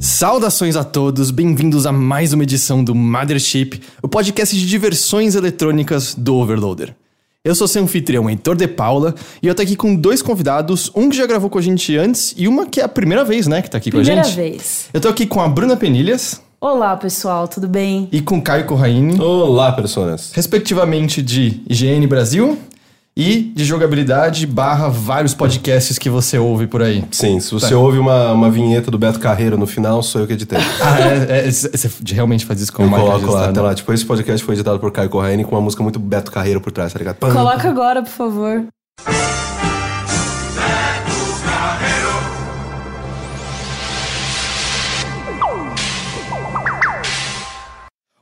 Saudações a todos, bem-vindos a mais uma edição do Mothership, o podcast de diversões eletrônicas do Overloader. Eu sou seu anfitrião Heitor De Paula e eu tô aqui com dois convidados, um que já gravou com a gente antes e uma que é a primeira vez, né, que tá aqui Primeira com a gente. vez. Eu tô aqui com a Bruna Penilhas Olá, pessoal, tudo bem? e com o Caio Corraine, Olá, pessoas. respectivamente de IGN Brasil e de jogabilidade barra vários podcasts que você ouve por aí. Sim, se Tá. você ouve uma, uma vinheta do Beto Carreiro no final, sou eu que editei. Ah, é, é, c- você realmente faz isso com Eu marca coloco lá, registrada. tá lá. Tipo, esse podcast foi editado por Caio Corraine com uma música muito Beto Carreiro por trás, tá ligado? Pam. Coloca agora, por favor.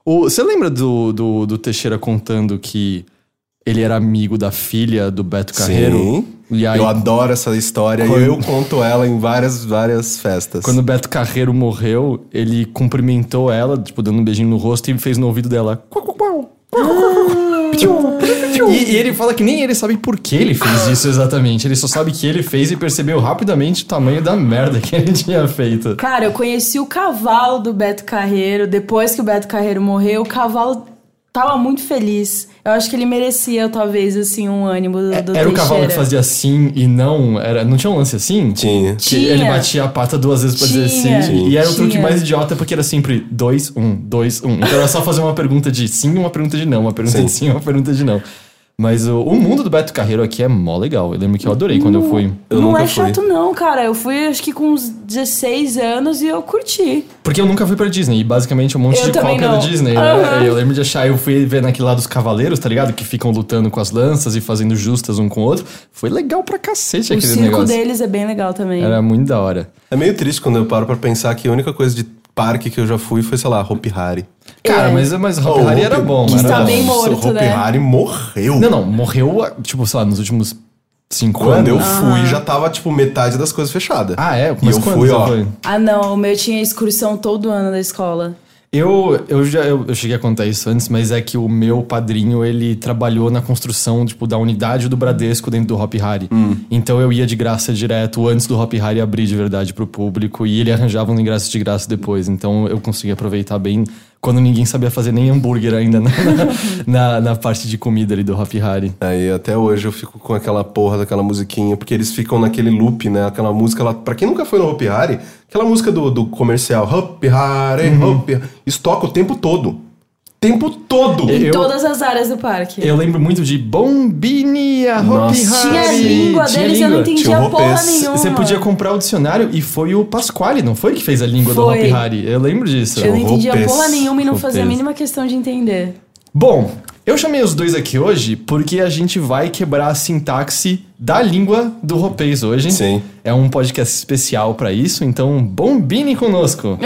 O- Você lembra do, do, do Teixeira contando que ele era amigo da filha do Beto Carreiro? Sim. E aí, Eu adoro essa história Quando- e eu conto ela em várias, várias festas. quando o Beto Carreiro morreu, ele cumprimentou ela, tipo, dando um beijinho no rosto e fez no ouvido dela. "Quau, quau, quau, quau, quau, quau, Ah. piu, piu, piu". E, e ele fala que nem ele sabe por que ele fez isso exatamente. Ele só sabe que ele fez e percebeu rapidamente o tamanho da merda que ele tinha feito. Cara, eu conheci o cavalo do Beto Carreiro. Depois que o Beto Carreiro morreu, o cavalo tava muito feliz. Eu acho que ele merecia, talvez, assim, um ânimo do, do É, Era o cavalo Teixeira. que fazia assim e não. Era, não tinha um lance assim? Tinha. Que ele Tinha. batia a pata duas vezes pra dizer Tinha. sim. E era o truque Tinha. mais idiota porque era sempre dois, um, dois, um. Então era só fazer uma pergunta de sim e uma pergunta de não. Uma pergunta Sim. de sim e uma pergunta de não. Mas o, o mundo do Beto Carreiro aqui é mó legal. Eu lembro que eu adorei quando eu fui. Eu não nunca é fui. chato, não, cara. Eu fui, acho que com uns 16 anos e eu curti. Porque eu nunca fui pra Disney. E basicamente é um monte Eu de também cópia não. da Disney, Aham. né? Eu lembro de achar, eu fui ver naquele lá dos cavaleiros, tá ligado? Que ficam lutando com as lanças e fazendo justas um com o outro. Foi legal pra cacete O aquele circo negócio. deles é bem legal também. Era muito da hora. É meio triste quando eu paro pra pensar que a única coisa de parque que eu já fui foi, sei lá, Hopi Hari. Oh, Cara, É. mas, mas Hopi Hari era bom. que era está bom. bem morto, tá Nossa, o Hopi né? Hari morreu. Não, não, morreu, tipo, sei lá, nos últimos cinco Quando eu anos. fui, já tava, tipo, metade das coisas fechadas. Ah, é? E Mas eu quando fui, você ó. foi? Ah, não. O meu tinha excursão todo ano da escola. Eu, eu já eu, eu cheguei a contar isso antes, mas é que o meu padrinho, ele trabalhou na construção, tipo, da unidade do Bradesco dentro do Hop Hari. Então eu ia de graça direto antes do Hop Hari abrir de verdade pro público e ele arranjava um ingresso de graça depois. Então eu consegui aproveitar bem quando ninguém sabia fazer nem hambúrguer ainda na, na, na parte de comida ali do Hop Hari. Aí até hoje eu fico com aquela porra daquela musiquinha, porque eles ficam naquele loop, né? Aquela música lá. Pra quem nunca foi no Hopi Hari, aquela música do, do comercial Hopi Hari, Hopi Hari, Isso toca o tempo todo. Tempo todo! Eu- Em todas as áreas do parque. Eu lembro muito de Bombini, a Hopi Nossa. Hari. Tinha a língua Tinha deles, eu não língua. Tinha entendia um porra roupês. nenhuma. Você podia comprar o dicionário e foi o Pasquale, não foi que fez a língua do Foi. Hopi Hari? Eu lembro disso. Eu não entendia Roupês. porra nenhuma e não fazia a Roupês. mínima questão de entender. Bom, eu chamei os dois aqui hoje porque a gente vai quebrar a sintaxe da língua do Ropês hoje. Sim. É um podcast especial pra isso, então bombine conosco.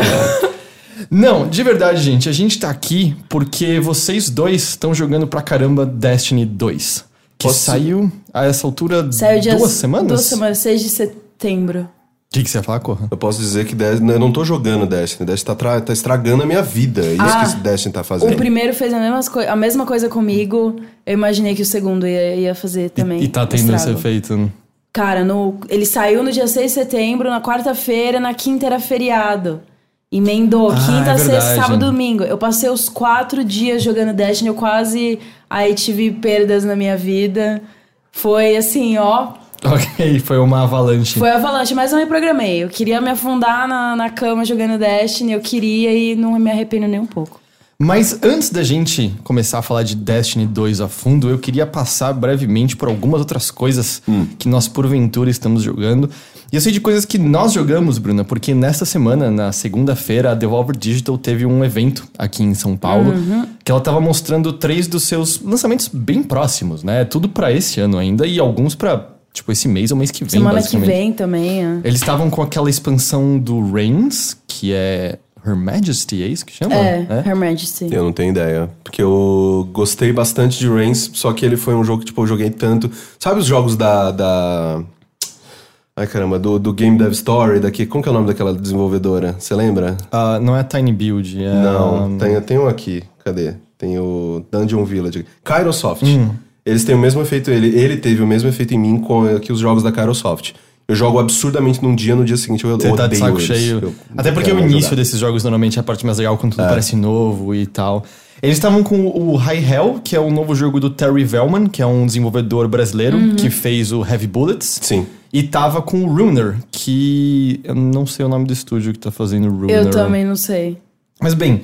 Não, de verdade, gente, a gente tá aqui porque vocês dois estão jogando pra caramba Destiny 2. Que Posso- saiu a essa altura Saiu dia duas semanas? Duas semanas, 6 de setembro. O que, que você ia falar, Corra? Eu posso dizer que Destiny- eu não tô jogando Destiny. Destiny tá, tra- tá estragando a minha vida. É isso Ah, que esse Destiny tá O fazendo. primeiro fez a mesma, coi- a mesma coisa comigo. Eu imaginei que o segundo ia, ia fazer também. E, e tá tendo esse estrago. efeito, né? Cara, no, ele saiu no dia 6 de setembro, na quarta-feira, na quinta era feriado. Emendou, Ah, quinta, é sexta, verdade. sábado, domingo. Eu passei os quatro dias jogando Destiny, eu quase. Aí tive perdas na minha vida. Foi assim, ó, Ok, foi uma avalanche. Foi avalanche, mas eu me programei. Eu queria me afundar na, na cama jogando Destiny, eu queria e não me arrependo nem um pouco. Mas antes da gente começar a falar de Destiny 2 a fundo, eu queria passar brevemente por algumas outras coisas que nós porventura estamos jogando. E eu sei de coisas que nós jogamos, Bruna, porque nesta semana, na segunda-feira, a Devolver Digital teve um evento aqui em São Paulo, Uhum. que ela tava mostrando três dos seus lançamentos bem próximos, né? Tudo pra esse ano ainda e alguns pra tipo esse mês ou mês que vem, Semana que basicamente. vem também, é. Eles estavam com aquela expansão do Reigns, que é Her Majesty, é isso que chama? É, Her Majesty. Eu não tenho ideia. Porque eu gostei bastante de Reigns, só que ele foi um jogo que, tipo, eu joguei tanto. Sabe os jogos da. da... Ai caramba, do, do Game Dev Story, daqui. Como que é o nome daquela desenvolvedora? Você lembra? Ah, não é Tiny Build, é... Não, tem, tem um aqui. Cadê? Tem o Dungeon Village. Kairosoft. Hum. Eles têm o mesmo efeito, ele, ele teve o mesmo efeito em mim com, que os jogos da Kairosoft. Eu jogo absurdamente num dia, no dia seguinte eu Você odeio tá de saco eles. cheio. Eu Até não porque quero o mais início jogar. desses jogos normalmente é a parte mais legal, quando tudo parece novo e tal. Eles estavam com o High Hell, que é um novo jogo do Terry Velman, que é um desenvolvedor brasileiro Uhum. que fez o Heavy Bullets. Sim. E tava com o Runer, que eu não sei o nome do estúdio que tá fazendo o Runer. Eu também não sei. Mas bem,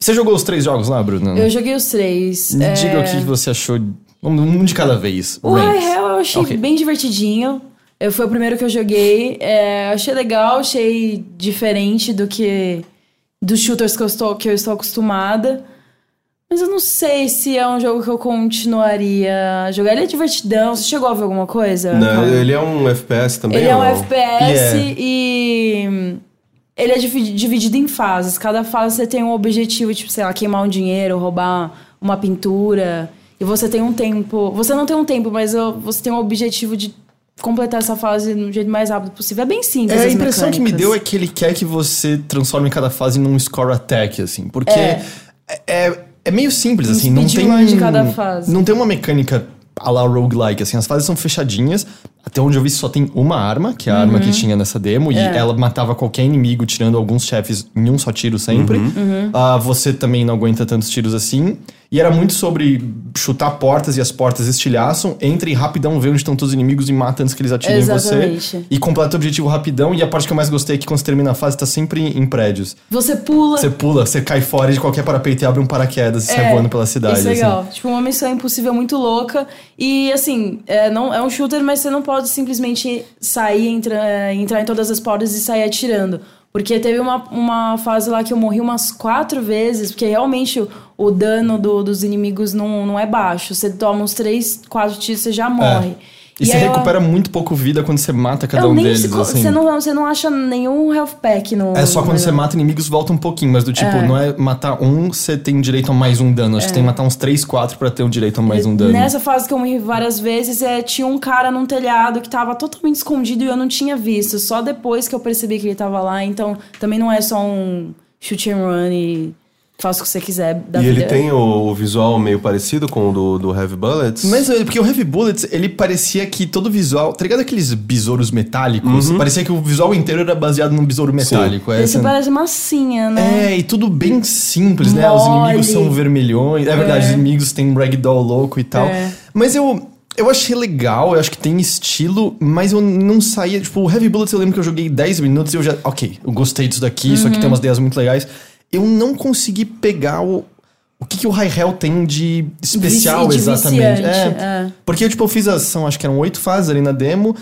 você jogou os três jogos lá, Bruna? Eu joguei os três. Me é... diga o que você achou. Um, um de cada vez. O Ranks. Hell eu achei Ok. bem divertidinho. Eu, foi o primeiro que eu joguei. É, achei legal, achei diferente do que. dos shooters que eu, estou, que eu estou acostumada. Mas eu não sei se é um jogo que eu continuaria a jogar. Ele é divertidão. Você chegou a ver alguma coisa? Não, Paulo? ele é um FPS também. Ele é um ou não? FPS Yeah. e. Ele é divi- dividido em fases. Cada fase você tem um objetivo, tipo, sei lá, queimar um dinheiro, roubar uma pintura. E você tem um tempo. Você não tem um tempo, mas ó, você tem um objetivo de completar essa fase no jeito mais rápido possível. É bem simples. É, a as impressão que me mecânicas. deu é que ele quer que você transforme cada fase num score attack, assim. Porque é, é, é meio simples, assim. Não speedrun tem, de cada fase. não tem uma mecânica a la roguelike, assim. As fases são fechadinhas. Até onde eu vi, só tem uma arma, que é a arma Uhum. que tinha nessa demo. E É. ela matava qualquer inimigo, tirando alguns chefes em um só tiro sempre. Uhum. Ah, você também não aguenta tantos tiros assim. E era muito sobre chutar portas e as portas estilhaçam. Entre e rapidão, vê onde estão todos os inimigos e mata antes que eles atirem em você. Exatamente. E completa o objetivo rapidão. E a parte que eu mais gostei é que quando você termina a fase, tá sempre em prédios. Você pula. Você pula, você cai fora de qualquer parapeito e abre um paraquedas e sai É, voando pela cidade. Isso é assim. legal. Tipo, uma missão impossível muito louca. E assim, é, não, é um shooter, mas você não pode simplesmente sair, entra, é, entrar em todas as portas e sair atirando. Porque teve uma, uma fase lá que eu morri umas quatro vezes, porque realmente o, o dano do- dos inimigos não, não é baixo. Você toma uns três, quatro tiros, você já morre. É. E, você aí eu- recupera muito pouco vida quando você mata cada eu um nem deles, se co- assim. Você não, você não acha nenhum health pack no. É só no quando você negócio. mata inimigos, volta um pouquinho, mas do tipo, não é matar um, você tem direito a mais um dano. Acho que você tem que matar uns 3, 4 pra ter um direito a mais um dano. É. Nessa fase que eu morri várias vezes, é, tinha um cara num telhado que tava totalmente escondido e eu não tinha visto. Só depois que eu percebi que ele tava lá. Então, também não é só um shoot and run e faça o que você quiser da E vida. ele tem o, o visual meio parecido com o do, do Heavy Bullets. Mas é, porque o Heavy Bullets, ele parecia que todo o visual. Tá ligado aqueles besouros metálicos? Parecia que o visual inteiro era baseado num besouro metálico. É, Esse essa- parece massinha, né? É, e tudo bem simples, né? Os Mole. inimigos são vermelhões. É verdade, os inimigos têm um ragdoll louco e tal. É. Mas eu. Eu achei legal, eu acho que tem estilo, mas eu não saía. Tipo, o Heavy Bullets eu lembro que eu joguei 10 minutos e eu já. Ok, eu gostei disso daqui, isso Uhum. aqui tem umas ideias muito legais. Eu não consegui pegar o. O que, que o High Hell tem de especial Vici- de exatamente? viciante, é. Porque, tipo, eu fiz as. São, acho que eram oito fases ali na demo.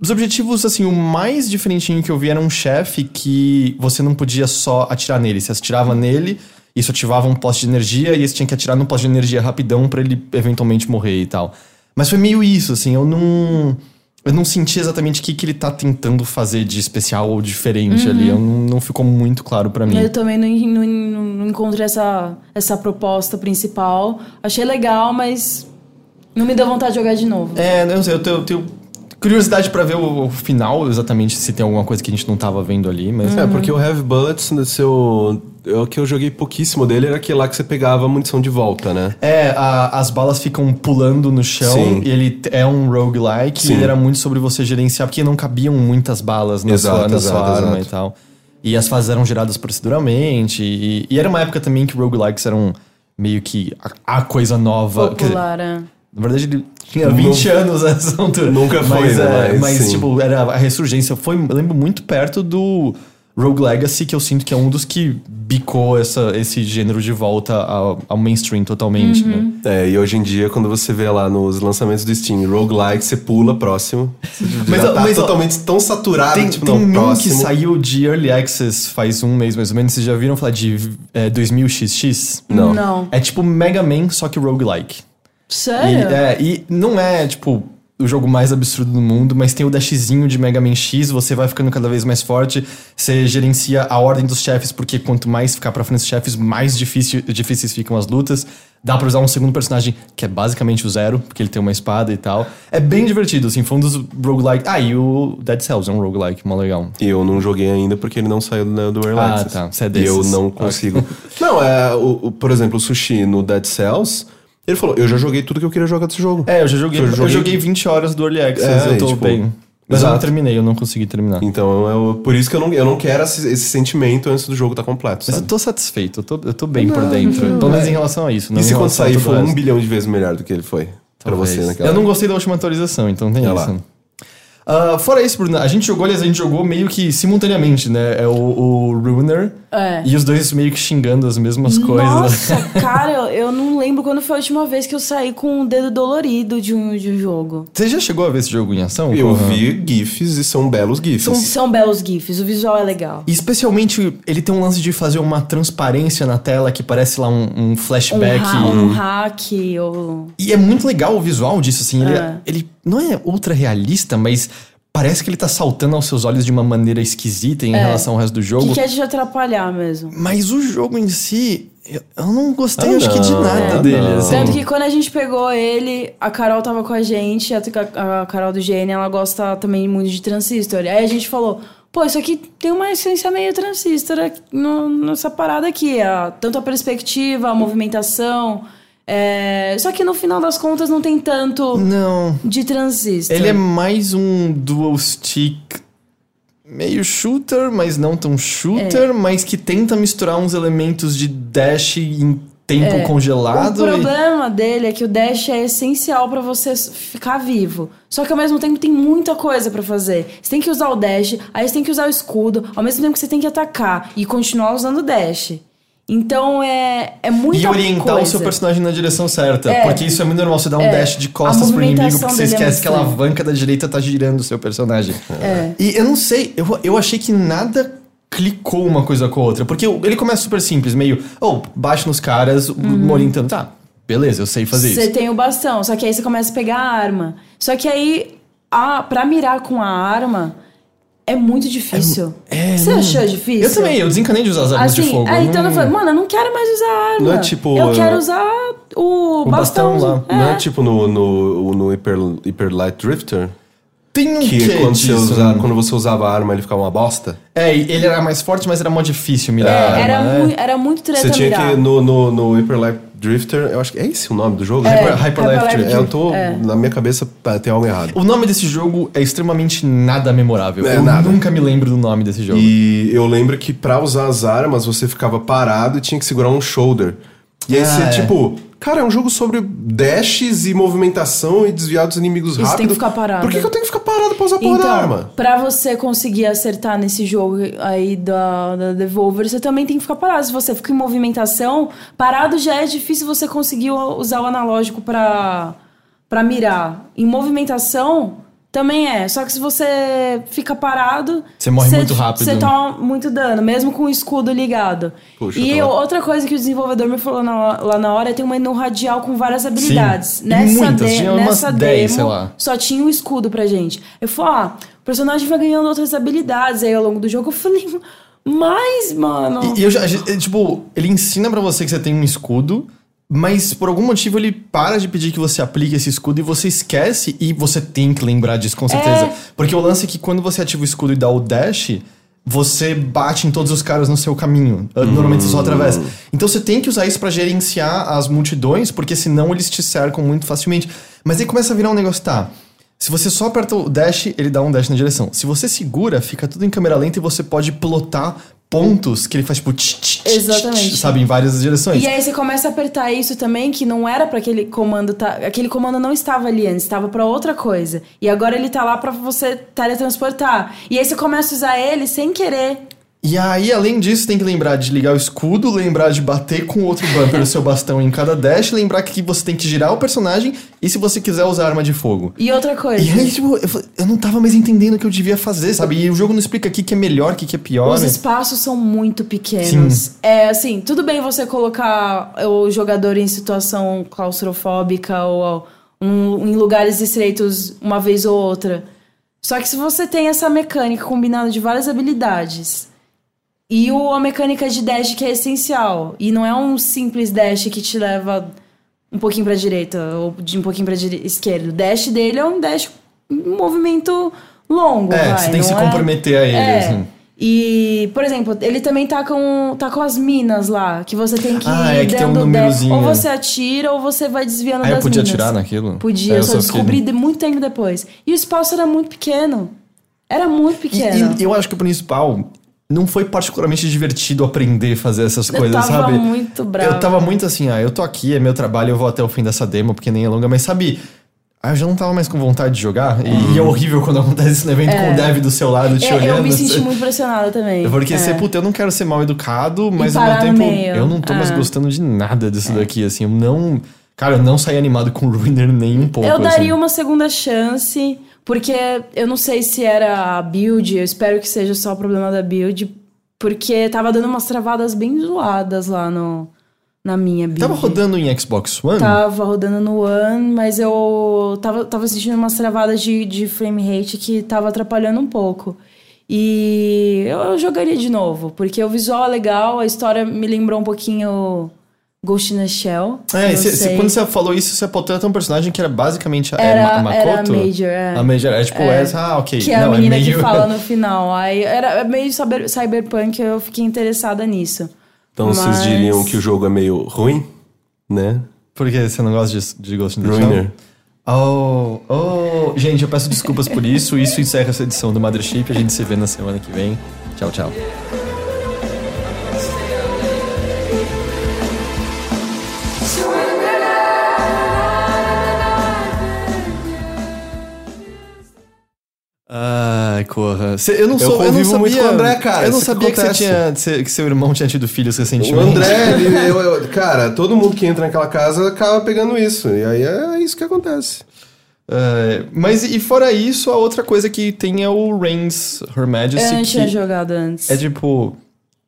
Os objetivos, assim, o mais diferentinho que eu vi era um chefe que você não podia só atirar nele. Você atirava nele, isso ativava um poste de energia e você tinha que atirar num poste de energia rapidão pra ele eventualmente morrer e tal. Mas foi meio isso, assim, eu não. Eu não senti exatamente o que, que ele tá tentando fazer de especial ou diferente ali. Eu não, não ficou muito claro pra mim. Eu também não, não- não encontrei essa, essa proposta principal. Achei legal, mas não me deu vontade de jogar de novo. É, eu não sei, eu tenho, eu tenho curiosidade pra ver o, o final, exatamente, se tem alguma coisa que a gente não tava vendo ali, mas. É, porque o Heavy Bullets, no seu, é o que eu joguei pouquíssimo dele era aquele lá que você pegava a munição de volta, né? É, a- as balas ficam pulando no chão Sim. e ele t- é um roguelike e Sim. ele era muito sobre você gerenciar, porque não cabiam muitas balas na Exato, sua, na exato, sua arma exato. e tal. E as fases eram geradas proceduralmente, e, e era uma época também que roguelikes eram meio que a, a coisa nova. quer dizer, Popular, é. na verdade, ele tinha 20 anos nessa altura. Nunca foi, mas, né? é, Mas, mas, sim. tipo, era a ressurgência. Foi, eu lembro, muito perto do Rogue Legacy, que eu sinto que é um dos que bicou essa, esse gênero de volta ao, ao mainstream totalmente, né? É, e hoje em dia, quando você vê lá nos lançamentos do Steam, roguelike, você pula próximo. Mas, já ó, tá mas, ó, totalmente tão saturado, Tem, tipo, tem não, um que próximo. saiu de Early Access faz um mês mais ou menos. Vocês já viram falar de é, 2000XX? Não. Não. É tipo Mega Man, só que roguelike. E, Sério? é, e não é, tipo, o jogo mais absurdo do mundo, mas tem o dashzinho de Mega Man X, você vai ficando cada vez mais forte, você gerencia a ordem dos chefes, porque quanto mais ficar pra frente dos chefes, mais difícil, difíceis ficam as lutas. Dá pra usar um segundo personagem, que é basicamente o Zero, porque ele tem uma espada e tal. É bem divertido, assim, foi um dos roguelike... Ah, e o Dead Cells é um roguelike, mó legal. E eu não joguei ainda porque ele não saiu do, né, do Early Ah, Access. tá. Você é E eu desses. não Ok. consigo. não, é. O, o- por exemplo, o Sushi no Dead Cells, ele falou: Eu já joguei tudo que eu queria jogar desse jogo. É, eu já joguei, Eu eu joguei- joguei, 20 horas do Early Access, É, eu tô tipo, bem... Mas eu não exato. terminei, eu não consegui terminar. Então, eu, por isso que eu não, eu não quero esse, esse sentimento antes do jogo estar completo. Mas eu sabe? tô satisfeito, eu tô, eu tô bem por dentro. Pelo menos em relação a isso. Não E se em quando relação a sair todo for o um resto. bilhão de vezes melhor do que ele foi pra Talvez. você naquela. Eu não gostei da última atualização, então tem Olha lá. isso. Ah, fora isso, Bruno, a gente jogou, aliás, a gente jogou meio que simultaneamente, né? É o, o Runer É. e os dois meio que xingando as mesmas coisas. Nossa, cara, eu- eu não lembro quando foi a última vez que eu saí com um dedo dolorido de um, de um jogo. Você já chegou a ver esse jogo em ação? Eu Corran? vi GIFs e são belos GIFs. São belos GIFs, o visual é legal. E especialmente, ele tem um lance de fazer uma transparência na tela que parece lá um, um Um, flashback. ha- um hack, ou. E é muito legal o visual disso, assim. Ele, É. ele não é ultra realista, mas parece que ele tá saltando aos seus olhos de uma maneira esquisita em relação ao resto do jogo. É. Que quer te atrapalhar mesmo. Mas o jogo em si, eu eu não gostei, Ah, acho que, de não, nada ah, dele. não. assim. Tanto que quando a gente pegou ele, a Carol tava com a gente, a, a Carol do GN, ela gosta também muito de transistor. Aí a gente falou, pô, isso aqui tem uma essência meio transistor aqui no- nessa parada aqui. a- tanto a perspectiva, a movimentação. é, só que no final das contas não tem tanto Não. de transistor. Hum. Ele é mais um dual stick. Meio shooter, mas não tão shooter, É. mas que tenta misturar uns elementos de dash em tempo É. O congelado. e- problema dele é que o dash é essencial pra você s- ficar vivo. Só que ao mesmo tempo tem muita coisa pra fazer. Você tem que usar o dash, aí você tem que usar o escudo, ao mesmo tempo que você tem que atacar e continuar usando o dash. Então é, é muita E orientar coisa. o seu personagem na direção certa. Porque isso é muito normal. Você dá um dash de A costas pro inimigo movimentação porque você dele esquece é muito É. que a estranha. alavanca da direita tá girando o seu personagem. E eu não sei, eu, eu achei que nada clicou uma coisa com a outra. Porque ele começa super simples, meio, ou bate nos caras, orientando. Tá, beleza, eu sei fazer Uhum. Você isso. tem o bastão, só que aí você começa a pegar a arma. Só que aí, a, pra mirar com a arma, é muito difícil. você achou difícil? é, Eu também, eu desencanei de usar as armas Assim, de fogo. aí então eu Hum. falei, mano, eu não quero mais usar a arma. Não é tipo, Eu eh, quero usar o, o bastão lá. É. Não é tipo no, no, no Hyper, Hyper Light Drifter? Tem um Que quê quando, você disso, usava, né? quando você usava a arma ele ficava uma bosta? É, e ele era mais forte, mas era mais difícil mirar. a arma, É, Era, né? mui- era muito treta Você tinha mirar. que no, no, no Hyper Light Drifter, eu acho que é esse o nome do jogo? é, Hyper- né? Hyper Life Hyper Life Drifter. É, eu tô na minha cabeça pá, tem algo errado. O nome desse jogo é extremamente nada memorável. É, eu nada. nunca me lembro do nome desse jogo. E eu lembro que pra usar as armas você ficava parado e tinha que segurar um shoulder. E aí Ah, você é. tipo, cara, é um jogo sobre dashes e movimentação e desviar dos inimigos E você rápido. tem que ficar parado. Por que, que eu tenho que ficar parado pra usar a porra da Então, arma? pra você conseguir acertar nesse jogo aí da, da Devolver, você também tem que ficar parado. Se você fica em movimentação, parado já é difícil você conseguir o- usar o analógico pra, pra mirar. Em movimentação, também é. Só que se você fica parado... Você morre muito rápido. Você toma muito dano, mesmo com o escudo ligado. Puxa, e tá lá. outra coisa que o desenvolvedor me falou na- lá na hora é tem um menu radial com várias habilidades. E muitas, tinha umas 10, sei lá. Só tinha um escudo pra gente. Eu falei, ó, o personagem vai ganhando outras habilidades aí ao longo do jogo. Eu falei, mas, mano. E, e eu já, é, tipo, ele ensina pra você que você tem um escudo, mas por algum motivo ele para de pedir que você aplique esse escudo e você esquece e você tem que lembrar disso com certeza. Porque o lance é que quando você ativa o escudo e dá o dash, você bate em todos os caras no seu caminho. Uh, Hum. Normalmente você só atravessa. Então você tem que usar isso pra gerenciar as multidões, porque senão eles te cercam muito facilmente. Mas aí começa a virar um negócio, tá? Se você só aperta o dash, ele dá um dash na direção. Se você segura, fica tudo em câmera lenta e você pode plotar pontos que ele faz tipo tch, tch, tch, Exatamente. tch, sabe em várias direções. E aí você começa a apertar isso também, que não era pra aquele comando tá, aquele comando não estava ali antes, estava pra outra coisa. E agora ele tá lá pra você teletransportar. E aí você começa a usar ele sem querer. E aí, além disso, tem que lembrar de ligar o escudo, lembrar de bater com outro bumper o seu bastão em cada dash, lembrar que você tem que girar o personagem e se você quiser usar arma de fogo. E outra coisa. E aí, tipo, eu, falei, eu não tava mais entendendo o que eu devia fazer, sabe? E o jogo não explica o que, que é melhor, o que, que é pior. Os né? espaços são muito pequenos. É assim, tudo bem você colocar o jogador em situação claustrofóbica ou ó, um- em lugares estreitos uma vez ou outra. Só que se você tem essa mecânica combinada de várias habilidades e o, a mecânica de dash que é essencial e não é um simples dash que te leva um pouquinho pra direita ou de um pouquinho pra dire- esquerda. O dash dele é um dash um movimento longo, É, vai, você tem que se não é- comprometer a ele, É. assim. E, por exemplo, ele também tá com, tá com as minas lá, que você tem que Ah, é que tem um dando númerozinho, Ou é. você atira ou você vai desviando Ah, eu das podia minas. atirar naquilo? Podia, É, eu eu só só fiquei- descobri de- muito tempo depois. E o espaço era muito pequeno. Era muito E, pequeno. e eu acho que o principal não foi particularmente divertido aprender a fazer essas Eu coisas, tava sabe? muito brava. Eu tava muito assim, ah, eu tô aqui, é meu trabalho, eu vou até o fim dessa demo, porque nem é longa, mas sabe. ah, Eu já não tava mais com vontade de jogar. E, e é horrível quando acontece isso no evento com o dev do seu lado te É, olhando. eu me senti assim. muito pressionada também. Porque é. você, puta, eu não quero ser mal educado, mas ao parar mesmo no tempo meio. eu não tô mais Ah. gostando de nada disso daqui, assim. Eu não. Cara, eu não saí animado com o Ruiner nem um pouco. Eu assim. daria uma segunda chance, porque eu não sei se era a build, eu espero que seja só o problema da build, porque tava dando umas travadas bem zoadas lá no, na minha build. Tava rodando em Xbox One? Tava rodando no One, mas eu tava, tava sentindo umas travadas de, de frame rate que tava atrapalhando um pouco. E eu, eu jogaria de novo, porque o visual é legal, a história me lembrou um pouquinho Ghost in the Shell. É, cê- não cê- sei. quando você falou isso, você apontou até um personagem que era basicamente a, é Era- Ma- era a Makoto? Major, é. A Major, é tipo essa, ah, ok. Que é a Não, menina meio... que fala no final. Aí era é meio cyber- cyberpunk, eu fiquei interessada nisso. Então Mas- vocês diriam que o jogo é meio ruim, né? Por que você não gosta de, de Ghost in the Ruiner. Shell? Oh, oh. Gente, eu peço desculpas por isso. Isso encerra essa edição do Mothership. A gente se vê na semana que vem. Tchau, tchau. Ai, corra. Cê- eu não sou, eu não convivo sabia, muito com o André, cara. Eu não Isso sabia que, você acontece. tinha, que cê- que seu irmão tinha tido filhos recentemente. O André, ele, eu- eu- cara, todo mundo que entra naquela casa acaba pegando isso. E aí é isso que acontece. É, mas e fora isso, a outra coisa que tem é o Reigns Her Majesty. Eu não que tinha jogado antes. É tipo.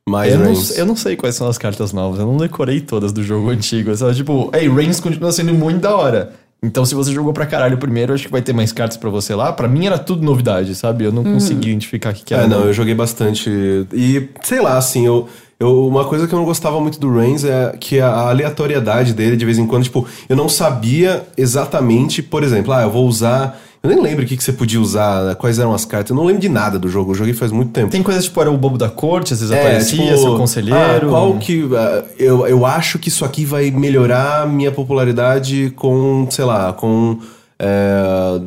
Mais Eu não, Reigns. eu não sei quais são as cartas novas, eu não decorei todas do jogo antigo. É só tipo, ei, Reigns continua sendo muito da hora. Então, se você jogou pra caralho o primeiro, acho que vai ter mais cartas pra você lá. Pra mim era tudo novidade, sabe? Eu não consegui identificar o que, que era. É, não, eu joguei bastante. E, sei lá, assim, eu, eu. Uma coisa que eu não gostava muito do Reigns é que a, a aleatoriedade dele, de vez em quando, tipo, eu não sabia exatamente, por exemplo, ah, eu vou usar. Eu nem lembro o que, que você podia usar, quais eram as cartas. Eu não lembro de nada do jogo, eu joguei faz muito tempo. Tem coisas tipo, era o bobo da corte, às vezes É, aparecia, tipo, seu conselheiro. ah, qual que. ah, eu, eu acho que isso aqui vai melhorar minha popularidade com, sei lá, com. é,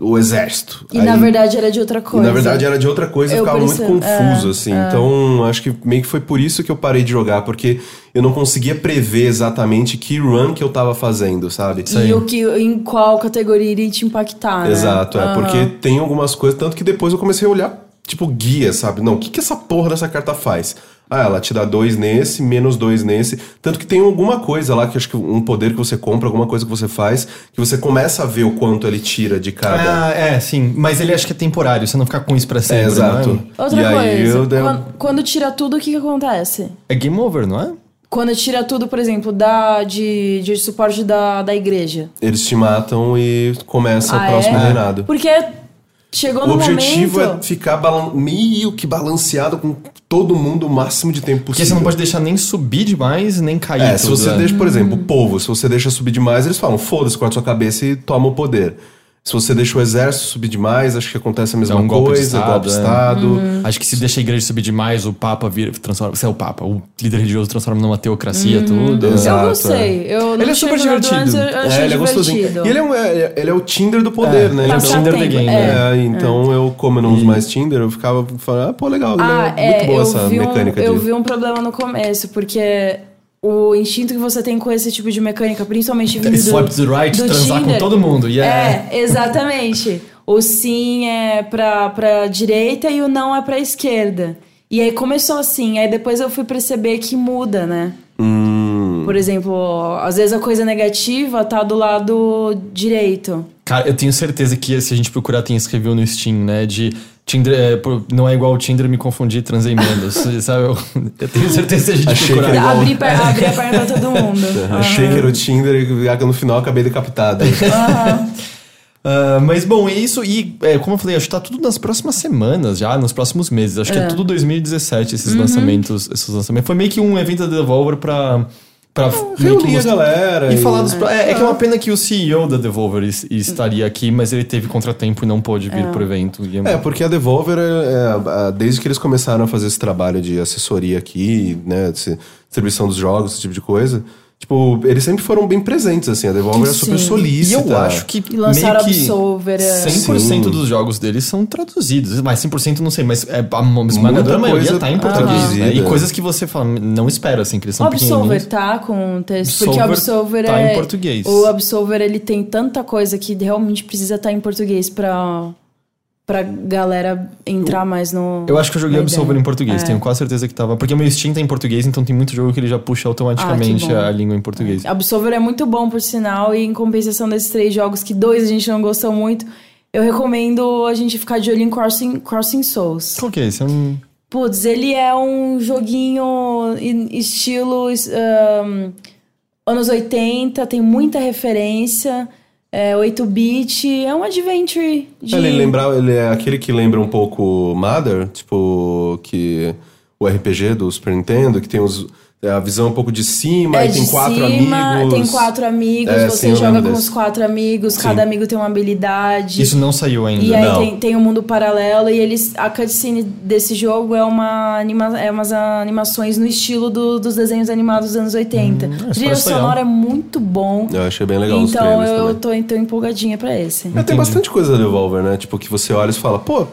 o exército. E Aí- na verdade era de outra coisa. e na verdade era de outra coisa e Eu é, ficava muito percebo, confuso, assim. Então, acho que meio que foi por isso que eu parei de jogar, porque eu não conseguia prever exatamente que run que eu tava fazendo, sabe? E o que, em qual categoria iria te impactar, né? Exato, é. Aham. Porque tem algumas coisas, tanto que depois eu comecei a olhar, tipo, guia, sabe? Não, o que, que essa porra dessa carta faz? Ah, ela te dá dois nesse, menos dois nesse. Tanto que tem alguma coisa lá, que acho que um poder que você compra, alguma coisa que você faz, que você começa a ver o quanto ele tira de cada. Ah, é, sim. Mas ele acha que é temporário, você não fica com isso pra sempre. É, exato. Não é? Outra e coisa, aí eu, dei- um quando, quando tira tudo, o que, que acontece? é game over, não é? Quando tira tudo, por exemplo, da, de, de suporte da, da igreja. Eles te matam e começa Ah, o próximo é? reinado. Porque chegou O no objetivo é momento... ficar balan- meio que balanceado com todo mundo o máximo de tempo Porque possível. você não pode deixar nem subir demais, nem cair. É, se tudo, você né? deixa, por Hum. exemplo, o povo, se você deixa subir demais, eles falam, foda-se, corta sua cabeça e toma o poder. Se você deixa o exército subir demais, acho que acontece a mesma um golpe de coisa, estado, golpe de é. estado. Hum. Acho que se deixa a igreja subir demais, o Papa vira, transforma. Você é o Papa, o líder religioso transforma numa teocracia, tudo. Exato. Eu gostei. Eu não Ele é tinha super jogado divertido. antes, eu achei É, ele é gostosinho. divertido. E ele é, um- é- ele é o Tinder do poder, né? ele é o Passar Tinder tempo, the game, é. né? É, então eu, como eu não uso mais Tinder, eu ficava falando, ah, pô, legal, Ah, legal, é, muito boa eu, essa vi um, mecânica eu de... vi um problema no começo, porque o instinto que você tem com esse tipo de mecânica, principalmente vindo do, Swipe to the right, do transar com Tinder, todo mundo, yeah. É, exatamente. O sim é pra, pra direita e o não é pra esquerda. E aí começou assim, aí depois eu fui perceber que muda, né? Hum. Por exemplo, às vezes a coisa negativa tá do lado direito. Cara, eu tenho certeza que se a gente procurar tem esse review no Steam, né? De Tinder, é, pô, não é igual o Tinder, me confundi, transei menos, sabe? Eu, eu tenho certeza que a gente Achei que procurar. era igual. Abri, per- abri a perna pra todo mundo. Achei que era o Tinder e no final acabei decapitado. Ah, mas bom, é isso. E é, como eu falei, acho que tá tudo nas próximas semanas já, nos próximos meses. Acho que é tudo 2017 esses lançamentos. Esses lançamentos. Foi meio que um evento da Devolver pra. pra meio que reunir a mostrar- galera E e- falar dos. pro- É, é que é uma pena que o CEO da Devolver es- estaria aqui, mas ele teve contratempo e não pôde vir pro evento. E É, porque a Devolver, é, é, a- desde que eles começaram a fazer esse trabalho de assessoria aqui, né, de distribuição dos jogos, esse tipo de coisa, tipo, eles sempre foram bem presentes, assim, a Devolver é super Sim. E solícita. eu acho que E lançaram meio que Absolver, é. 100% Sim. dos jogos deles são traduzidos. Mas 100% não sei, mas é, a mo- esmagadora Muita maioria coisa tá em português. né? E traduzida. coisas que você fala, não espera, assim, que eles são pequenininhos. Absolver tá com o texto, porque o Absolver Absolver tá é... em português. O Absolver, ele tem tanta coisa que realmente precisa estar em português pra, pra galera entrar mais no... Eu acho que eu joguei na Absolver ideia. em português, É. tenho quase certeza que tava. Porque o meu Steam tá em português, então tem muito jogo que ele já puxa Ah, automaticamente que bom. a língua em português. Absolver é muito bom, por sinal, e em compensação desses três jogos, que dois a gente não gostou muito, eu recomendo a gente ficar de olho em Crossing, Crossing Souls. Qual que é esse? É um... Putz, ele é um joguinho em- estilo ahn, anos 80, tem muita referência, é 8-bit, é um adventure de... Ele, lembra, ele é aquele que lembra um pouco Mother, tipo, que o RPG do Super Nintendo, que tem os, é, a visão um pouco de cima, É e tem de quatro cima, amigos. Tem quatro amigos, É, sim, você eu joga lembro com desse. os quatro amigos, Sim. cada amigo tem uma habilidade. Isso não saiu ainda. E aí Não. tem, tem um mundo paralelo e eles a cutscene desse jogo é uma anima, é umas animações no estilo do- dos desenhos animados dos anos 80. Hum, a trilha parece legal. sonora é muito bom. Eu achei bem legal os Então trailers eu também. tô, tô empolgadinha pra esse. É, tem bastante coisa da Devolver, né? Tipo, que você olha e fala, pô,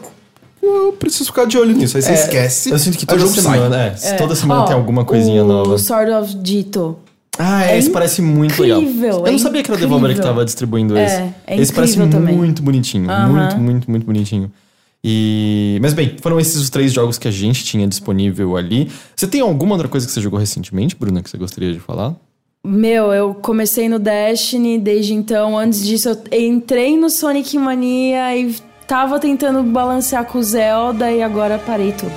eu preciso ficar de olho nisso. Aí você esquece. É, Eu sinto que aí o toda jogo sai. semana, é, toda semana Ó, tem alguma coisinha Oh, o nova. Sword of Dito. Ah, é, esse parece muito incrível, legal. Eu é não sabia que era a Devolver que incrível. tava distribuindo É, esse. é esse parece incrível também. muito bonitinho. Aham. Muito, muito, muito bonitinho. E. Mas bem, foram esses os três jogos que a gente tinha disponível ali. Você tem alguma outra coisa que você jogou recentemente, Bruna, que você gostaria de falar? Meu, eu comecei no Destiny, desde então, antes disso eu entrei no Sonic Mania e tava tentando balancear com o Zelda e agora parei tudo.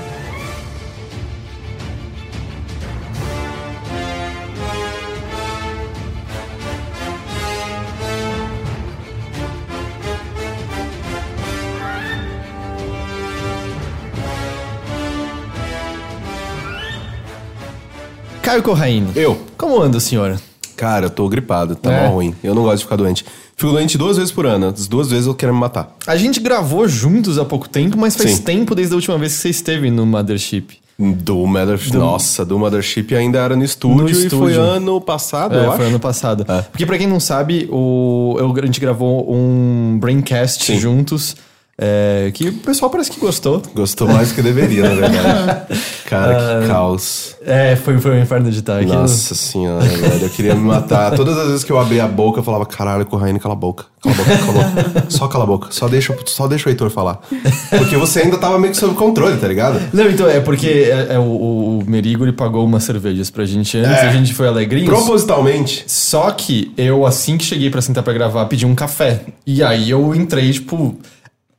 Caio Corraine. Eu. Como anda, senhora? Cara, eu tô gripado, tá É. mal ruim. Eu não gosto de ficar doente. Fico doente duas vezes por ano. As duas vezes eu quero me matar. A gente gravou juntos há pouco tempo, mas faz Sim. tempo desde a última vez que você esteve no Mothership. Do Mothership. Nossa, do Mothership ainda era no estúdio, No e foi estúdio. ano passado, É, Ah, eu foi acho. ano passado. É. Porque pra quem não sabe, o, eu- a gente gravou um Braincast Sim. juntos, é, que o pessoal parece que gostou. Gostou mais do que deveria, na verdade. Cara, que caos. É, foi, foi um inferno de tarde. Nossa senhora, velho. Eu queria me matar. Todas as vezes que eu abria a boca, eu falava, caralho, Corraine, cala a boca. Cala a boca, cala a boca. Só cala a boca. Só deixa, só deixa o Heitor falar. Porque você ainda tava meio que sob controle, tá ligado? Não, então, é porque é, é, o- o, o Merigo ele pagou umas cervejas pra gente antes, É. a gente foi alegrinhos. Propositalmente. Só que eu, assim que cheguei pra sentar pra gravar, pedi um café. E aí eu entrei, tipo.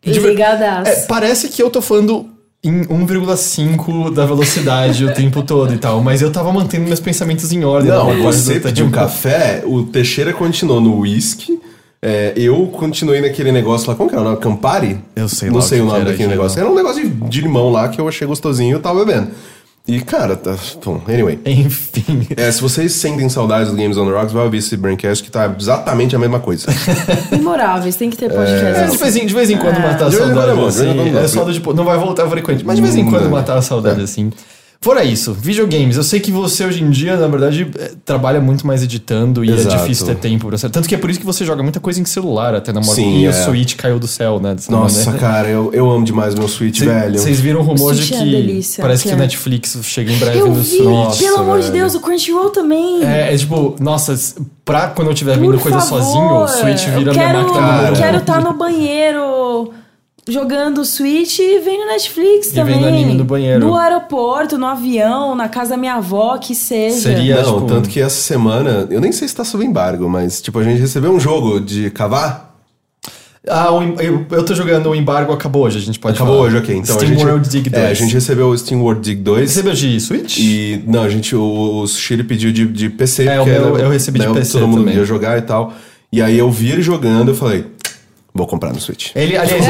de ver- Ligadaço. É, parece que eu tô falando em 1,5 da velocidade o tempo todo e tal, mas eu tava mantendo meus pensamentos em ordem. na Não, maior parte você do tipo, pediu um tempo. café, o Teixeira continuou no uísque. é, eu continuei naquele negócio lá, como que era? o nome? Campari? Eu sei Não lá sei o o que nome era daquele aquilo. negócio. Era um negócio de, de limão lá que eu achei gostosinho e eu tava bebendo. E, cara, tá, bom, anyway. Enfim. É, se vocês sentem saudades do Games on the Rocks, vai ouvir esse Braincast que tá exatamente a mesma coisa. Memoráveis, tem que ter podcast. É, de, vez em, de vez em quando matar a De vez em quando é saudade, bom, de vez assim. em quando é bom. Hum, é. É saudade, tipo, não vai voltar frequente, mas de vez em quando Não. matar a saudade, assim. Fora isso, videogames. Eu sei que você hoje em dia, na verdade, é, trabalha muito mais editando e é Exato. difícil ter tempo pra... Tanto que é por isso que você joga muita coisa em celular, até na moto. Sim, e o é. Switch caiu do céu, né? dessa Nossa, maneira. cara, eu, eu amo demais meu Switch, Cê- velho. Vocês viram o rumor de Sushi é que uma delícia, parece que que o é. Netflix chega em breve Eu no vi, Switch. pelo amor de velho. Deus, o Crunchyroll também. É, é tipo, nossa, s- pra quando eu estiver Por vendo coisa favor. sozinho, o Switch vira eu quero, minha máquina. Eu número um. quero estar no banheiro jogando o Switch e vem no Netflix E também. vendo anime no banheiro. No aeroporto, no avião, na casa da minha avó, que seja. Seria- E Não, acho que- tanto que essa semana, eu nem sei se tá sob embargo, mas tipo, a gente recebeu um jogo de cavar. Ah, o em- eu, eu tô jogando o embargo, acabou hoje, a gente pode Acabou falar. hoje, ok. Então a Steam gente, World Dig 2. É, a gente recebeu o Steam World Dig 2. recebeu de Switch? E, não, a gente, o, o Sushiro pediu de, de PC. É, o porque meu era- eu recebi de né, PC Todo mundo também. ia jogar e tal. E aí eu vi ele jogando, eu falei, vou comprar no Switch. Ele, aliás,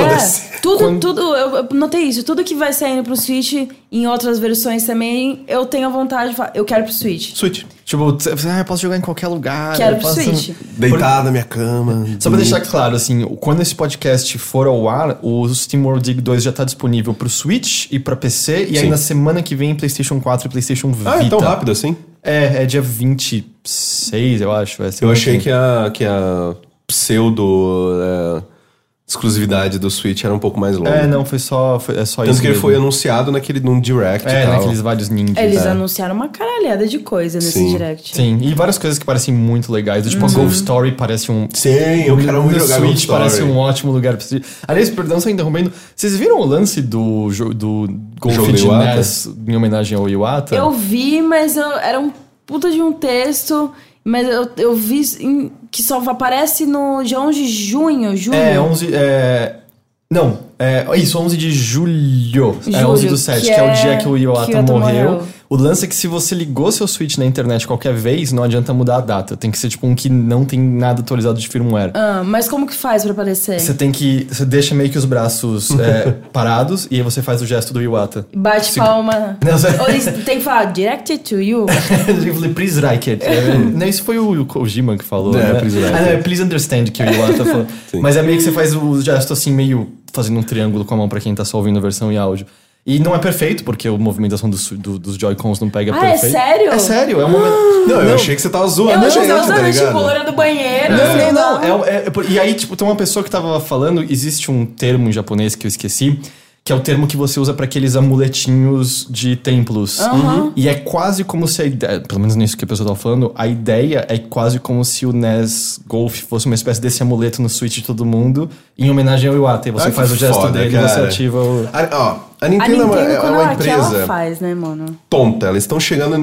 É, tudo, Quando- tudo, eu eu notei isso, tudo que vai saindo pro Switch em outras versões também, eu tenho a vontade de falar, eu quero pro Switch. Switch. Tipo, você- ah, eu posso jogar em qualquer lugar. Quero eu um- pro posso- Switch. Deitado na minha cama. Só pra deixar claro, assim, quando esse podcast for ao ar, o Steam World Dig 2 já tá disponível pro Switch e pra PC, e aí Sim. na semana que vem PlayStation 4 e PlayStation Vita. Ah, é tão rápido assim? É, é dia 26, eu acho. é Eu semana achei vem. que a, que a pseudo é, exclusividade do Switch era um pouco mais longa. É, não, foi só, foi, é só Tanto isso. que ele mesmo. foi anunciado naquele, num direct e É, tal. naqueles vários ninjas. Eles é. anunciaram uma caralhada de coisa nesse Sim. direct. Sim, e várias coisas que parecem muito legais. do Tipo, a Golf Story parece um. Sim, eu quero muito no jogar Switch Golf Story. parece um ótimo lugar pra se. Aliás, perdão, só interrompendo. Vocês viram o lance do, jo- do Golf Jogo do de Iwata? NES em homenagem ao Iwata? Eu vi, mas eu, era um puta de um texto, mas eu, eu vi em- que só aparece no dia 11 de junho, julho. É, 11. É... Não, é isso, 11 de julho. é Julho, 11 do 7, que, é, o dia que o Iwata, que o Iwata morreu. morreu. O lance é que se você ligou seu Switch na internet qualquer vez, não adianta mudar a data. Tem que ser tipo um que não tem nada atualizado de firmware. Ah, mas como que faz pra aparecer? Você tá- tem que. Você deixa meio que os braços é, parados e aí você faz o gesto do Iwata. Bate palma. Não, você- Ou eles tem que falar, directed to you. É, Eu falei, please like it. É, não, isso foi o Kojima que falou. É, né? please like ah, não, it. é please understand que o Iwata falou. Mas é meio que você faz o gesto assim, meio fazendo um triângulo com a mão pra quem tá só ouvindo a versão em áudio. E não é perfeito, porque a movimentação dos, do- dos Joy-Cons não pega Ah, é perfeito. sério? É sério, é um momento. Não, eu achei que você tava Eu zoando a acho gente, que tá usando tipo ligado? loira do banheiro. assim, Não, sei não, lá. não. É, é- é por- e aí, tipo, tem uma pessoa que tava falando, existe um termo em japonês que eu esqueci, que é o termo que você usa pra aqueles amuletinhos de templos. E é quase como se a ideia, pelo menos nisso que a pessoa tava falando, a ideia é quase como se o NES Golf fosse uma espécie desse amuleto no Switch de todo mundo, em homenagem ao Iwata. E você Ah, que faz o gesto foda, dele e cara. você ativa o. A, ó, a A "Ah, Nintendo, é Nintendo, uma- é, quando uma ela quer, ela empresa faz, né, mano? tonta. Elas estão chegando em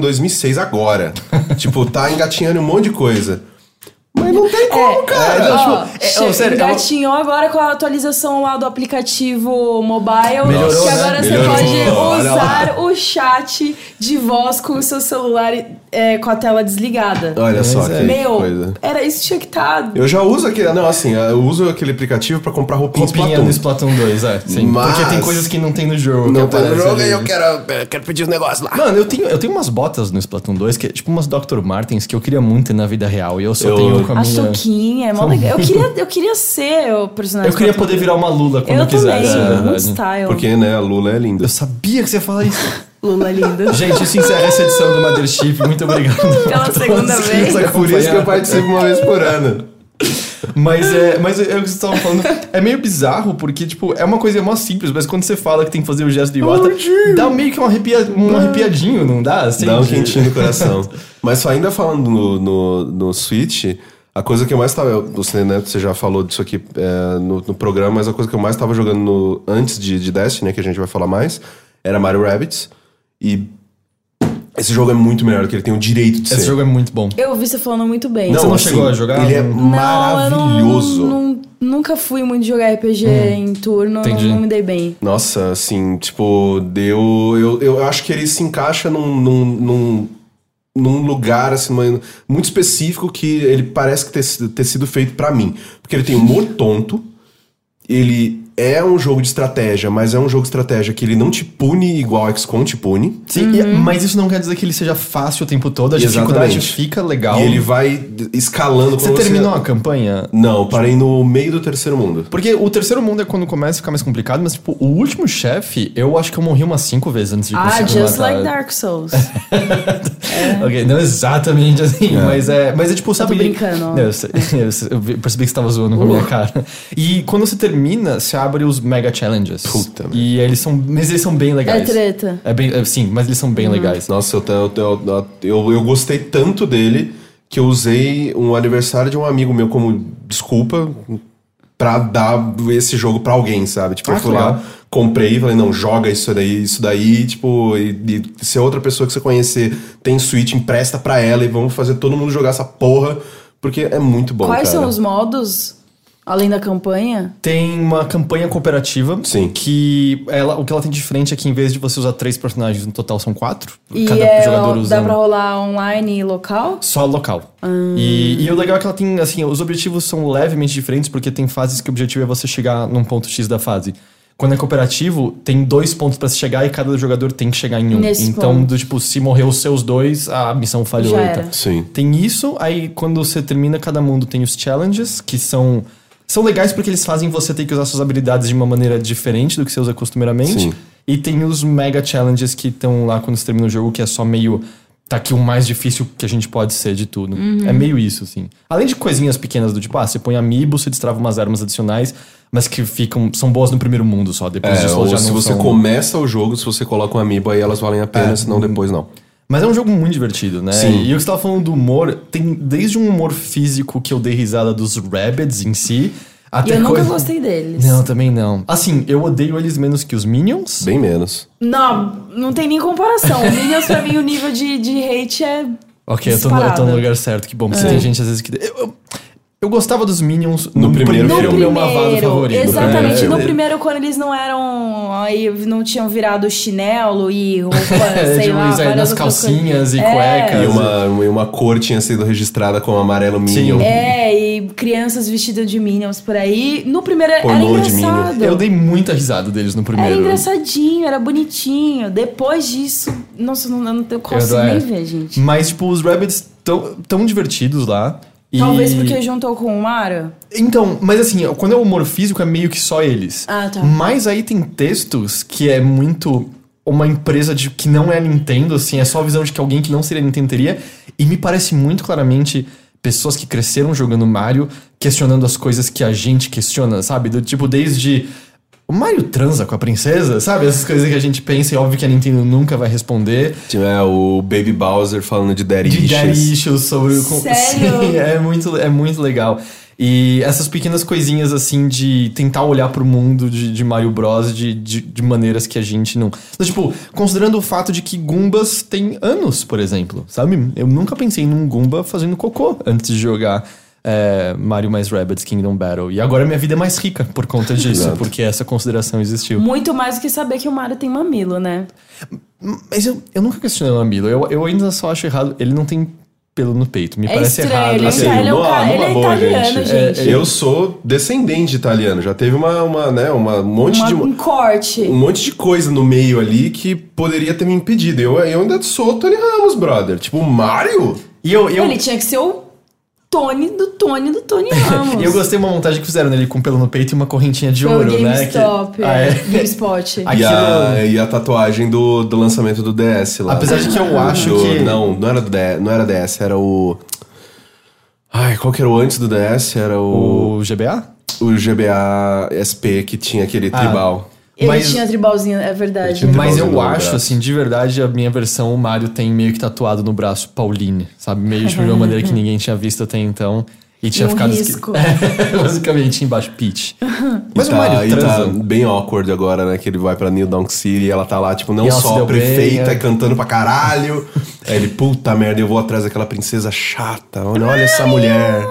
2006 agora. tipo, tá engatinhando um monte de coisa. Mas não tem como, cara. Ó, tipo, é, ó, sério, é uma- engatinhou agora com a atualização lá do aplicativo mobile. Melhorou, que né? agora você Melhorou. pode Olha lá. usar o chat de voz com o seu celular é, com a tela desligada. Olha só é. que Meu, é- coisa. era isso tinha que tá estar. Eu já uso aquele. Não, assim, eu uso aquele aplicativo pra comprar roupinha, Roupinha Splatoon. do Splatoon 2, é. Sim. Mas- Porque tem coisas que não tem no jogo. que Não tá no aparecem jogo ali. e eu quero, eu quero pedir os negócios lá. Mano, eu tenho, eu tenho umas botas no Splatoon 2, que é tipo umas Dr. Martens que eu queria muito ter na vida real. E eu só Eu- tenho com a A minha. Soquinha, é mó legal. Eu queria, eu queria ser o personagem. um Eu queria do poder virar uma Lula quando eu, Eu quisesse. também, na muito verdade. style. Porque, né, a Lula é linda. Eu sabia que você ia falar isso. Lula linda. Gente, isso encerra essa edição do Mothership. Muito obrigado. Pela a todos segunda que vez. nos Por isso que eu acompanharam. participo uma vez por ano. Mas é, mas é o que vocês estavam falando. É meio bizarro, porque, tipo, é uma coisa mó simples, mas quando você fala que tem que fazer o gesto de Iwata, dá meio que um, arrepia, um arrepiadinho, não dá? Assim, Dá um De- quentinho no coração. Mas só ainda falando no, no, no Switch, a coisa que eu mais tava. Você, né, você já falou disso aqui é, no, no programa, mas a coisa que eu mais tava jogando no- antes de, de Destiny, né, que a gente vai falar mais, era Mario Rabbids. E esse jogo é muito melhor do que ele tem o direito de ser. Esse jogo é muito bom. Eu vi você falando muito bem. Você não chegou a jogar? Ele é Não, eu maravilhoso. Eu não- não- nunca fui muito jogar RPG em turno, Hum. entendi. não me dei bem. Nossa, assim, tipo, deu. Eu, eu acho que ele se encaixa num, num, num, num lugar, assim, numa- muito específico que ele parece que ter, sido- ter sido feito pra mim. Porque ele tem humor tonto, ele é um jogo de estratégia, mas é um jogo de estratégia que ele não te pune igual XCOM te pune. Sim, e- é, Uhum. mas isso não quer dizer que ele seja fácil o tempo todo, a dificuldade Exatamente. fica legal. E ele vai escalando Você quando terminou a campanha? Não, parei no meio do terceiro mundo. Porque o terceiro mundo é quando começa a ficar mais complicado, mas, tipo, o último chefe, eu acho que eu morri umas cinco vezes antes de Ah, conseguir just matar. like Dark Souls. Ok, não exatamente assim, mas é. Mas é tipo, sabe. brincando, ó. Uh. Não, eu, sei- eu sei- eu vi- percebi que você tava zoando com a minha cara. E quando você termina, você abre os Mega Challenges. Puta merda. E eles são. Mas eles são bem legais. É treta. Uhum. É bem, é, sim, mas eles são bem legais. Nossa, eu, te- eu, te- eu, eu, eu gostei tanto dele que eu usei um aniversário de um amigo meu como desculpa pra dar esse jogo pra alguém, sabe? Tipo, Ah, eu fui que lá, legal. comprei e falei, não, joga isso daí, isso daí, tipo, e, e se é outra pessoa que você conhecer tem Switch, empresta pra ela e vamos fazer todo mundo jogar essa porra, porque é muito bom, Quais cara. são os modos, além da campanha? Tem uma campanha cooperativa. Sim. Que ela, o que ela tem de diferente é que em vez de você usar três personagens, no total são quatro. E cada é, jogador ó, usa. dá um. pra rolar online e local? Só local. Ah. E, e o legal é que ela tem, assim, os objetivos são levemente diferentes, porque tem fases que o objetivo é você chegar num ponto X da fase. Quando é cooperativo, tem dois pontos pra se chegar e cada jogador tem que chegar em um. Nesse então, ponto. do tipo, se morrer os seus dois, a missão falhou. Já e tal. era. Sim. Tem isso, aí quando você termina cada mundo tem os challenges, que são são legais porque eles fazem você ter que usar suas habilidades de uma maneira diferente do que você usa costumeiramente. Sim. E tem os mega challenges que estão lá quando você termina o jogo, que é só meio tá aqui o mais difícil que a gente pode ser de tudo. É meio isso, assim. Além de coisinhas pequenas do tipo, ah, você põe amiibo, você destrava umas armas adicionais, mas que ficam são boas no primeiro mundo só, depois É, disso ou elas já se não você são. começa o jogo, se você coloca um amiibo aí, elas valem a pena, senão depois não. Mas é um jogo muito divertido, né? Sim. E o que você tava falando do humor, tem desde um humor físico que eu dei risada dos rabbits em si, E até eu nunca coisa- gostei deles. Não, também não. Assim, eu odeio eles menos que os Minions. Bem menos. Não, não tem nem comparação. Minions, pra mim, o nível de, de hate é. ok, eu tô, no, eu tô no disparado. lugar certo, que bom. Porque É. tem gente às vezes que. Eu, eu, eu gostava dos Minions no, primeiro No filme. meu mavado primeiro, favorito. né? exatamente. É, no eu- primeiro, quando eles não eram. Aí não tinham virado chinelo e roupa, É, sei de lá. uns aí várias nas outras calcinhas coisas. e É. cuecas. E uma, e uma cor tinha sido registrada como amarelo Sim. Minion. É, e crianças vestidas de Minions por aí. No primeiro era Pornô de engraçado. Eu dei muita risada deles no Era primeiro. É engraçadinho, era bonitinho. Depois disso, nossa, não, eu não eu consigo Eu- é. nem ver, gente. Mas, tipo, os Rabbits tão, tão divertidos lá. e- Talvez porque juntou com o Mario. Então, mas assim, quando é humor físico é meio que só eles. Ah, tá. Mas aí tem textos que é muito uma empresa de que não é a Nintendo, assim, é só a visão de que alguém que não seria Nintendo teria. E me parece muito claramente pessoas que cresceram jogando Mario questionando as coisas que a gente questiona, sabe? Do tipo, desde. O Mario transa com a princesa, sabe? Essas coisas que a gente pensa e óbvio que a Nintendo nunca vai responder. Tinha É, o Baby Bowser falando de Daddy De Issues. daddy issues sobre o. com- Sério? Sim, é muito, é muito legal. E essas pequenas coisinhas, assim, de tentar olhar pro mundo de, de Mario Bros. De, de, de maneiras que a gente não. Então, tipo, considerando o fato de que Gumbas têm anos, por exemplo, sabe? Eu nunca pensei num Gumba fazendo cocô antes de jogar. é, Mario mais Rabbids Kingdom Battle. E agora minha vida é mais rica por conta disso, Exato. porque essa consideração existiu. Muito mais do que saber que o Mario tem mamilo, né? Mas eu, eu nunca questionei o Mamilo. Eu, eu ainda só acho errado. Ele não tem pelo no peito. Me é parece estranho, errado. ele, é um assim, cara- ele é um numa- cara, ele numa é boa, italiano, gente. É, gente. Eu sou descendente de italiano. Já teve uma, uma né, uma, um monte Uma- de... um corte. Um monte de coisa no meio ali que poderia ter me impedido. Eu, eu ainda sou o Tony Ramos, brother. Tipo, o Mario? E eu, eu, Ele tinha que ser o Tony do Tony do Tony Ramos. e eu gostei de uma montagem que fizeram nele com pelo no peito e uma correntinha de Foi ouro, o né? Que- GameStop, Ah, é. é. GameSpot. Aqui- E a, Aquilo- e a tatuagem do, do lançamento do DS lá. Apesar de que eu acho Do- que- Não, não era, do DS, não era DS, era o... Ai, qual que era o antes do DS? Era o, O GBA? o, GBA SP que tinha aquele Ah, tribal. Ele mas- tinha tribalzinho, é verdade. Ele tinha Mas Tribalzinho eu no acho, braço. assim, de verdade, a minha versão, o Mario tem meio que tatuado no braço Pauline, sabe? Meio tipo, de uma maneira que ninguém tinha visto até então. E tinha um ficado. esqui- risco. É, basicamente embaixo, Peach. Mas e o tá, Mario e tá transa. bem awkward agora, né? Que ele vai pra New Donk City e ela tá lá, tipo, E não ela se só deu bem, prefeita, é. cantando pra caralho. Aí ele, puta merda, eu vou atrás daquela princesa chata. Olha, olha essa mulher.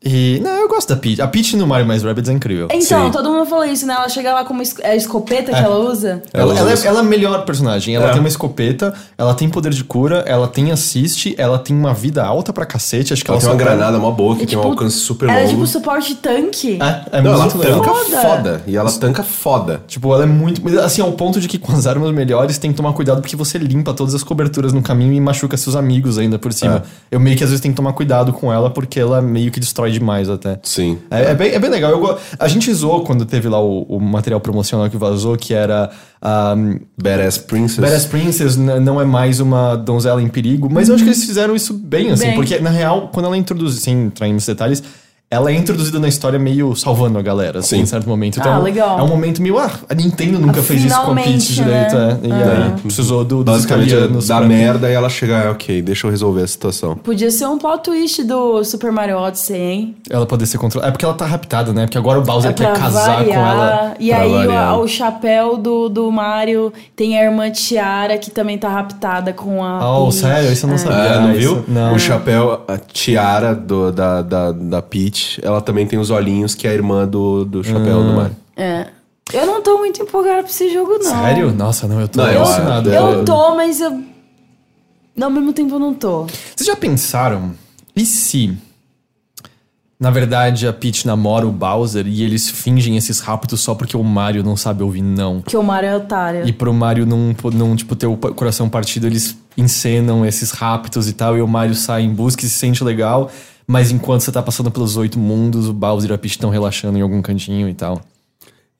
E. Não, eu gosto da Peach. A Peach no Mario mais Rabbids é incrível. Então, Sim. todo mundo falou isso, né? Ela chega lá com uma es- é a escopeta que ela usa. Ela, Ela ela usa- é, ela é a melhor personagem. Ela É. tem uma escopeta, ela tem poder de cura, ela tem assist, ela tem uma vida alta pra cacete. Acho que Ela ela, tem uma só- granada mó boa, que E, tem um tipo, alcance super Ela é longo. tipo suporte tanque. É, é não, ela muito legal. tanca Foda. foda. E ela tanca foda. Tipo, ela é muito. mas, Assim, ao ponto de que com as armas melhores tem que tomar cuidado porque você limpa todas as coberturas no caminho e machuca seus amigos ainda por cima. É. Eu meio que às vezes tenho que tomar cuidado com ela porque ela meio que destrói demais até. Sim. É, é bem, é bem legal. Eu go- A gente zoou quando teve lá o, o material promocional que vazou, que era. ah, Badass Princess. Badass Princess n- não é mais uma donzela em perigo, mas eu acho que eles fizeram isso bem, assim, Uhum. Bem. porque na real, quando ela introduz, sem entrar nos detalhes, ela é introduzida na história meio salvando a galera, assim, Sim. em certo momento. Ah, legal. É um momento meio, ah, a Nintendo nunca fez isso com a Peach Finalmente, né? direito, é. E aí precisou do, dos Basicamente, italianos. dá pra- merda e ela chega, ah, ok, deixa eu resolver a situação. Podia ser um plot twist do Super Mario Odyssey, hein? Ela poder ser controlada. É porque ela tá raptada, né? Porque agora o É Bowser quer casar com ela. E pra aí variar. O, o chapéu do, do Mario tem a irmã Tiara que também tá raptada com a. Oh, Peach. sério? Isso eu não sabia. Ah, não viu? Isso- Não. O chapéu, a tiara do- da, da, da Peach, ela também tem os olhinhos que é a irmã do, do chapéu Ah. do Mario. É. Eu não tô muito empolgada pra esse jogo, não. Sério? É. Nossa, não, eu tô Não, eu- é alucinado. Eu tô, mas eu. Não, ao mesmo tempo eu não tô. Vocês já pensaram? E se, na verdade, a Peach namora o Bowser e eles fingem esses raptos só porque o Mario não sabe ouvir não? Porque o Mario é otário. E pro Mario não, não tipo, ter o pa- coração partido, eles encenam esses raptos e tal, e o Mario sai em busca e se sente legal, mas enquanto você tá passando pelos oito mundos, o Bowser e a Peach estão relaxando em algum cantinho e tal.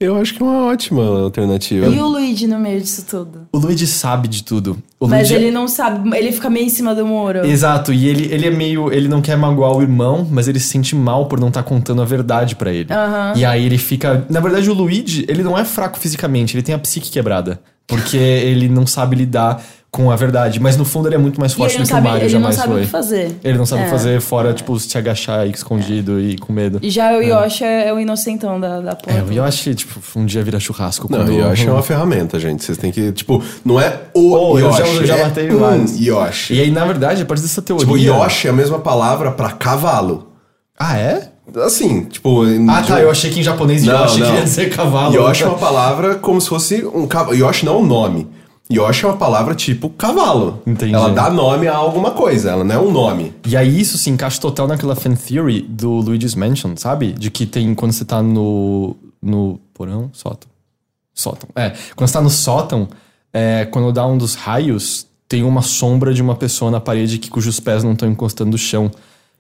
Eu acho que é uma ótima alternativa. E o Luigi no meio disso tudo. O Luigi sabe de tudo. O Mas Luigi... é ele não sabe, ele fica meio em cima do muro. Exato, e ele, ele é meio. Ele não quer magoar o irmão, mas ele se sente mal por não estar contando a verdade pra ele. E aí ele fica. Na verdade, o Luigi, ele não é fraco fisicamente, ele tem a psique quebrada. Porque ele não sabe lidar com a verdade. Mas no fundo ele é muito mais e forte ele do não que o sabe, Mario ele não jamais sabe o foi. que fazer. Ele não sabe É. fazer fora, tipo, se agachar aí escondido e com medo. E já o Yoshi é, o inocentão da, da porra. É, o Yoshi, tipo, um dia vira churrasco. Não, quando- Yoshi é uma ferramenta, gente. Vocês têm que, tipo, não é o Oh, eu Yoshi. já- eu já é matei um vários. Yoshi. E aí, na verdade, a partir dessa teoria. Tipo, Yoshi é a mesma palavra pra cavalo. Ah, é? Assim, tipo... Ah, tá. Eu achei que em japonês Yoshi queria dizer cavalo. Yoshi é uma palavra como se fosse um cavalo. Yoshi não é um nome. Yoshi é uma palavra tipo cavalo. Entendi. Ela dá nome a alguma coisa, ela não é um nome. E aí isso se encaixa total naquela fan theory do Luigi's Mansion, sabe? De que tem quando você tá no no porão, sótão. Sótão. É, quando você tá no sótão, é, quando dá um dos raios, tem uma sombra de uma pessoa na parede que cujos pés não estão encostando no chão.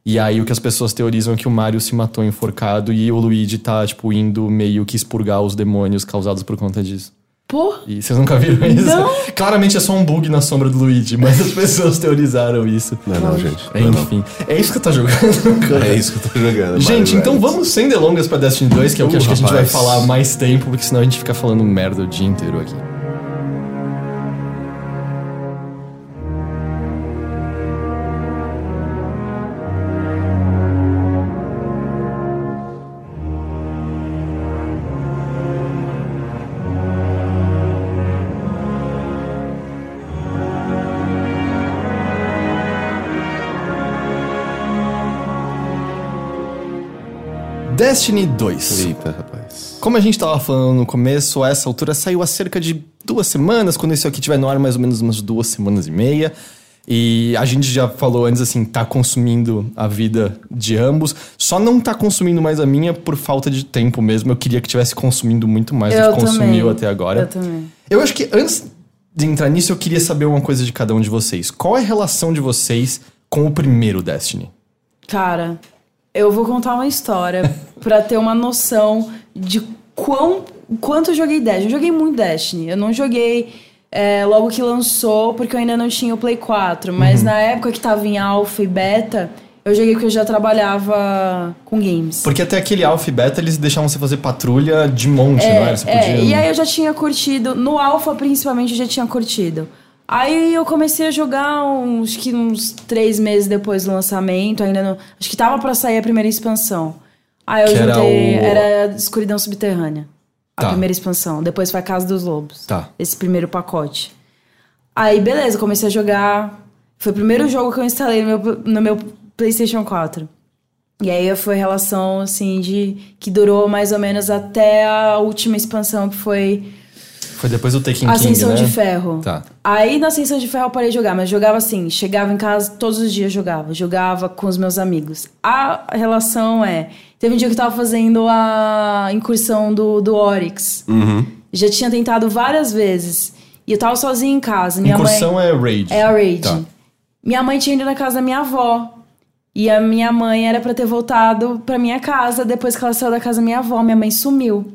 E aí o que as pessoas teorizam é que o Mario se matou enforcado e o Luigi tá tipo indo meio que expurgar os demônios causados por conta disso. Porra. E vocês nunca viram isso? Claramente é só um bug na sombra do Luigi, mas as pessoas teorizaram isso. Não, não, gente. É, Enfim, é isso que eu tô jogando. cara. É isso que eu tô jogando. Gente, Mario então Rabbids. vamos sem delongas pra Destiny 2, que é o que Uh, acho que a gente vai rapaz. falar mais tempo, porque senão a gente fica falando merda o dia inteiro aqui. Destiny 2. Eita, rapaz. Como a gente tava falando no começo, a essa altura saiu há cerca de duas semanas, quando isso aqui tiver no ar, mais ou menos umas duas semanas e meia. E a gente já falou antes, assim, tá consumindo a vida de ambos. Só não tá consumindo mais a minha por falta de tempo mesmo. Eu queria que tivesse consumindo muito mais do Eu que também. consumiu até agora. Eu também. Eu acho que antes de entrar nisso, eu queria saber uma coisa de cada um de vocês. Qual é a relação de vocês com o primeiro Destiny? Cara, eu vou contar uma história pra ter uma noção de quão, quanto eu joguei Destiny. Eu joguei muito Destiny. Eu não joguei é, logo que lançou, porque eu ainda não tinha o Play 4. Mas na época que tava em Alpha e Beta, eu joguei porque eu já trabalhava com games. Porque até aquele Alpha e Beta, eles deixavam você fazer patrulha de monte, não era? Você É, podia... né? e aí eu já tinha curtido, no Alpha principalmente eu já tinha curtido. Aí eu comecei a jogar uns acho que uns três meses depois do lançamento, ainda não. Acho que tava pra sair a primeira expansão. Aí eu Que era juntei. o- Era Escuridão Subterrânea. A Tá. primeira expansão. Depois foi a Casa dos Lobos. Tá. Esse primeiro pacote. Aí, beleza, eu comecei a jogar. Foi o primeiro jogo que eu instalei no meu, no meu PlayStation 4. E aí foi relação, assim, de. que durou mais ou menos até a última expansão, que foi Foi depois do Taking Ascensão King, né? de Ferro. Tá. Aí na Ascensão de Ferro eu parei de jogar, mas jogava assim, chegava em casa, todos os dias jogava, jogava com os meus amigos. A relação é. Teve um dia que eu tava fazendo a incursão do, do Oryx. Uhum. Já tinha tentado várias vezes. E eu tava sozinha em casa. Minha Incursão mãe... é Raid. É a Raid. Tá. Minha mãe tinha ido na casa da minha avó. E a minha mãe era pra ter voltado pra minha casa depois que ela saiu da casa da minha avó. Minha mãe sumiu.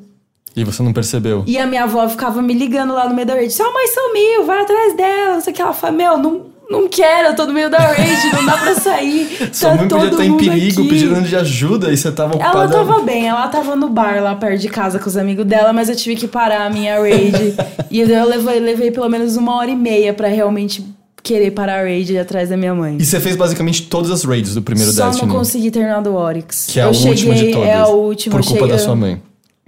E você não percebeu. E a minha avó ficava me ligando lá no meio da rede. Sua mãe sumiu, vai atrás dela, não sei o que. Ela fala, meu, não, não quero, eu tô no meio da rage, não dá pra sair. Sua tá mãe todo podia estar em mundo perigo aqui. pedindo tá de ajuda e você tava ocupada. Ela tava bem, ela tava no bar lá perto de casa com os amigos dela, mas eu tive que parar a minha raid. e eu levei, levei pelo menos uma hora e meia pra realmente querer parar a raid atrás da minha mãe. E você fez basicamente todas as raids do primeiro Só Destiny. não consegui terminar do Oryx. Que é a eu última de cheguei- todas. É a última. Por eu culpa da cheguei- sua mãe.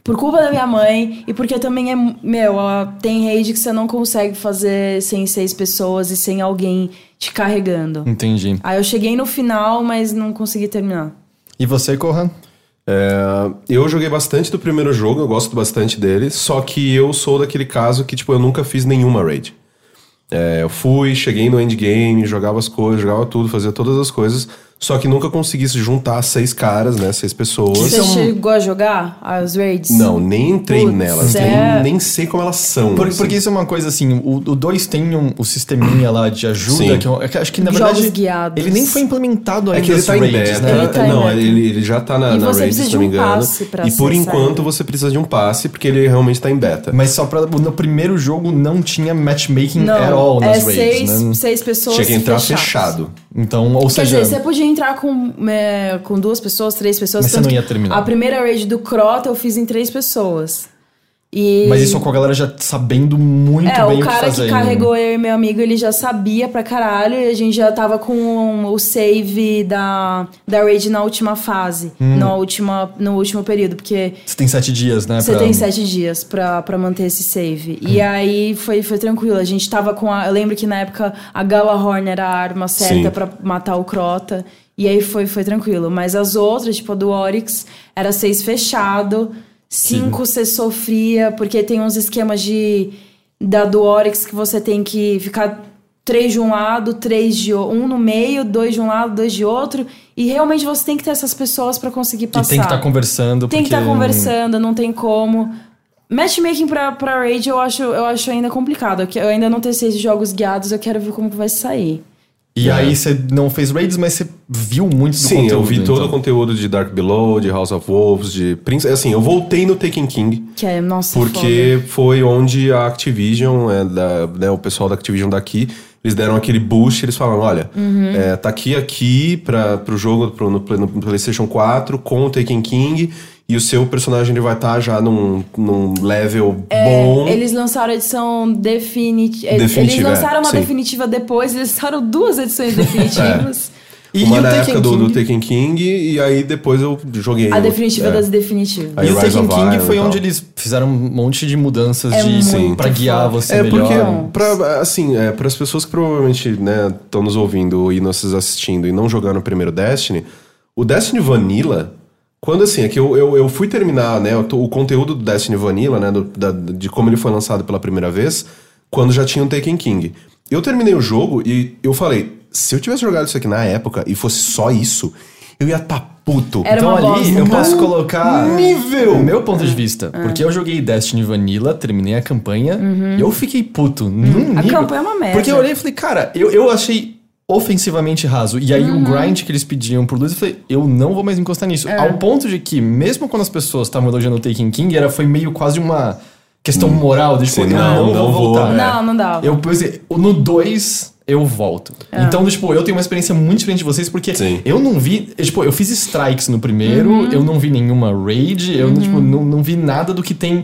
Por culpa da minha mãe e porque também é. Meu, ó, tem raid que você não consegue fazer sem seis pessoas e sem alguém te carregando. Entendi. Aí eu cheguei no final, mas não consegui terminar. E você, Corran? É, Eu joguei bastante do primeiro jogo, eu gosto bastante dele, só que eu sou daquele caso que, tipo, eu nunca fiz nenhuma raid. É, eu fui, cheguei no endgame, jogava as coisas, jogava tudo, fazia todas as coisas, só que nunca consegui se juntar seis caras, né, seis pessoas. é um Você chegou a jogar as raids? Não, nem entrei Putz, nelas, é- nem, nem sei como elas são. Por- assim. porque isso é uma coisa assim, o 2 tem um, o sisteminha lá de ajuda, Sim. que, eu, é que acho que na Jogos verdade guiados. ele nem foi implementado ainda É que ele as tá em raids, beta. né? Ele tá em não, beta. ele, ele já tá na, E na você raid, precisa se de não me um engano. passe pra e por acessar enquanto ele. você precisa de um passe, porque ele realmente tá em beta. Mas só pra, no primeiro jogo não tinha matchmaking Não, at all é nas raids, seis, né? seis pessoas. Tinha que entrar fechadas. fechado. Então, ou Quer seja, dizer, você podia entrar com, é, com duas pessoas, três pessoas. Mas você tanto não ia que terminar. A primeira raid do Crota eu fiz em três pessoas. E mas isso é com a galera já sabendo muito é, bem o cara que fazer. que né? carregou eu e meu amigo, ele já sabia pra caralho. E a gente já tava com o save da, da raid na última fase. Hum. Na última, no último período. Porque Você tem sete dias, né? Você pra- Hum. tem sete dias pra, pra manter esse save. E aí foi, foi tranquilo. A gente tava com a. Eu lembro que na época a Galahorn era a arma certa Sim. pra matar o Crota. E aí foi, foi tranquilo. Mas as outras, tipo a do Oryx, era seis fechado, cinco você sofria, porque tem uns esquemas de. Da do Oryx que você tem que ficar três de um lado, três de o- um no meio, dois de um lado, dois de outro. E realmente você tem que ter essas pessoas pra conseguir E passar. tem que tá estar conversando. Tem que estar porque- conversando, não tem como. Matchmaking pra, pra Raid eu acho, eu acho ainda complicado. Eu que- Eu ainda não testei esses jogos guiados, eu quero ver como que vai sair. E aí você não fez raids, mas você viu muito do Sim, conteúdo. eu vi todo então. o conteúdo de Dark Below, de House of Wolves, de Prince. Assim, eu voltei no Taken King. Que é, nossa, Porque foi onde a Activision, é, da- né, o pessoal da Activision daqui, eles deram aquele boost, eles falaram, olha, Uhum. é, tá aqui, aqui pra, pro jogo pro, no, Play- no Playstation 4 com o Taken King e o seu personagem ele vai estar já num, num level É, é bom. foda. É, Eles lançaram a edição definitiva. Eles Definitiva, é, lançaram uma sim. definitiva depois, eles lançaram duas edições definitivas. E, É. Uma e o na Taken época do, King- do Taken King e aí depois eu joguei. A o- definitiva é. das definitivas. Aí E o Rise Taken of King Iron foi e tal. onde eles fizeram um monte de mudanças É de muito para guiar foda. você É melhor. porque, pra, assim, é, para as pessoas que provavelmente estão nos ouvindo e nos assistindo e não jogaram o primeiro Destiny, o Destiny Vanilla, quando assim, é que eu, eu, eu fui terminar né, o, to- o conteúdo do Destiny Vanilla, né, do- da- de como ele foi lançado pela primeira vez, quando já tinha o Taken King. Eu terminei o jogo e eu falei, se eu tivesse jogado isso aqui na época e fosse só isso, eu ia estar puto. Era Então uma ali bosta, Uhum. É. eu cara. posso colocar Nível! o meu ponto de vista. Ah. Porque eu joguei Destiny Vanilla, terminei a campanha e eu fiquei puto. Num Uhum. A nível- campanha é uma merda. Porque eu olhei e falei, cara, eu, eu achei ofensivamente raso. E aí o Uhum. grind que eles pediam pro Luiz, eu falei, eu não vou mais encostar nisso. É. Ao ponto de que, mesmo quando as pessoas estavam elogiando o Taken King, era, foi meio quase uma questão moral. De, tipo, Hum. Sim, não, não, não, vou não vou, voltar. é. Não, não dá. Eu, por exemplo, no 2 eu volto. É. Então, tipo, eu tenho uma experiência muito diferente de vocês, porque Sim. eu não vi. eu, Tipo, eu fiz strikes no primeiro, Uhum. eu não vi nenhuma raid, eu não, tipo, não, não vi nada do que tem.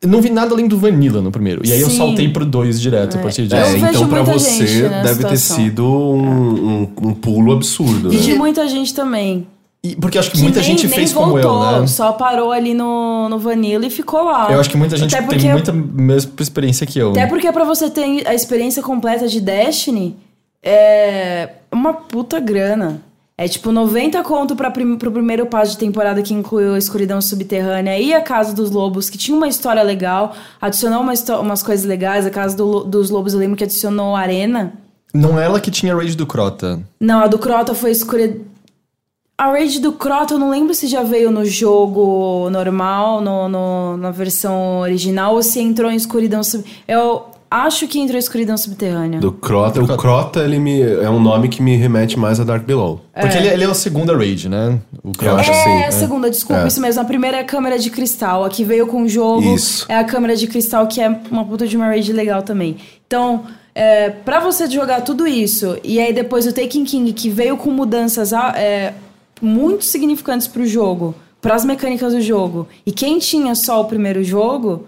eu Não vi nada além do Vanilla no primeiro. E aí eu Sim. saltei pro 2 direto a partir disso. Eu É, vejo então pra muita você gente nessa deve ter situação. sido um, um, um pulo absurdo. E de né? muita gente também. E- porque acho que, Que muita nem- gente nem fez voltou, como eu, né? Só parou ali no, no Vanilla e ficou lá. Eu acho que muita gente Até tem porque- muita mesma experiência que eu. Até porque é pra você ter a experiência completa de Destiny, é uma puta grana. É tipo 90 conto pra prim pro primeiro passo de temporada que incluiu a Escuridão Subterrânea e a Casa dos Lobos, que tinha uma história legal, adicionou uma histó- umas coisas legais. A Casa do Lo- dos Lobos eu lembro que adicionou Arena. Não é ela que tinha raid do Crota. Não, a do Crota foi escuridão. A raid do Crota, eu não lembro se já veio no jogo normal, no, no- na versão original, ou se entrou em escuridão sub. Eu acho que entrou em escuridão subterrânea. Do Crota. O Crota, ele me, é um nome que me remete mais a Dark Below. Porque ele, ele é a segunda raid, né? O Crota. acho é, assim, a é. segunda, desculpa, É. isso mesmo. A primeira é a câmera de cristal. A que veio com o jogo Isso. é a câmera de cristal, que é uma puta de uma raid legal também. Então, é, para você jogar tudo isso e aí depois o Taken King que veio com mudanças ah, é, muito significantes pro jogo, pras mecânicas do jogo. E quem tinha só o primeiro jogo,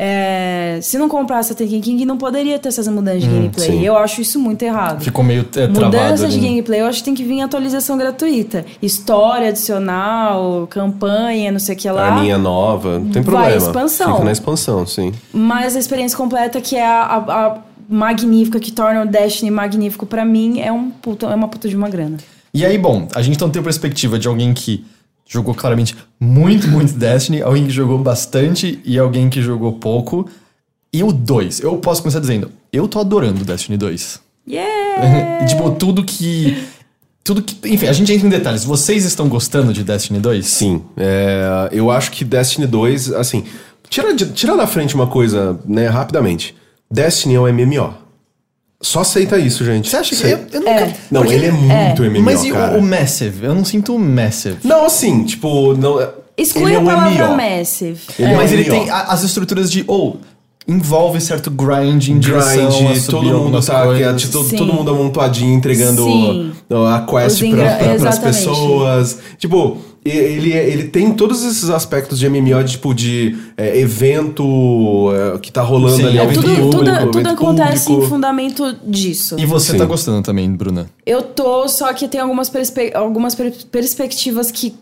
é, se não comprasse a Taken King, não poderia ter essas mudanças de gameplay. Hum, sim. E Eu acho isso muito errado. Ficou meio é, travado. Mudança de ali, né? gameplay, eu acho que tem que vir atualização gratuita. História adicional, campanha, não sei o que lá. é, Arminha nova, não tem Vai problema. expansão. Fica na expansão, sim. Mas a experiência completa, que é a, a- a magnífica, que torna o Destiny magnífico pra mim, é, um puta, é uma puta de uma grana. E aí, bom, a gente então tem a perspectiva de alguém que jogou claramente muito, muito Destiny, alguém que jogou bastante e alguém que jogou pouco. E o 2, eu posso começar dizendo, eu tô adorando Destiny 2. Yeah! tipo, tudo que. Tudo que. Enfim, a gente entra em detalhes. Vocês estão gostando de Destiny 2? Sim, é, eu acho que Destiny 2, assim, tira, de- tira da frente uma coisa, né, rapidamente. Destiny é um MMO. Só aceita isso, gente. Você acha que. Sei. Eu, eu nunca. Não, porque- ele é muito MMO, Mas e cara. o, o Massive? Eu não sinto o Massive. Não, assim, tipo, não... é- Exclui ele é a um palavra MMO. Massive. Ele é Mas um ele MMO. tem a- as estruturas de. Ou. envolve certo grind em direção a grind, subir todo mundo algumas tá coisas. aqui, todo, Sim. todo mundo amontoadinho entregando Sim. ó, a quest Os engra- pra, pra, pras Exatamente. pessoas. Tipo, e- ele, ele tem todos esses aspectos de MMO, de, tipo, de é, evento é, que tá rolando Sim, ali. é ao evento Tudo, vivo, tudo, evento tudo acontece em um público. fundamento disso. E você Sim. tá gostando também, Bruna? Eu tô, só que tem algumas, perspe- algumas per- perspectivas que.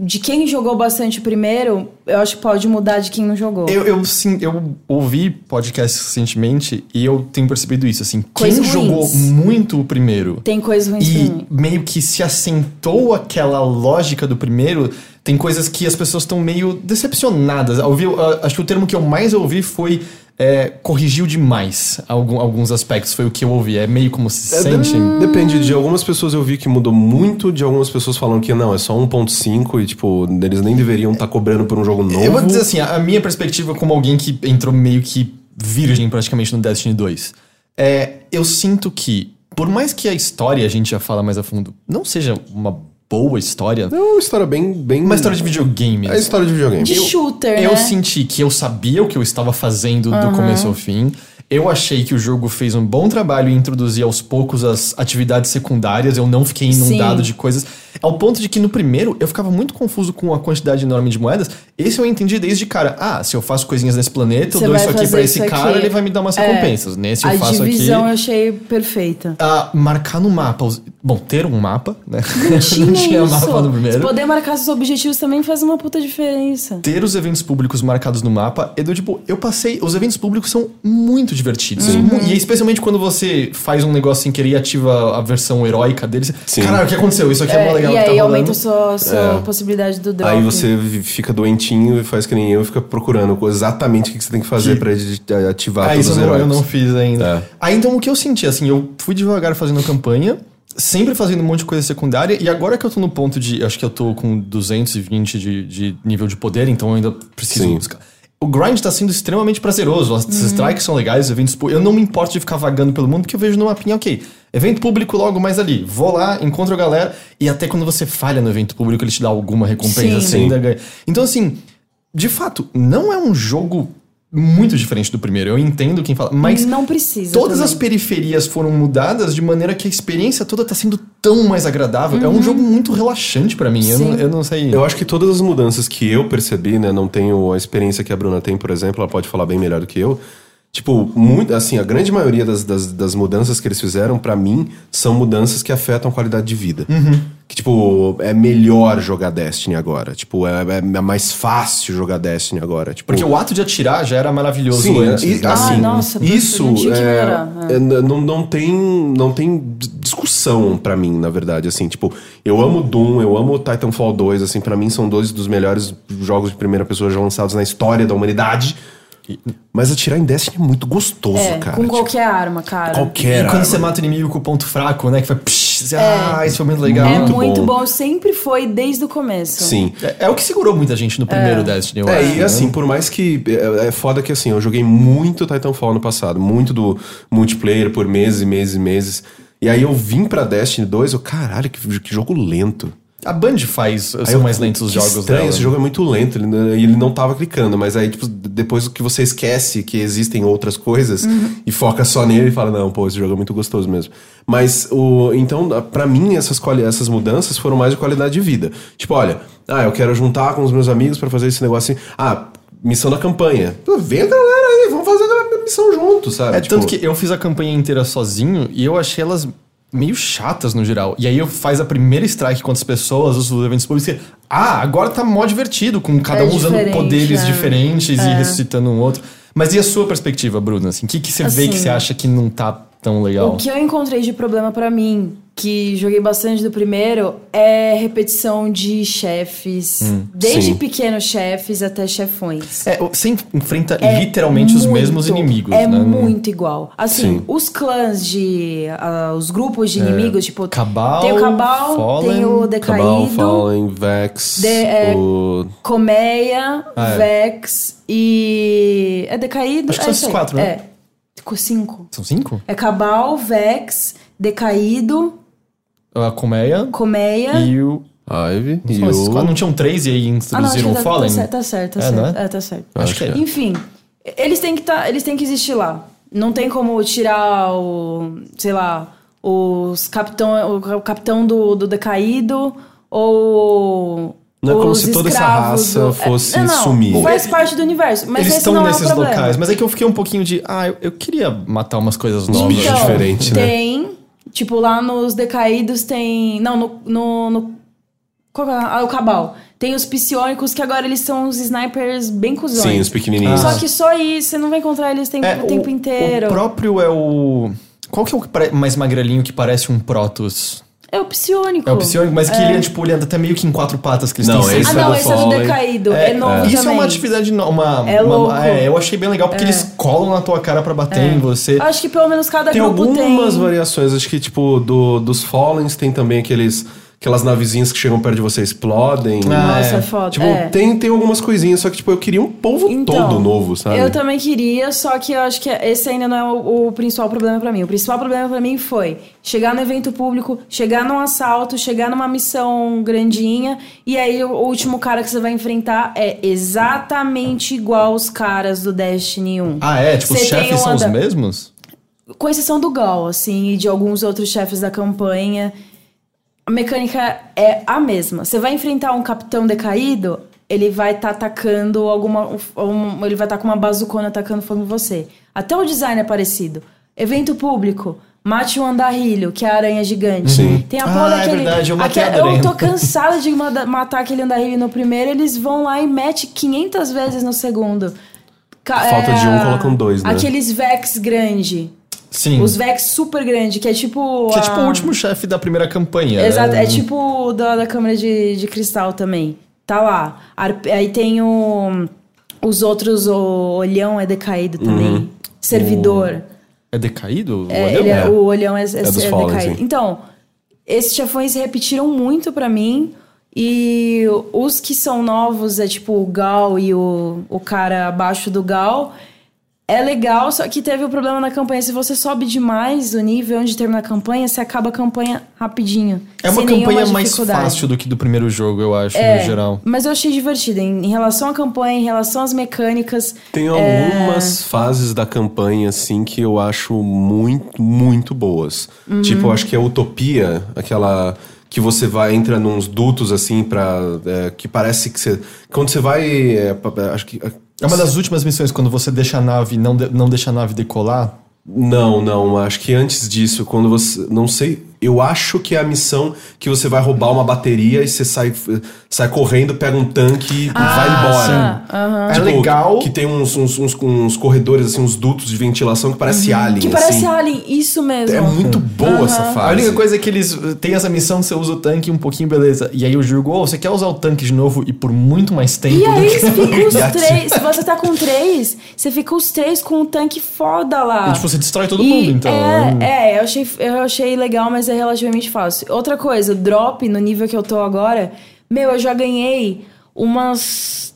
De quem jogou bastante o primeiro, eu acho que pode mudar de quem não jogou. Eu, eu, sim, eu ouvi podcasts recentemente e eu tenho percebido isso, assim. Coisas quem jogou ruins. muito o primeiro Tem coisas ruins pra e mim. meio que se assentou aquela lógica do primeiro, tem coisas que as pessoas estão meio decepcionadas. Eu Ouvi, eu, acho que o termo que eu mais ouvi foi... é, corrigiu demais algum- alguns aspectos, foi o que eu ouvi. É meio como se É, sente... de- Depende de algumas pessoas eu vi que mudou muito, de algumas pessoas falam que não, é só 1.5 e tipo, eles nem deveriam estar cobrando por um jogo novo. Eu vou dizer assim, a a minha perspectiva como alguém que entrou meio que virgem praticamente no Destiny 2, é, eu sinto que, por mais que a história, a gente já fala mais a fundo, não seja uma boa história, É uma história bem, bem uma história de videogame. É história de videogame. De shooter, Eu né? senti que eu sabia o que eu estava fazendo do começo ao fim. Eu achei que o jogo fez um bom trabalho em introduzir aos poucos as atividades secundárias. Eu não fiquei inundado Sim. de coisas. Ao ponto de que no primeiro eu ficava muito confuso com a quantidade enorme de moedas. Esse eu entendi desde de cara. Ah, se eu faço coisinhas nesse planeta, eu Você dou vai isso aqui fazer pra esse isso aqui. cara, ele vai me dar umas É. recompensas. Nesse eu a faço divisão é aqui. eu achei perfeita. Ah, marcar no mapa. os- Bom, ter um mapa, né? Não tinha, isso. mapa no primeiro. Poder marcar seus objetivos também faz uma puta diferença. ter os eventos públicos marcados no mapa, eu, tipo, eu passei. Os eventos públicos são muito divertidos. Mu- E especialmente quando você faz um negócio sem querer e ativa a versão heróica deles. Sim. Caralho, o que aconteceu? Isso aqui é, mó legal. e que tá aí rolando. aumenta a sua, sua possibilidade do drop. Aí você vi- fica doentinho e faz que nem eu, fica procurando co- exatamente o que que você tem que fazer pra edi- ativar Ah, todos isso os eu não, heróis. eu não fiz ainda. É. Aí então o que eu senti, assim, eu fui devagar fazendo a campanha, sempre fazendo um monte de coisa secundária, e agora que eu tô no ponto de. Acho que eu tô com 220 de, de nível de poder, então eu ainda preciso Sim. buscar. O grind tá sendo extremamente prazeroso, as strikes são legais, os eventos. pú- Eu não me importo de ficar vagando pelo mundo, porque eu vejo no mapinha, ok. Evento público logo mais ali. Vou lá, encontro a galera, e até quando você falha no evento público, ele te dá alguma recompensa. Sim. Você Sim. ainda ganha. Então, assim, de fato, não é um jogo muito diferente do primeiro. Eu entendo quem fala, mas não precisa. todas as também. periferias foram mudadas de maneira que a experiência toda tá sendo tão mais agradável. É um jogo muito relaxante pra mim. Eu Uhum. Sim. não, eu não sei. Eu acho que todas as mudanças que eu percebi, né? Não tenho a experiência que a Bruna tem, por exemplo, ela pode falar bem melhor do que eu. Tipo, muito, assim, a grande maioria das, das, das mudanças que eles fizeram, pra mim, são mudanças que afetam a qualidade de vida. Uhum. Que, tipo, é melhor jogar Destiny agora. Tipo, é, é mais fácil jogar Destiny agora. Tipo, Porque é um o ato de atirar já era maravilhoso Sim, antes. e- né? assim, Ah, nossa, Bruno, isso não tinha que é, melhorar, é, n- não, não tem não tem dis- discussão pra mim, na verdade, assim, tipo, eu amo Doom, eu amo Titanfall 2, assim, pra mim são dois dos melhores jogos de primeira pessoa já lançados na história da humanidade. Mas atirar em Destiny é muito gostoso, É, cara. com tipo, qualquer arma, cara. qualquer e quando arma. você mata o inimigo com o ponto fraco, né? Que vai. psh, ah, isso foi muito legal. É muito muito, bom. bom. sempre foi desde o começo. Sim. É, é o que segurou muita gente no primeiro Destiny, eu É, acho. e né? assim, por mais que. É, é foda que assim, eu joguei muito Titanfall no passado, muito do multiplayer por meses e meses e meses. E aí eu vim pra Destiny 2, eu, caralho, que, que jogo lento. A Band faz, Aí são eu, mais lentos os que jogos estranho, dela. né? esse jogo é muito lento, ele, não- e ele não tava clicando, mas aí, tipo, depois que você esquece que existem outras coisas Uhum. e foca só nele e fala, não, pô, esse jogo é muito gostoso mesmo. Mas, o, então, pra mim, essas, quali- essas mudanças foram mais de qualidade de vida. Tipo, olha, ah, eu quero juntar com os meus amigos pra fazer esse negócio assim. Ah, missão da campanha. Pô, Vem a galera aí, vamos fazer a missão junto, sabe? É Tipo, tanto que eu fiz a campanha inteira sozinho e eu achei elas meio chatas no geral. E aí eu faz a primeira strike contra as pessoas, os eventos públicos. e, Ah, agora tá mó divertido, com cada É um usando diferente, poderes é. diferentes e ressuscitando um outro. Mas e a sua perspectiva, Bruna? Assim, o que, que você vê Assim, que você acha que não tá tão legal? O que eu encontrei de problema pra mim, que joguei bastante do primeiro, é repetição de chefes. desde sim. pequenos chefes até chefões. Hum, É, você en- enfrenta É literalmente os muito, mesmos inimigos, É né? Não- muito igual. Assim, Sim. os clãs de. ah, os grupos de inimigos, tipo. É, Cabal, Tem o Cabal, Fallen, tem o Decaído, Cabal, Fallen, Vex, De- é- o... Colmeia, Ah, é. Vex e. É Decaído? Acho que são É isso esses aí. quatro, né? É. Ficou cinco. São cinco? É Cabal, Vex, Decaído, A Colmeia Colmeia. e o. Ive e São esses o- quatro. Não tinham três e aí Ah, não, acho introduziram que o tá, Fallen? Tá certo, tá certo. Tá É, certo, né? é, tá certo. Acho que é. Enfim, eles têm que tá, eles têm que existir lá. Não tem como tirar o, sei lá, os capitão, o ca- capitão do, do decaído ou Não é como os se toda essa escravos raça do- fosse é, não, não, sumir. Faz parte do universo, mas Eles esse estão não é o nesses problema. locais, mas é que eu fiquei um pouquinho de. Ah, eu, eu queria matar umas coisas novas. bichos então, diferentes. diferente, né? tem, tipo, lá nos decaídos tem, não, no, no, no- qual que é? Ah, o cabal. Tem os psionicos que agora eles são os snipers bem cuzões. Sim, os pequenininhos. Só que só isso, você não vai encontrar eles tempo- Ah. É, o tempo inteiro. É, O próprio é o. Qual que é o que pare- mais magrelinho que parece um Protoss? É o psionico. É o Psionic, mas que ele, é, tipo, ele anda até meio que em quatro patas que eles Não, têm seis esse Ah, é não, do esse é do Fallen. decaído. É, novo Isso também. é uma atividade no- uma, É uma- louco. É. é, eu achei bem legal porque eles colam na tua cara pra bater em você. Acho que pelo menos cada Tem grupo algumas tem. variações, acho que tipo do, dos Fallens tem também aqueles aquelas navezinhas que chegam perto de você e explodem. Ah, Nossa, é. é foda. Tipo, é. Então, tem, tem algumas coisinhas, só que tipo eu queria um povo todo novo, sabe? Eu também queria, só que eu acho que esse ainda não é o, o principal problema pra mim. O principal problema pra mim foi chegar no evento público, chegar num assalto, chegar numa missão grandinha, e aí o, o último cara que você vai enfrentar é exatamente igual os caras do Destiny 1. Ah, é? Tipo, os Você tem chefes um são os anda- mesmos? Com exceção do Gal, assim, e de alguns outros chefes da campanha, a mecânica é a mesma. Você vai enfrentar um capitão decaído, ele vai estar atacando alguma. um- ele vai estar com uma bazucona atacando fogo em você. Até o design é parecido. Evento público. Mate o andarilho, que é a aranha gigante. Sim. Tem a Ah, porra é daquele. verdade, eu matei aquele- a aranha. eu tô cansada de manda- matar aquele andarilho no primeiro, eles vão lá e mete 500 vezes no segundo. Ca- é, Falta de um, colocam dois, né? Aqueles Vex grande. Sim. Os Vex super grande, que é tipo. Que é a- tipo o último chefe da primeira campanha. Exato, né? é tipo o da, da câmera de, de cristal também. Tá lá. Ar- Aí tem o. Os outros, o olhão é decaído também. Uhum. Servidor. É decaído? o É, olhão? ele é- É. o olhão é, é- é dos Fallen, decaído. sim. Então, esses chefões se repetiram muito pra mim. E os que são novos é tipo o Gal e o, o cara abaixo do Gal. É legal, só que teve o problema na campanha. Se você sobe demais o nível onde termina a campanha, você acaba a campanha rapidinho. É uma sem nenhuma campanha mais dificuldade. É. fácil do que do primeiro jogo, eu acho, no geral. Mas eu achei divertido. Em, em relação à campanha, em relação às mecânicas. Tem algumas fases da campanha, assim, que eu acho muito, muito boas. Uhum. Tipo, eu acho que é Utopia, aquela que você vai, entra nos dutos, assim, pra. é, que parece que você. Quando você vai. é, pa- pa- acho que. É uma das últimas missões, quando você deixa a nave, não, de- não deixa a nave decolar. Não, não, acho que antes disso, quando você. Não sei. Eu acho que é a missão que você vai roubar uma bateria e você sai, sai correndo, pega um tanque e Ah, vai embora. É Tipo, legal. Que tem uns, uns, uns- uns corredores, assim, uns dutos de ventilação que parece alien. Uhum. Que parece uhum. assim. Alien, isso mesmo. É muito boa essa fase. A única coisa é que eles uh, têm essa missão, você usa o tanque um pouquinho, beleza. E aí o jogo, ô, você quer usar o tanque de novo e por muito mais tempo E do aí que. fica os Yacht. três. Se você tá com três, você fica os três com um tanque foda lá. E, tipo, você destrói todo E mundo, então. É, é eu, achei, eu achei legal, mas é relativamente fácil. Outra coisa, drop no nível que eu tô agora, meu, eu já ganhei umas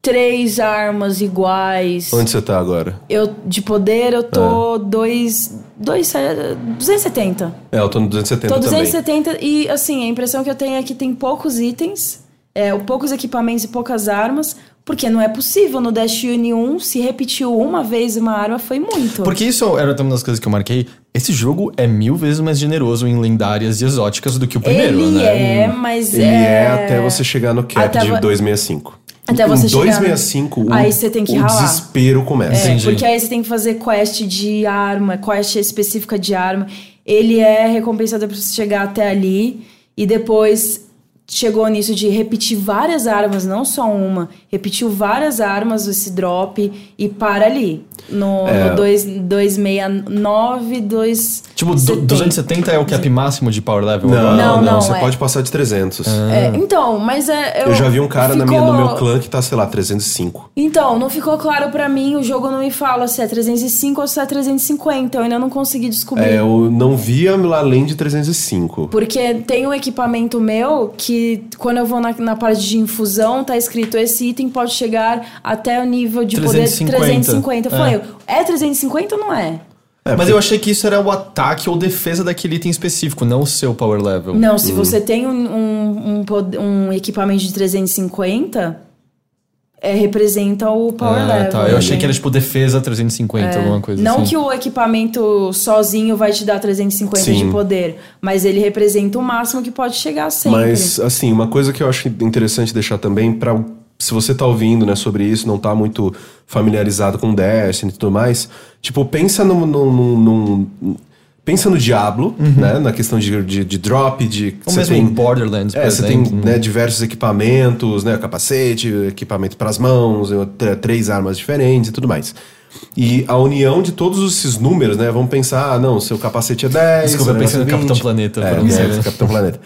três armas iguais. Onde você tá agora? Eu, de poder, eu tô Ah. dois, dois, eh, 270. É, eu tô no 270 Tô também. 270 e, assim, a impressão que eu tenho é que tem poucos itens, é, poucos equipamentos e poucas armas, porque não é possível. No Destiny 1, se repetiu uma vez uma arma, foi muito. Porque isso era uma das coisas que eu marquei. Esse jogo é mil vezes mais generoso em lendárias e exóticas do que o primeiro, Ele né? é, mas Ele é... é... até você chegar no cap Até de vo- 265. Até Em você chegar no- 265, o, Aí você tem que o ralar. desespero É, começa. Entendi. porque aí você tem que fazer quest de arma, quest específica de arma. Ele é recompensado pra você chegar até ali. E depois chegou nisso de repetir várias armas, não só uma. Repetiu várias armas esse drop e para ali. No É. 269, 2. Tipo, du- 270 é o cap máximo de power level? né? Não, agora? não, não, você é. pode passar de 300. então, mas é. né? Eu já vi um cara na minha, no ficou- meu clã que tá, sei lá, 305. Então, não ficou claro pra mim, o jogo não me fala se é 305 ou se é 350, eu ainda não consegui descobrir. É, eu não via lá além de 305. Porque tem um equipamento meu que, quando eu vou na, na parte de infusão, tá escrito: esse item pode chegar até o nível de poder 350. 350. Eu falei: é 350 ou não é? É, Mas porque- eu achei que isso era o ataque ou defesa daquele item específico, não o seu power level. Não, se você tem um, um, um pod- um equipamento de 350, é, representa o power Ah, level. tá. Eu achei né? que era tipo defesa 350, alguma coisa Não assim. que o equipamento sozinho vai te dar 350 Sim. de poder, mas ele representa o máximo que pode chegar sempre. Mas, assim, uma coisa que eu acho interessante deixar também para se você tá ouvindo, né, sobre isso, não tá muito familiarizado com Destiny e tudo mais, tipo, pensa num... num- num- num- pensa no Diablo, né, na questão de, de, de drop, de... Uhum. Ou você mesmo tem- em Borderlands, por É, você tem exemplo. né, diversos equipamentos, né, capacete, equipamento para as mãos, eu- tr- três armas diferentes e tudo mais. E a união de todos esses números, né, vamos pensar, ah, não, seu capacete é 10... Desculpa, eu seu negócio pensei no é 20. Capitão Planeta, É, por um né, segundo. Capitão Planeta.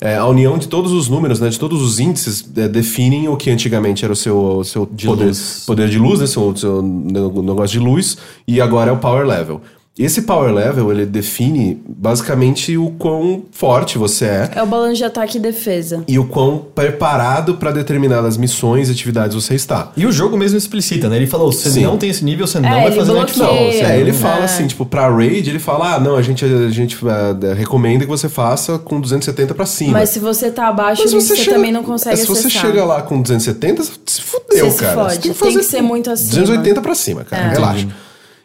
É, a união de todos os números, né, de todos os índices, é, definem o que antigamente era o seu, o seu De poder, luz. poder de luz, né, seu, seu ne- negócio de luz, e agora é o power level. Esse power level, ele define basicamente o quão forte você é É o balanço de ataque e defesa. e o quão preparado para determinadas missões e atividades você está. E o jogo mesmo explicita, né? Ele falou, se Sim. não tem esse nível, você não É, vai ele fazer bloqueia. Nightfall. você É, não- ele fala assim, tipo, pra raid, ele fala, ah, não, a gente, a gente eh, recomenda que você faça com 270 pra cima. Mas se você tá abaixo, Mas você, chega- também não consegue Se você acessar. chega lá com 270, você se fudeu, Você se cara. fode. Tem que ser muito acima. É. 280 pra cima, cara. Relaxa.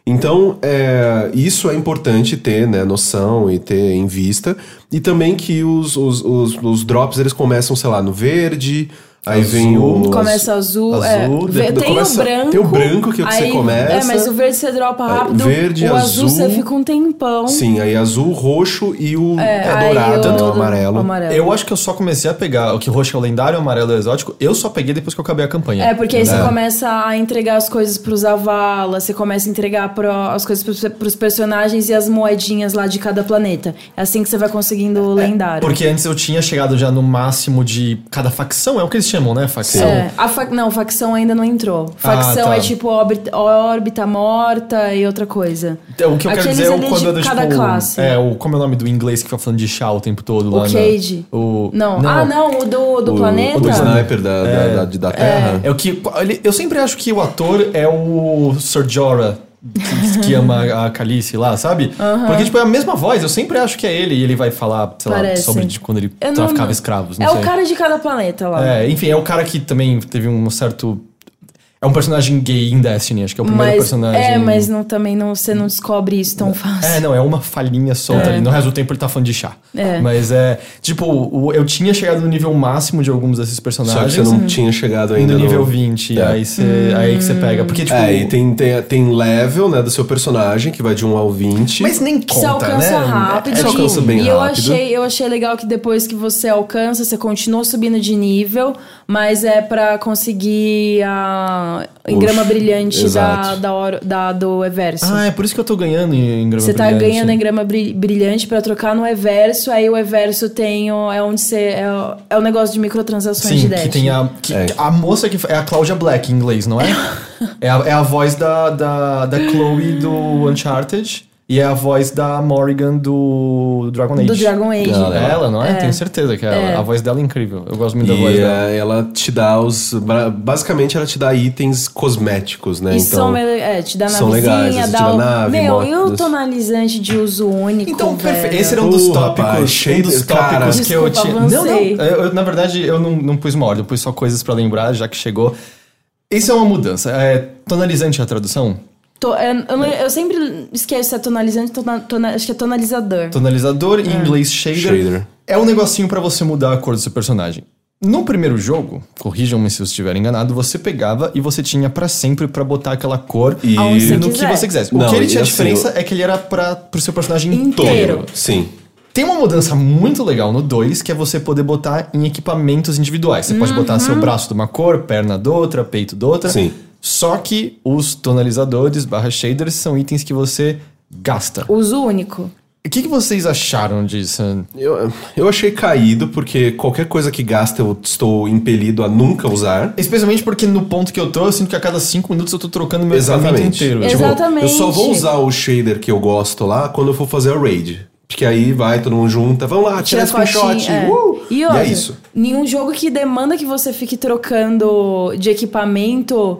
Então, é, isso é importante ter né, noção e ter em vista. E também que os, os, os, os drops, eles começam, sei lá, no verde, aí Azul. vem o... Começa azul, Azul, é, ve- depois tem começa- o branco. tem o branco que é o que você aí- começa. É, mas o verde você dropa rápido. verde, o azul, azul. você fica um tempão. Sim, aí azul, roxo e o é, aí dourado, né, o- o amarelo. o amarelo. Eu acho que eu só comecei a pegar o que roxo é o lendário, o amarelo é o exótico. Eu só peguei depois que eu acabei a campanha. É, porque aí você começa a entregar as coisas pros Avala, você começa a entregar pro- as coisas pros, pros personagens e as moedinhas lá de cada planeta. É assim que você vai conseguindo o lendário. Porque antes eu tinha chegado já no máximo de cada facção, é o que eles chamam, né? Facção. É, a fa- não, facção ainda não entrou. Facção tá. é tipo órbita, órbita morta e outra coisa. Então, o que eu quero Aqueles dizer é o ali quando de é cada tipo, classe. É, o, como é o nome do inglês que fica falando de chá o tempo todo O lá? na- Cage. o, Não. Ah, não, o do, do O- planeta? O sniper da, da- da- de- da Terra. É o que. ele- eu sempre acho que o ator é o Sir Jorah. que- Que ama a Calice lá, sabe? Porque, tipo, é a mesma voz, eu sempre acho que é ele e ele vai falar, sei Parece. lá, sobre de quando ele Eu não- traficava escravos. Não é sei. o cara de cada planeta lá. É, enfim, é o cara que também teve um certo. É um personagem gay em Destiny, acho que é o primeiro mas, personagem. É, mas não, também não, você não descobre isso tão fácil. É, não, é uma falhinha solta ali. No resto do tempo ele tá falando de chá. É. Mas é. Tipo, o- eu tinha chegado no nível máximo de alguns desses personagens. Só que você não Uhum. tinha chegado E ainda no nível 20, É. aí, cê, aí que você pega. Porque, tipo. É, e tem, tem, tem level, né, do seu personagem, que vai de 1 ao 20. Mas nem Que você conta, né? alcança rápido. É, você alcança bem e eu rápido. achei, eu achei legal que depois que você alcança, você continua subindo de nível, mas é pra conseguir a engrama Ux, brilhante da, exato. da, hora- da- do Everso. Ah, é por isso que eu tô ganhando em em Grama é Você tá Brilhante. né? ganhando a engrama bri- brilhante pra trocar no Everso, aí o Everso tem o, é onde você é o, é o negócio de microtransações Sim, que de Destiny. tem a. que- É. A moça que. fa- É a Claudia Black em inglês, não é? é, a, é a voz da, da, da Chloe do Uncharted. E é a voz da Morrigan do Dragon Age. Do Dragon Age. né? É ela, não é? Tenho certeza que é ela. A voz dela é incrível. Eu gosto muito da voz E dela. eh, ela te dá os. ba- Basicamente, ela te dá itens cosméticos, né? E são, mele- é, te dá são navezinha, legais, você tira dá o... nave, Meu, moto, e o dos- tonalizante de uso único, Então, perfeito. velho? Esse era um dos Porra, tópicos. rapaz, cheio um dos de- tópicos cara. que eu Desculpa, tinha. Não, não. avancei. Eu, eu, na verdade, eu não, não pus uma ordem, eu pus só coisas pra lembrar, já que chegou. Isso é uma mudança. É tonalizante a tradução? Tô- é, eu, não- eu sempre esqueço se é tonalizante, tona, tona- acho que é tonalizador. Tonalizador, em inglês shader. Shader. É um negocinho pra você mudar a cor do seu personagem. No primeiro jogo, corrijam-me se eu estiver enganado, você pegava e você tinha pra sempre pra botar aquela cor E- Aonde você no que quiser. você quisesse. O Não, que ele e tinha a assim, diferença eu- é que ele era pra, pro seu personagem Inteiro. inteiro. Sim. Tem uma mudança muito legal no 2, que é você poder botar em equipamentos individuais. Você pode botar seu braço de uma cor, perna de outra, peito de outra. Sim. Só que os tonalizadores barra shaders são itens que você gasta. Uso único. O que, que vocês acharam disso? Eu, eu achei caído, porque qualquer coisa que gasta eu estou impelido a nunca usar. Especialmente porque no ponto que eu tô, eu sinto que a cada 5 minutos eu tô trocando meu equipamento Exatamente. inteiro. Exato. Tipo, Exatamente. Eu só vou usar o shader que eu gosto lá quando eu for fazer a raid. Porque aí vai, todo mundo junta, vamos lá, tira, Tira Ah, screenshot. fotinho, é. uh! E, outra, é isso. Nenhum jogo que demanda que você fique trocando de equipamento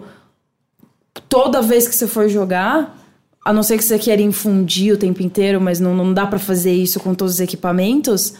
toda vez que você for jogar. A não ser que você queira infundir o tempo inteiro, mas não, não dá pra fazer isso com todos os equipamentos.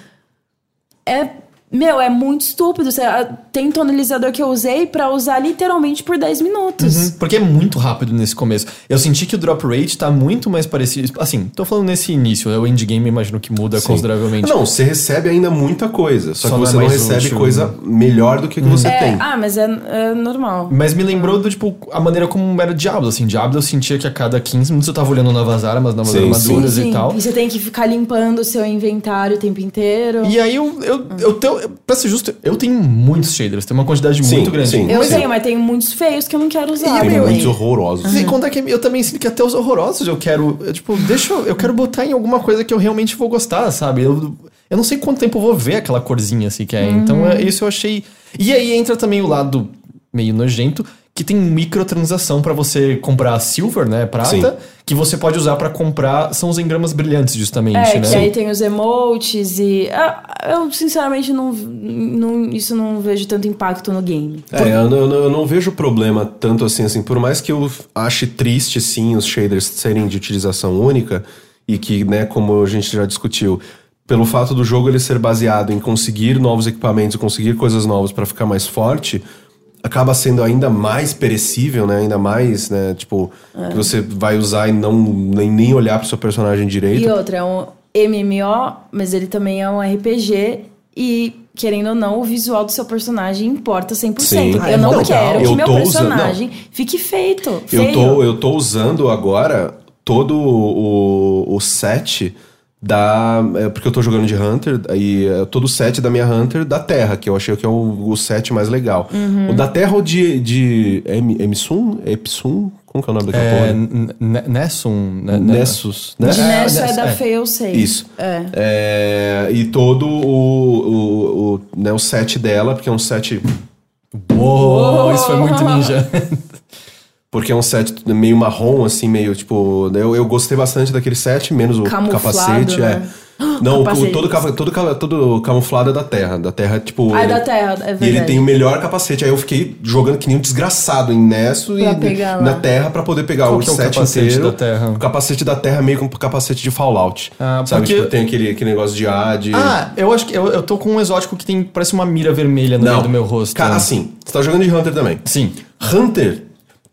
É. Meu, é muito estúpido. Você, ah, tem tonalizador que eu usei pra usar literalmente por 10 minutos. Uhum. Porque é muito rápido nesse começo. Eu senti que o drop rate tá muito mais parecido. Assim, tô falando nesse início, é o endgame eu imagino que muda consideravelmente. Não, você recebe ainda muita coisa. Só, Só que não é você não mais recebe útil, coisa né? melhor do que, que você É, tem. ah, mas é, é normal. Mas me lembrou do, tipo, a maneira como era Diablo, assim. Diablo eu sentia que a cada 15 minutos eu tava olhando novas armas, novas Sim, armaduras Sim, sim. e tal. E você tem que ficar limpando o seu inventário o tempo inteiro. E aí eu, eu, eu tenho. Pra ser justo, eu tenho muitos shaders, tem uma quantidade Sim, muito grande. sim. Eu Mas é- tenho, mas tem muitos feios que eu não quero usar. Tem também. muitos horrorosos. Sem contar que eu também sinto que até os horrorosos eu quero. Eu, tipo, deixa eu. Eu quero botar em alguma coisa que eu realmente vou gostar, sabe? Eu, eu não sei quanto tempo eu vou ver aquela corzinha assim que é. Uhum. Então, é, isso eu achei. E aí entra também o lado meio nojento, que tem microtransação pra você comprar silver, né? Prata, Sim. que você pode usar pra comprar. São os engramas brilhantes, justamente, É, né? que aí tem os emotes e. Ah, Eu, sinceramente, não, não- isso não vejo tanto impacto no game. É, eu, não- eu não- eu não vejo problema tanto assim, assim, por mais que eu ache triste, sim, os shaders serem de utilização única, e que, né, como a gente já discutiu, pelo fato do jogo ele ser baseado em conseguir novos equipamentos, conseguir coisas novas pra ficar mais forte, acaba sendo ainda mais perecível, né, ainda mais, né, tipo, que você vai usar e não, nem, nem olhar pro seu personagem direito. E outra, é um MMO, mas ele também é um RPG e. Querendo ou não, o visual do seu personagem importa 100%. Sim. Ah, é eu não muito quero legal. que Eu meu tô usando- personagem fique feito. Eu feio. tô, eu tô usando agora todo o, o set da. é, porque eu tô jogando de Hunter, aí é, todo o set da minha Hunter da Terra, que eu achei que é o, o set mais legal. Uhum. O da Terra ou de. de M, Emsun? Epsum? Como que é o nome daquela É, porra? N- N- Nessun. né? Nessus. né? De Nesso é, é, da é. feia, eu sei. Isso. É. É, e todo o, o, o, né, o set dela, porque é um set Uou, isso foi muito ninja. Porque é um set meio marrom, assim, meio tipo. Eu, eu gostei bastante daquele set, menos o Camuflado, capacete. né? É. Não, Capacete. o, todo, capa- todo, ca- todo camuflado é da terra. Da terra, tipo. Ah, é ele- da Terra, é E ele verdade. tem o melhor capacete. Aí eu fiquei jogando que nem um desgraçado em Nesso e Pra pegar lá. na terra pra poder pegar Qual o que é o set capacete inteiro. da Terra? O capacete da terra é meio com o capacete de Fallout. Ah, sabe? porque- Tipo, tem aquele, aquele negócio de ar, de. Ah, eu acho que eu, eu tô com um exótico que tem parece uma mira vermelha no meio do meu rosto. né? Cara, assim, você tá jogando de Hunter também. Sim. Hunter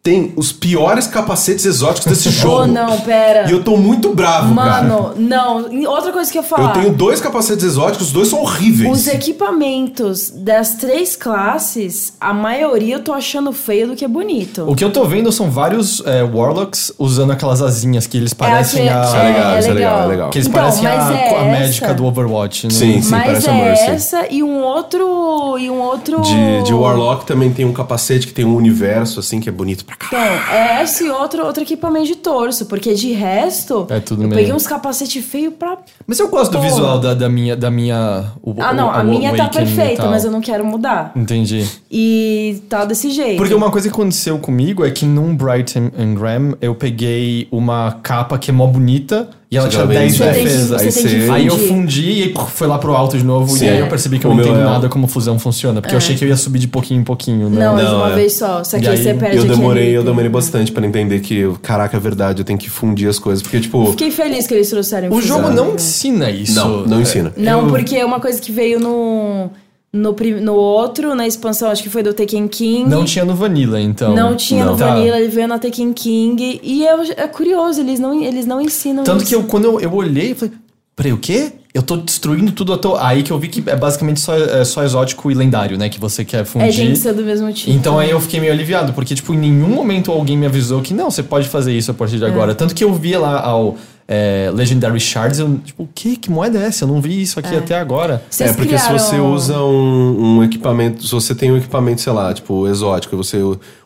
tem os piores capacetes exóticos desse jogo. Oh, não, pera. E eu tô muito bravo, cara. Mano, não. E Outra coisa que eu ia falar. Eu tenho dois capacetes exóticos, os dois são horríveis. Os equipamentos das três classes, a maioria eu tô achando feio do que bonito. O que eu tô vendo são vários é, Warlocks usando aquelas asinhas que eles parecem aquele- Isso é a. legal, é isso é legal, legal. é legal. Que eles Então, parecem mas a, é a essa? médica do Overwatch, né? Sim, sim, Mas parece é a Mercy. essa e um outro. E um outro. De, de Warlock também tem um capacete que tem um universo, assim, que é bonito pra Então, caralho. é esse e outro, outro equipamento de torso, porque de resto. É tudo eu meio- peguei uns capacete feio pra. Mas eu gosto do Porra. visual da, da minha. Da minha o- Ah, não, o- a o minha tá Awakening e perfeita, tal. mas eu não quero mudar. Entendi. E tá desse jeito. Porque uma coisa que aconteceu comigo é que num Bright and Graham eu peguei uma capa que é mó bonita E ela Você tinha já vem 10 de- Você tem que- defesas. você tem que Aí você- Aí eu fundir. fundi e pô, foi lá pro alto de novo. Sim. E aí eu percebi que eu O não meu entendo é- nada como fusão funciona. Porque eu achei que eu ia subir de pouquinho em pouquinho. Né? É. Não, é de Não, uma é. vez só. Só que E aí aí você eu perde Eu aquele- demorei, eu demorei bastante pra entender que, caraca, é verdade, eu tenho que fundir as coisas. Porque, tipo, Fiquei feliz que eles trouxeram O fusão. jogo não ensina isso. não, não ensina. Não, porque é uma coisa que veio no, no, prim- no outro, na expansão, acho que foi do Tekken King. Não tinha no Vanilla, então. Não tinha no Tá. Vanilla, ele veio na Tekken King. E é, é curioso, eles não, eles não ensinam Tanto isso. que eu, quando eu, eu olhei, eu falei, peraí, o quê? Eu tô destruindo tudo à toa. Aí que eu vi que é basicamente só, é só exótico e lendário, né? Que você quer fundir. É gente ser do mesmo tipo. Então aí eu fiquei meio aliviado, porque, tipo, em nenhum momento alguém me avisou que não, você pode fazer isso a partir É. de agora. Tanto que eu via lá ao é, Legendary Shards, eu, tipo, o que? Que moeda é essa? Eu não vi isso aqui até agora. Vocês é, porque criaram... se você usa um, um equipamento, se você tem um equipamento, sei lá, tipo, exótico, e você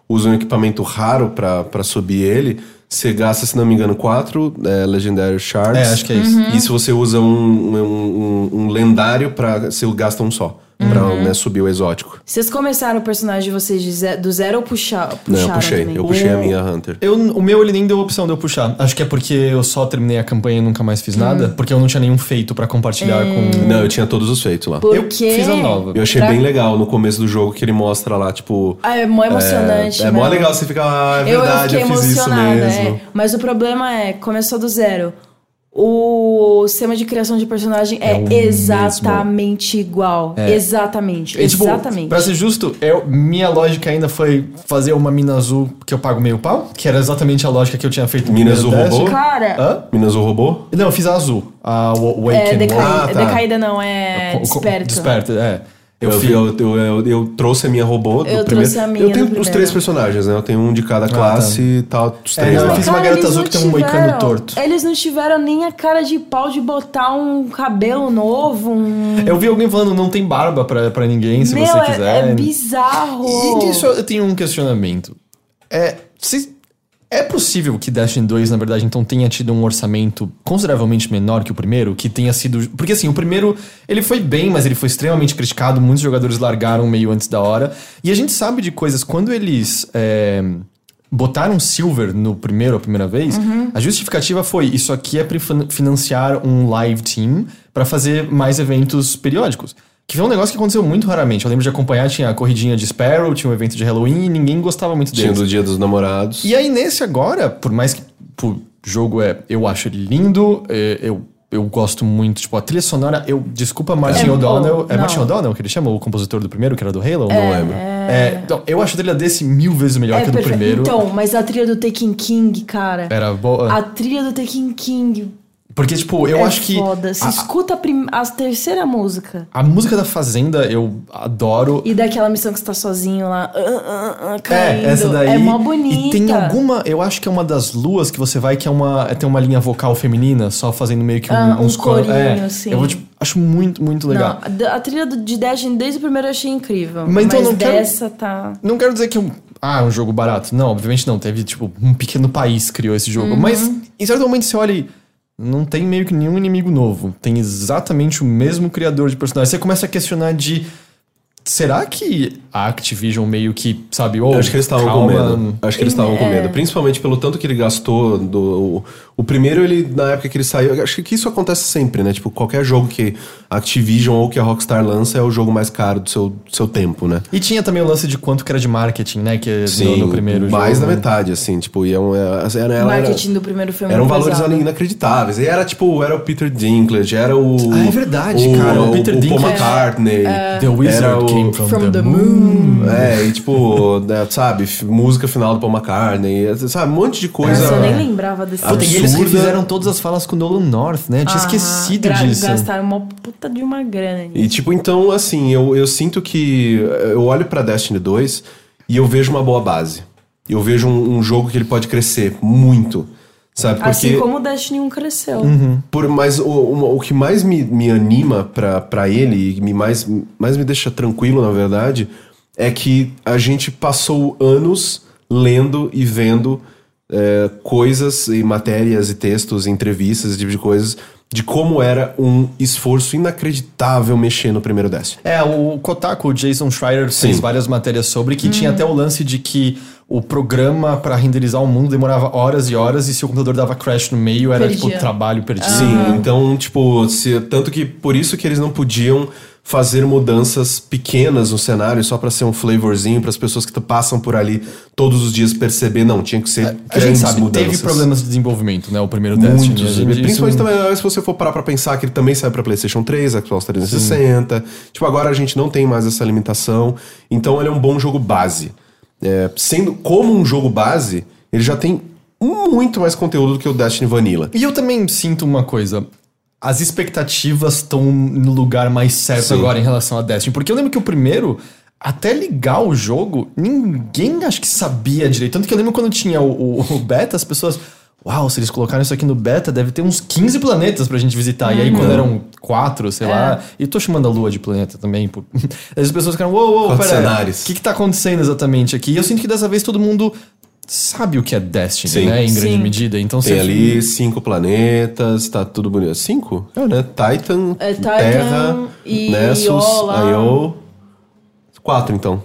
usa um equipamento raro pra, pra subir ele, você gasta, se não me engano, quatro é, Legendary Shards. É, acho que é isso. E se você usa um, um, um- um lendário, pra, você gasta um só, pra Uhum. né, subir o exótico. Vocês começaram o personagem de vocês de ze- do zero ou puxa- puxaram? Não, eu puxei. também? Eu puxei a O- minha Hunter. Eu, o meu ele nem deu opção de eu puxar. Acho que é porque eu só terminei a campanha e nunca mais fiz Uhum. nada, porque eu não tinha nenhum feito pra compartilhar É, com. Não, eu tinha todos os feitos lá. Eu Porque... fiz a nova. Eu achei Pra- bem legal no começo do jogo que ele mostra lá, tipo. Ah, é mó emocionante, É, é mó né? legal você ficar. Ah, é Eu- verdade, eu, eu, fiquei fiz isso emocionada, mesmo. é. Mas o problema é, começou do zero. O sistema de criação de personagem é, exatamente igual. Exatamente. E, tipo, exatamente. Pra ser justo, eu, minha lógica ainda foi fazer uma mina azul que eu pago meio pau, que era exatamente a lógica que eu tinha feito no Mina primeiro azul teste. robô? Cara, Hã? Minas o robô? Não, eu fiz a azul. A Wa- é Waken decai- Wa- Ah, tá. decaída não, é Co- co- desperto. Desperto, é. Eu, Eu, eu, fiz. eu, eu, eu trouxe a minha robô do Eu primeiro. trouxe a minha eu tenho do os primeiro. três personagens, né? Eu tenho um de cada classe e tal, os Ah, tá. É, três. né? não, lá. eu fiz uma garota eles azul não que tem um moicano tiveram- torto. Eles não tiveram nem a cara de pau de botar um cabelo novo, um... Eu vi alguém falando não tem barba pra, pra ninguém, se Meu, você é- quiser. é, bizarro. E disso eu tenho um questionamento. É, se- é possível que Destiny 2, na verdade, então tenha tido um orçamento consideravelmente menor que o primeiro, que tenha sido... Porque assim, o primeiro, ele foi bem, mas ele foi extremamente criticado, muitos jogadores largaram meio antes da hora. E a gente sabe de coisas, quando eles... é, Botaram Silver no primeiro, a primeira vez, a justificativa foi: isso aqui é para financiar um live team pra fazer mais eventos periódicos. Que foi um negócio que aconteceu muito raramente. Eu lembro de acompanhar, tinha a corridinha de Sparrow, tinha um evento de Halloween e ninguém gostava muito Tinha deles. do Dia dos Namorados. E aí, nesse agora, por mais que o jogo é. Eu acho ele lindo, é, eu, eu gosto muito. Tipo, a trilha sonora, eu. Desculpa, Martin É O'Donnell. bom, É não. Martin O'Donnell que ele chama, o compositor do primeiro, que era do Halo? não lembro. É, então, eu acho a trilha desse mil vezes melhor É que a do perfeito. primeiro. Então, mas a trilha do Taking King, cara. Era boa. A trilha do Taking King. Porque, tipo, eu é acho que. Foda. Você a- escuta a, prim- a terceira música. a música da Fazenda eu adoro. E daquela missão que você tá sozinho lá. ah, ah, ah, É, caindo. essa daí. É mó bonita. E tem alguma, eu acho que é uma das luas que você vai que é uma, é, tem uma linha vocal feminina, só fazendo meio que um, Ah, um uns coro- corinho, é, assim. Eu vou, tipo, acho muito, muito Não, legal. a da- a trilha do- de Destiny desde o primeiro eu achei incrível. Mas então eu não quero- dessa tá... Não, quero dizer que é um, ah, é um jogo barato. Não, obviamente não. Teve tipo um pequeno país criou esse jogo, Uhum. mas em certo momento você olha e não tem meio que nenhum inimigo novo. Tem exatamente o mesmo criador de personagem. Você começa a questionar de será que a Activision meio que, sabe, ou Eu acho que eles estavam com calma, medo. Acho que eles estavam É. com medo. Principalmente pelo tanto que ele gastou. Do, o, o primeiro, ele, na época que ele saiu. Acho que isso acontece sempre, né? Tipo, qualquer jogo que a Activision ou que a Rockstar lança é o jogo mais caro do seu, do seu tempo, né? E tinha também o lance de quanto que era de marketing, né? Que no- Sim, no, primeiro mais jogo. né? da metade, assim. Tipo, e é um, é- era, O era- marketing do primeiro filme Eram muito valores pesado. inacreditáveis. E era tipo, era o Peter Dinklage, era o. Ah, é verdade, cara, o Peter Paul Dinklage. É. É. McCartney. The era Wizard o- Hum, came from, From the, the moon. É, e tipo, né, sabe, f- música final do Paul McCartney, sabe, um monte de coisa. né? Nossa, eu nem lembrava desse Puta, Puta, filme. e eles Absurda. refizeram todas as falas com o Nolan North, né? Eu tinha Ah, esquecido gra- disso. Gastaram uma puta de uma grana nisso. E tipo, então, assim, eu, eu sinto que eu olho pra Destiny 2 e eu vejo uma boa base. Eu vejo um, um jogo que ele pode crescer muito, sabe? Porque Uhum. Assim como o Destiny 1 cresceu. Por, mas o, o, o que mais me, me anima pra, pra ele e me mais, mais me deixa tranquilo, na verdade, é que a gente passou anos lendo e vendo é, coisas e matérias e textos, e entrevistas, esse tipo de coisas, de como era um esforço inacreditável mexer no primeiro décimo. É, o Kotaku, o Jason Schreier, fez Sim. várias matérias sobre, que tinha até o lance de que o programa pra renderizar o mundo demorava horas e horas, e se o computador dava crash no meio, era Perdia. tipo trabalho perdido. Sim, então, tipo, se, tanto que por isso que eles não podiam fazer mudanças pequenas no cenário só pra ser um flavorzinho para as pessoas que t- passam por ali todos os dias perceber, não, tinha que ser A grandes gente sabe, mudanças. É, tipo, teve problemas de desenvolvimento, né? O primeiro teste. Muitos. né? Principalmente Isso- também, se você for parar pra pensar que ele também sai pra PlayStation 3, Xbox 360. Tipo, agora a gente não tem mais essa limitação. Então ele é um bom jogo base. É, sendo como um jogo base, ele já tem muito mais conteúdo do que o Destiny Vanilla. E eu também sinto uma coisa. As expectativas estão no lugar mais certo Sim. agora em relação a Destiny. Porque eu lembro que o primeiro, até ligar o jogo, ninguém acho que sabia direito. Tanto que eu lembro quando tinha o, o- o beta, as pessoas. Uau, se eles colocaram isso aqui no beta, deve ter uns 15 planetas pra gente visitar. E aí, Uhum. quando eram quatro, É. sei lá. E tô chamando a lua de planeta também. Por... As pessoas ficaram, uou, uou, Quantos pera. O cenários?" que, que tá acontecendo exatamente aqui? E eu sinto que dessa vez todo mundo sabe o que é Destiny, Sim. né? Em grande Sim. medida. Então Tem você- ali cinco planetas, tá tudo bonito. Cinco? É, né? Titan, É, Titan, Terra, e- Nessus, Iola. Io. Quatro, então.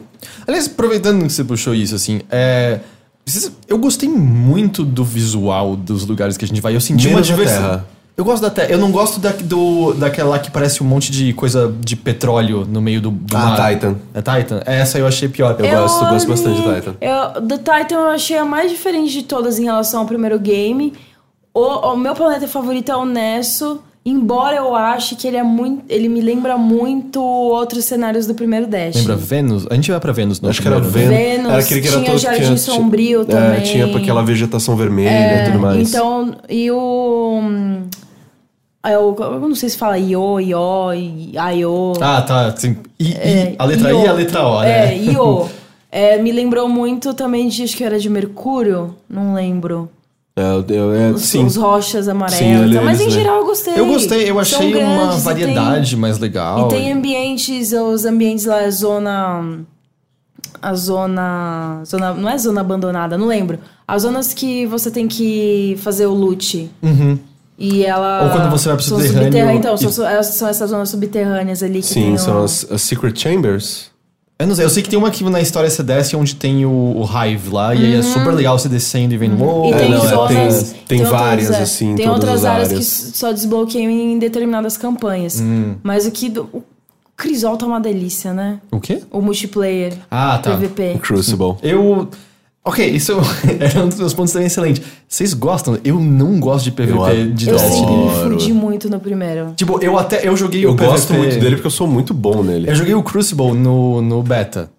Aliás, aproveitando que você puxou isso, assim, é. precisa- Eu gostei muito do visual dos lugares que a gente vai. Eu senti uma Menos da diversão. Terra. Eu gosto da terra. Eu não gosto da, do, daquela lá que parece um monte de coisa de petróleo no meio do, do Ah, mar. Titan. É Titan? Essa eu achei pior. É Eu gosto, gosto bastante de Titan. Eu, do Titan eu achei a mais diferente de todas em relação ao primeiro game. O, o meu planeta favorito é o Nesso. Embora eu ache que ele é muito. ele me lembra muito outros cenários do primeiro Dash. Lembra Vênus? A gente vai pra Vênus, não. Acho que era primeiro, né? Vênus. Vênus, Era aquele que era tinha todo Jardim tinha- Sombrio é, também. Tinha aquela vegetação vermelha e tudo mais. Então, e o. hum, é o- Eu não sei se fala Io, Io, Io. Ah, tá. Sim. I, I- É, a letra I Io. e a letra O, né? É, Io. É, me lembrou muito também de, acho que era de Mercúrio, não lembro. É, eu- é, Os, sim. os rochas amarelas. Sim, ele- e tal. mas em eles, né? geral eu gostei. Eu gostei, eu São achei uma grandes e variedade mais legal. Tem, e tem ambientes, os ambientes lá, a zona. A zona, zona. Não é zona abandonada, não lembro. As zonas que você tem que fazer o loot. E ela. Uhum. Ou quando você vai pro são subterrâneo subterrâneas, Então, e- são, essas- são essas zonas subterrâneas ali que Sim, tem são o- as, as Secret Chambers. Eu não sei, eu sei que tem uma aqui na história CDS onde tem o, o Hive lá, e aí é super legal você descendo e vendo. "Uou". Uhum. E É, tem não, é, zonas. tem- tem outras, várias, é, assim, Tem todas outras as áreas, que áreas. Hum. só desbloqueiam em determinadas campanhas. Mas o que. do- o Crisol tá uma delícia, né? O quê? O multiplayer. Ah, tá. PVP. Crucible. Eu. Ok, isso é um dos meus pontos também excelente. Vocês gostam? Eu não gosto de PVP Eu de Eu Destiny. sempre me Adoro. fudi muito no primeiro. Tipo, eu até. Eu joguei Eu o gosto PVP muito dele porque eu sou muito bom nele. Eu joguei o Crucible no, no beta.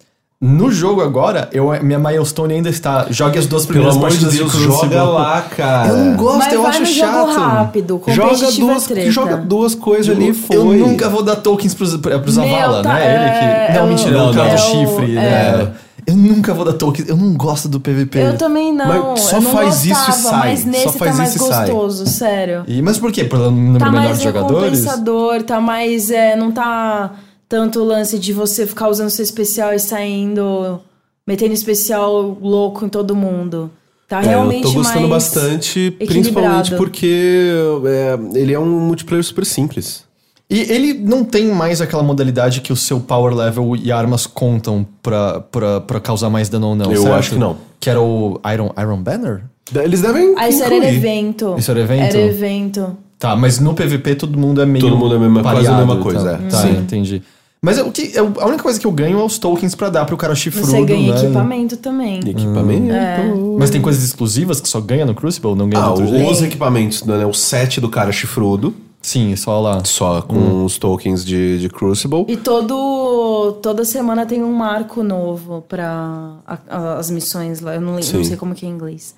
No jogo agora, eu, minha milestone ainda está. Jogue as duas Pelo primeiras amor de partidas Deus, Crucible. joga lá, cara. Eu não gosto, Mas eu vai acho no jogo chato. rápido, Joga competitivo é duas, treta. joga duas coisas ali, foi. Eu nunca vou dar tokens pros, pros Meu, Avala, tá- né? Ele que. é, Não, é mentira, o- é o é cara do o- chifre, né? Eu nunca vou dar tokens. Eu não gosto do PVP. Eu também não. Mas só eu não faz isso e gostava, sai. Mas Só nesse faz tá mais isso e sai. gostoso, sério. E- mas por quê? Pelo número Tá menor mais de jogadores? recompensador, tá mais. É, não tá tanto o lance de você ficar usando seu especial e saindo. metendo especial louco em todo mundo. Tá É, realmente eu tô gostando mais bastante, principalmente equilibrado. porque é, ele é um multiplayer super simples. E ele não tem mais aquela modalidade que o seu power level e armas contam pra, pra, pra causar mais dano ou não. Eu certo? acho que não. Que era o Iron, Iron Banner? Eles devem. Ah, isso era incluir. evento. Isso era evento? Era evento. Tá, mas no PVP todo mundo é meio. Todo mundo é a mesma- quase a pareado mesma e coisa, tal. é. Tá, Sim. entendi. Mas é o que, é o- a única coisa que eu ganho é os tokens pra dar pro cara chifrudo. Você ganha né? equipamento também. Equipamento. É. então, Mas tem coisas exclusivas que só ganha no Crucible, não ganha Ah, no outro o- jeito? os equipamentos, né? O set do cara chifrudo, Sim, só lá. só com os tokens de, de Crucible. E todo, toda semana tem um marco novo pra a- a- as missões lá. Eu não, lem- não Sim. sei como que é em inglês.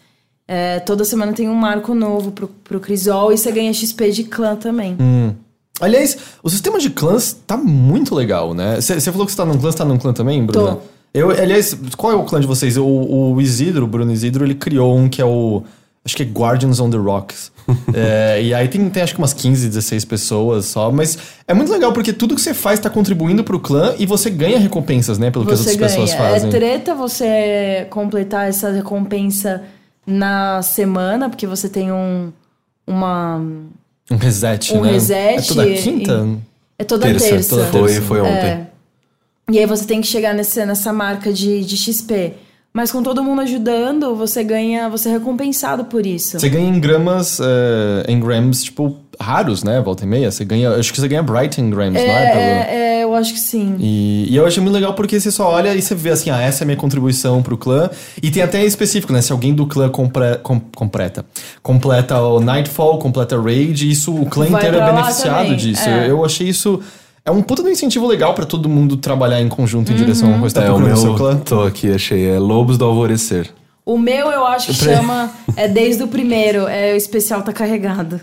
É, toda semana tem um marco novo pro, pro Crisol e você ganha XP de clã também. Hum, Aliás, o sistema de clãs tá muito legal, né? Você falou que você tá num clã, você tá num clã também, Bruna? Tô. Eu, aliás, qual é o clã de vocês? O, o Isidro, o Bruno Isidro, ele criou um que é o. Acho que é Guardians on the Rocks. É, e aí tem, tem acho que umas 15, 16 pessoas só, mas é muito legal porque tudo que você faz tá contribuindo pro clã e você ganha recompensas, né? Pelo que as Você é outras ganha. pessoas fazem. É treta você completar essa recompensa na semana, porque você tem um uma Um reset, um né? reset. É toda e- quinta? é toda terça. É. toda terça. Foi, foi ontem. E aí você tem que chegar nesse, nessa marca de, de XP. Mas com todo mundo ajudando, você ganha, você é recompensado por isso. Você ganha em gramas, eh, em grams, tipo, raros, né? Volta e meia. Você ganha, acho que você ganha Bright em grams, É, não é? Pelo- é, é, eu acho que sim. E, e eu achei muito legal porque você só olha e você vê assim, ah, essa é a minha contribuição pro clã. E tem até específico, né? Se alguém do clã compre, com- completa. Completa o Nightfall, completa Raid, isso o clã Vai inteiro é pra lá beneficiado também, disso. é. Eu, eu achei isso. É um puta de um incentivo legal pra todo mundo trabalhar em conjunto em direção a Uhum. uma coisa que tá É, o procurando no seu meu. clã. Tô aqui, achei. É Lobos do Alvorecer. O meu eu acho que chama é desde o primeiro, é o especial tá carregado.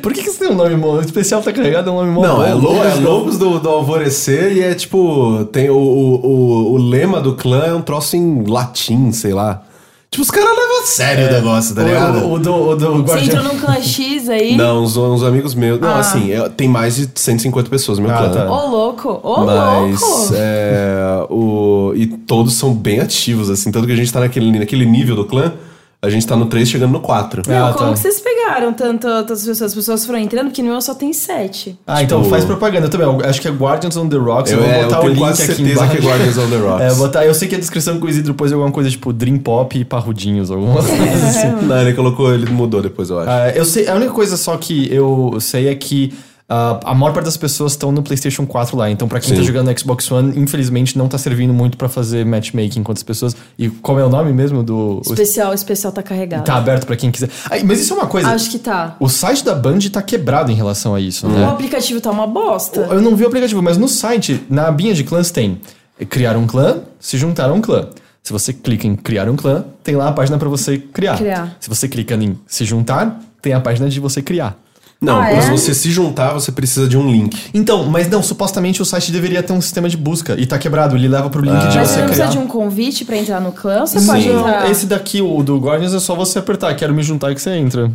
Por que, que você tem um nome mó- o especial? Tá carregado, é um nome mó Não, bom. é, lo- é Lobos do, do Alvorecer e é tipo. Tem o, o, o, o lema do clã é um troço em latim, sei lá. Tipo, os caras levam a sério o negócio, tá ligado? O, o, o do, o do Você Guardião. entrou num clã X aí? Não, uns, uns amigos meus. Ah. Não, assim, eu- tem mais de 150 pessoas no meu Ah, clã. tá. Ô louco, ô Mas louco. é, o, e todos são bem ativos, assim. Tanto que a gente tá naquele, naquele nível do clã, a gente tá no 3 chegando no 4. Ah, Não, como tá. que vocês pegaram tanto, tantas pessoas? As pessoas foram entrando, porque no meu só tem sete. Ah, então faz propaganda também. Eu Acho que é Guardians on the Rocks. Eu, Tipo, Eu, vou é, eu botar o tenho link quase aqui certeza embaixo. que é Guardians on the Rocks. É, botar, eu sei que a descrição que o Isidro pôs é alguma coisa tipo Dream Pop e Parrudinhos, alguma coisa assim. Não, ele colocou, ele mudou depois, eu acho. Ah, eu sei, a única coisa só que eu sei é que ah, a maior parte das pessoas estão no PlayStation 4 lá. Então, pra quem tá Sim. jogando no Xbox One, infelizmente não tá servindo muito pra fazer matchmaking com outras pessoas. E qual é o nome mesmo do. o- Especial, especial tá carregado. Tá aberto pra quem quiser. Ai, mas isso é uma coisa. Acho que tá. O site da Band tá quebrado em relação a Hum. isso, O né? aplicativo tá uma bosta. Eu não vi o aplicativo, mas no site, na abinha de clãs tem criar um clã, se juntar a um clã. Se você clica em criar um clã, tem lá a página pra você criar. Criar. Se você clica em se juntar, tem a página de você criar. Não, Ah, pra é? você se juntar, você precisa de um link. Então, mas não, supostamente o site deveria ter um sistema de busca e tá quebrado, ele leva pro link de Ah. Mas você você não criar. precisa de um convite pra entrar no clã? Você pode Não, entrar. esse daqui, o do Guardians, é só você apertar, quero me juntar que você entra.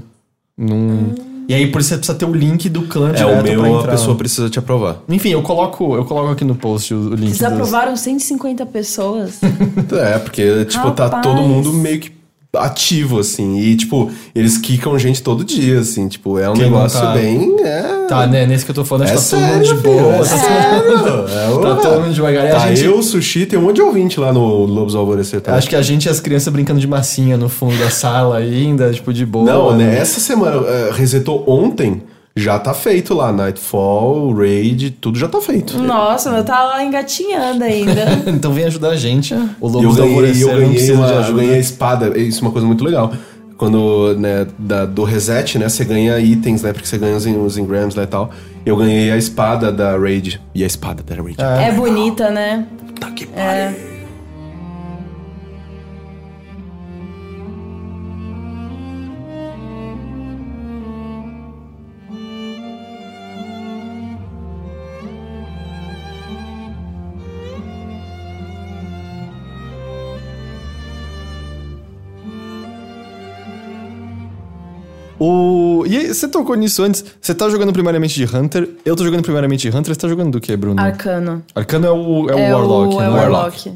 Não. E aí por isso você precisa ter o link do clã É, direto o pra meu, a entrar. pessoa precisa te aprovar. Enfim, eu coloco, eu coloco aqui no post o, o link. Vocês dos- aprovaram 150 pessoas. É, porque, tipo, tá Rapaz. todo mundo meio que ativo, assim. E, tipo, eles quicam gente todo dia, assim. Tipo, é um Quem não negócio tá- bem... É, Tá, né? Nesse que eu tô falando, acho é que tá sério, todo mundo de filho, boa. é tá sério. É, Tá ué. todo mundo devagar. E a Tá gente- eu, o Sushi, tem um monte de ouvinte lá no Lobos Alvorecer. Tá? Acho que é a gente e as crianças brincando de massinha no fundo da sala ainda, tipo, de boa. Não, né? Essa semana, eh, resetou ontem, já tá feito lá. Nightfall, Raid, tudo já tá feito. Nossa, meu tá lá engatinhando ainda. Então vem ajudar a gente. O E né? eu Lobos do ganhei, Alvorecer eu não ganhei, precisa uma, de eu ajuda. né? ganhei a espada. Isso é uma coisa muito legal. Quando, né, da- do reset, né, você ganha itens, né, porque você ganha os, in- os ingrams lá e tal. Eu ganhei a espada da Raid. E a espada da Raid. É bonita, né? Puta que pariu. O... E aí, você tocou nisso antes? Você tá jogando primariamente de Hunter, eu tô jogando primariamente de Hunter, você tá jogando do que, Bruno? Arcano. Arcano é o, é o é Warlock, o, né? é o Warlock.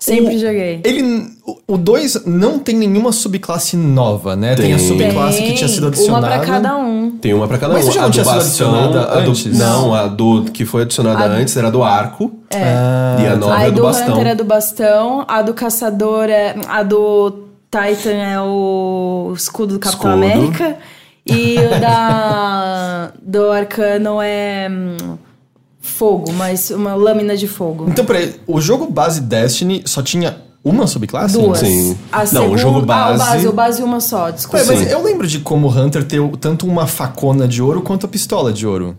Sempre O- joguei. Ele, o 2 não tem nenhuma subclasse nova, né? Tem, a Tem. subclasse que tinha sido adicionada. Uma pra cada um. Tem uma pra cada Mas um. já a não do tinha sido bastão, adicionada a do- antes? Não, a do que foi adicionada antes era do arco. É. e Ah, tá. a nova a é do, do bastão. Hunter é do bastão, a do caçador é. A do Titan é o escudo do Capitão Escudo. América. E o da. do Arcano é. hum, Fogo, mas uma lâmina de fogo. Então, peraí, o jogo base Destiny só tinha uma subclasse? Duas. Sim. A Não, o segunda- jogo Ah, o base- base, o base uma só, Ué, desculpa. mas Sim. eu lembro de como o Hunter ter o- tanto uma facona de ouro quanto a pistola de ouro.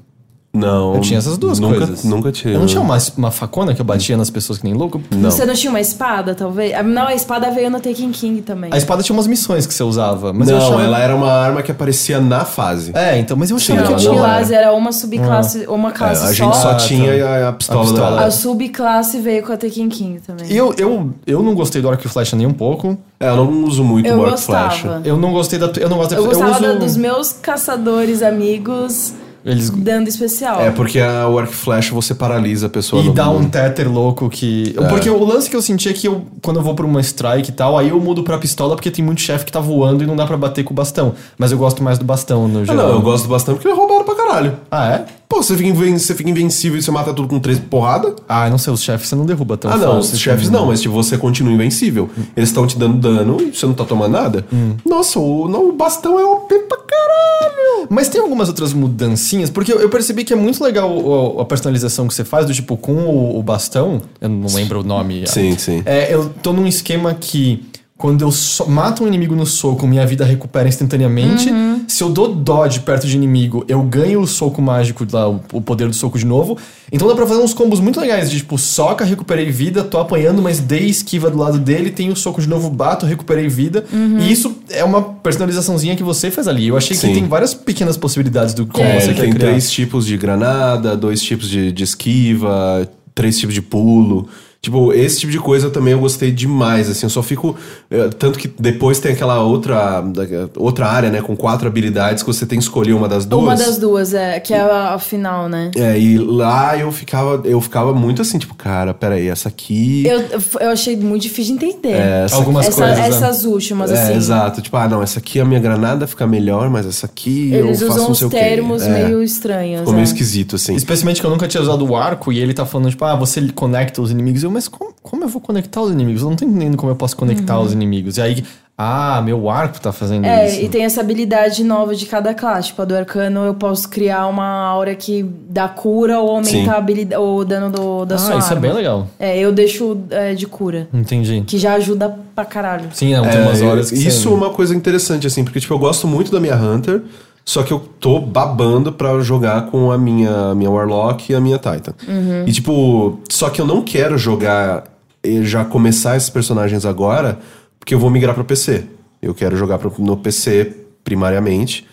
Não. Eu tinha essas duas nunca, coisas. Nunca tinha. Eu não tinha uma, uma facona que eu batia nas pessoas que nem louco? Não. Você não tinha uma espada, talvez? Ah, Não, a espada veio no Taken King também. A espada tinha umas missões que você usava, mas eu não, achava... ela era uma arma que aparecia na fase. É, então, mas eu achava Sim, que eu Não, ela tinha... no não era. base era uma subclasse, uma É, classe a gente Ah, só tá. tinha a- a, pistola A pistola. da- A subclasse veio com a Tekken King também. Eu, eu, eu não gostei do arco e flecha nem um pouco. É, eu não uso muito Eu o Mark gostava. Flash. Eu não gostei da... Eu não gosto da... Eu gostava uso... da- dos meus caçadores amigos Eles dando especial. É, porque a Work Flash você paralisa a pessoa. E no- dá um tether louco que. Porque o lance que eu senti é que eu, quando eu vou pra uma strike e tal, aí eu mudo pra pistola porque tem muito chefe que tá voando e não dá pra bater com o bastão. Mas eu gosto mais do bastão no Ah, geral. não, eu gosto bastante porque me roubaram pra caralho. Ah, é? Pô, você fica, inven- você fica invencível e você mata tudo com três porrada? Ah, não sei, os chefes você não derruba tão Ah, fácil. assim. não, os chefes não, mas tipo, você continua invencível. Eles estão te dando dano e você não tá tomando nada. Hum. Nossa, o, não, o bastão é OP pra caralho. Mas tem algumas outras mudancinhas, porque eu eu percebi que é muito legal o- a personalização que você faz, do tipo, com o, o bastão, eu não lembro o nome. Sim, sim. É, eu tô num esquema que quando eu so- mato um inimigo no soco, minha vida recupera instantaneamente. Se eu dou dodge perto de inimigo, eu ganho o soco mágico, lá, o, o poder do soco de novo. Então dá pra fazer uns combos muito legais, de tipo, soca, recuperei vida, tô apanhando, mas dei esquiva do lado dele, tenho o soco de novo, bato, recuperei vida. E isso é uma personalizaçãozinha que você faz ali. Eu achei Sim. que tem várias pequenas possibilidades do como É, você ele quer tem criar. três tipos de granada, dois tipos de, de esquiva, três tipos de pulo. Tipo, esse tipo de coisa também eu gostei demais, assim, eu só fico... eh, Tanto que depois tem aquela outra, da- outra área, né, com quatro habilidades que você tem que escolher uma das duas. Uma das duas, é, que é a, a final, né? É, e lá eu ficava, eu ficava muito assim, tipo, cara, peraí, essa aqui... é Eu, eu achei muito difícil de entender. essa Algumas Essa- coisas. né? essas últimas, É, assim. exato. Tipo, ah, não, essa aqui a minha granada fica melhor, mas essa aqui Eles eu faço usam não uns sei o quê. termos É, meio estranhos. Ficou é. meio esquisito, assim. Especialmente que eu nunca tinha usado o arco e ele tá falando, tipo, ah, você conecta os inimigos. Eu, mas como, como eu vou conectar os inimigos? Eu não tô entendendo como eu posso conectar os inimigos. E aí, ah, meu arco tá fazendo Uhum. É, isso. e tem essa habilidade nova de cada classe. Tipo, a do arcano eu posso criar uma aura que dá cura ou aumenta Sim. a habilidade, ou o dano do, da ah, sua isso é arma. bem legal. É, eu deixo é, de cura. Entendi. Que já ajuda pra caralho. Sim, não, tem umas É, horas que isso é você... uma coisa interessante, assim, porque, tipo, eu gosto muito da minha Hunter, só que eu tô babando pra jogar com a minha, minha Warlock e a minha Titan. Uhum. E, tipo, só que eu não quero jogar e já começar esses personagens agora, porque eu vou migrar pra PC. Eu quero jogar pro- no PC primariamente.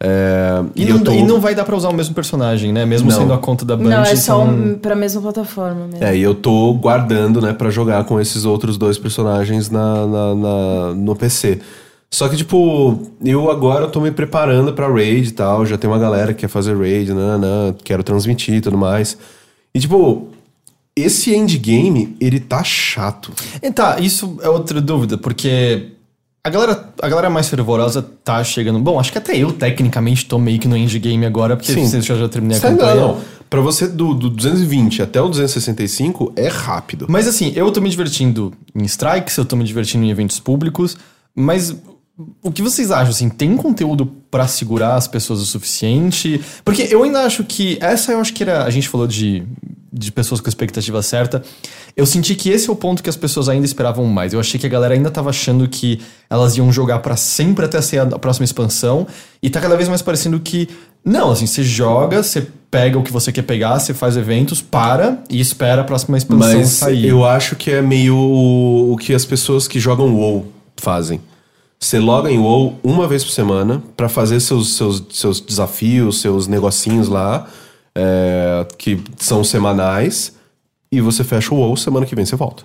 É, E, eu não, tô- e não vai dar pra usar o mesmo personagem, né? Mesmo Não. sendo a conta da Bungie. Não, é só então- um, pra mesma plataforma mesmo. É, e eu tô guardando, né, pra jogar com esses outros dois personagens na, na- na- no PC. Só que, tipo, eu agora tô me preparando pra raid e tal. Já tem uma galera que quer fazer raid, nananã, quero transmitir e tudo mais. E, tipo, esse endgame, ele tá chato. E tá, isso é outra dúvida, porque a galera, a galera mais fervorosa tá chegando... Bom, acho que até eu, tecnicamente, tô meio que no endgame agora, porque Sim. se eu já, já terminei a Tá campanha. ainda não. Pra você, do, do 220 até o 265, é rápido. Mas assim, eu tô me divertindo em strikes, eu tô me divertindo em eventos públicos, mas o que vocês acham, assim, tem conteúdo pra segurar as pessoas o suficiente? Porque eu ainda acho que, essa eu acho que era, a gente falou de, de pessoas com expectativa certa, eu senti que esse é o ponto que as pessoas ainda esperavam mais, eu achei que a galera ainda tava achando que elas iam jogar pra sempre até ser a próxima expansão, e tá cada vez mais parecendo que, não, assim, você joga, você pega o que você quer pegar, você faz eventos, para e espera a próxima expansão Mas sair. eu acho que é meio o o que as pessoas que jogam WoW fazem. Você loga em WoW uma vez por semana pra fazer seus, seus, seus desafios, seus negocinhos lá, é, que são semanais, e você fecha o WoW, semana que vem você volta.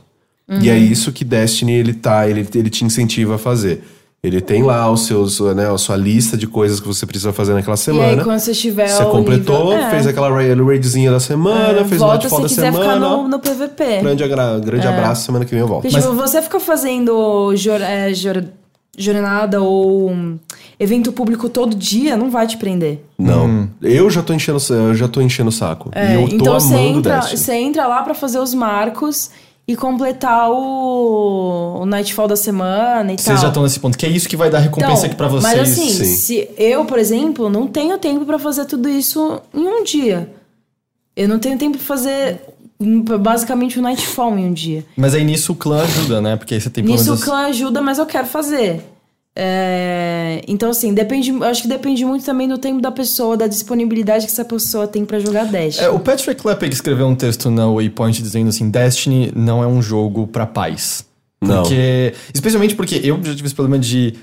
E é Uhum. isso que Destiny ele tá, ele, ele te incentiva a fazer. Ele tem lá os seus, né, a sua lista de coisas que você precisa fazer naquela E semana. aí, quando você tiver Você o completou, nível- é. fez aquela ra- raidzinha da semana, É, fez o volta tipo, nightfall da se quiser semana. ficar ó. no, no PVP. Grande, agra- grande É. abraço, semana que vem eu volto. Porque, tipo, você fica fazendo jor- é, jor- jornada ou hum, evento público todo dia, não vai te prender. Não. Hum. Eu já tô enchendo, o sa- eu já tô enchendo o saco. e eu tô então você amando entra, Destiny. você entra lá pra fazer os marcos e completar o, o Nightfall da semana e tal. Vocês já estão nesse ponto, que é isso que vai dar recompensa aqui pra vocês. Mas assim, sim. se eu, por exemplo, não tenho tempo pra fazer tudo isso em um dia. Eu não tenho tempo pra fazer hum, basicamente o Nightfall em um dia. Mas aí nisso o clã ajuda, né? Porque aí você tem pelo Nisso o menos- clã ajuda, mas eu quero fazer. É, então, assim, depende. Eu acho que depende muito também do tempo da pessoa, da disponibilidade que essa pessoa tem pra jogar Dash. É, o Patrick Lepig escreveu um texto na Waypoint dizendo assim: Destiny não é um jogo pra paz. Não. Porque. Especialmente porque eu já tive esse problema de.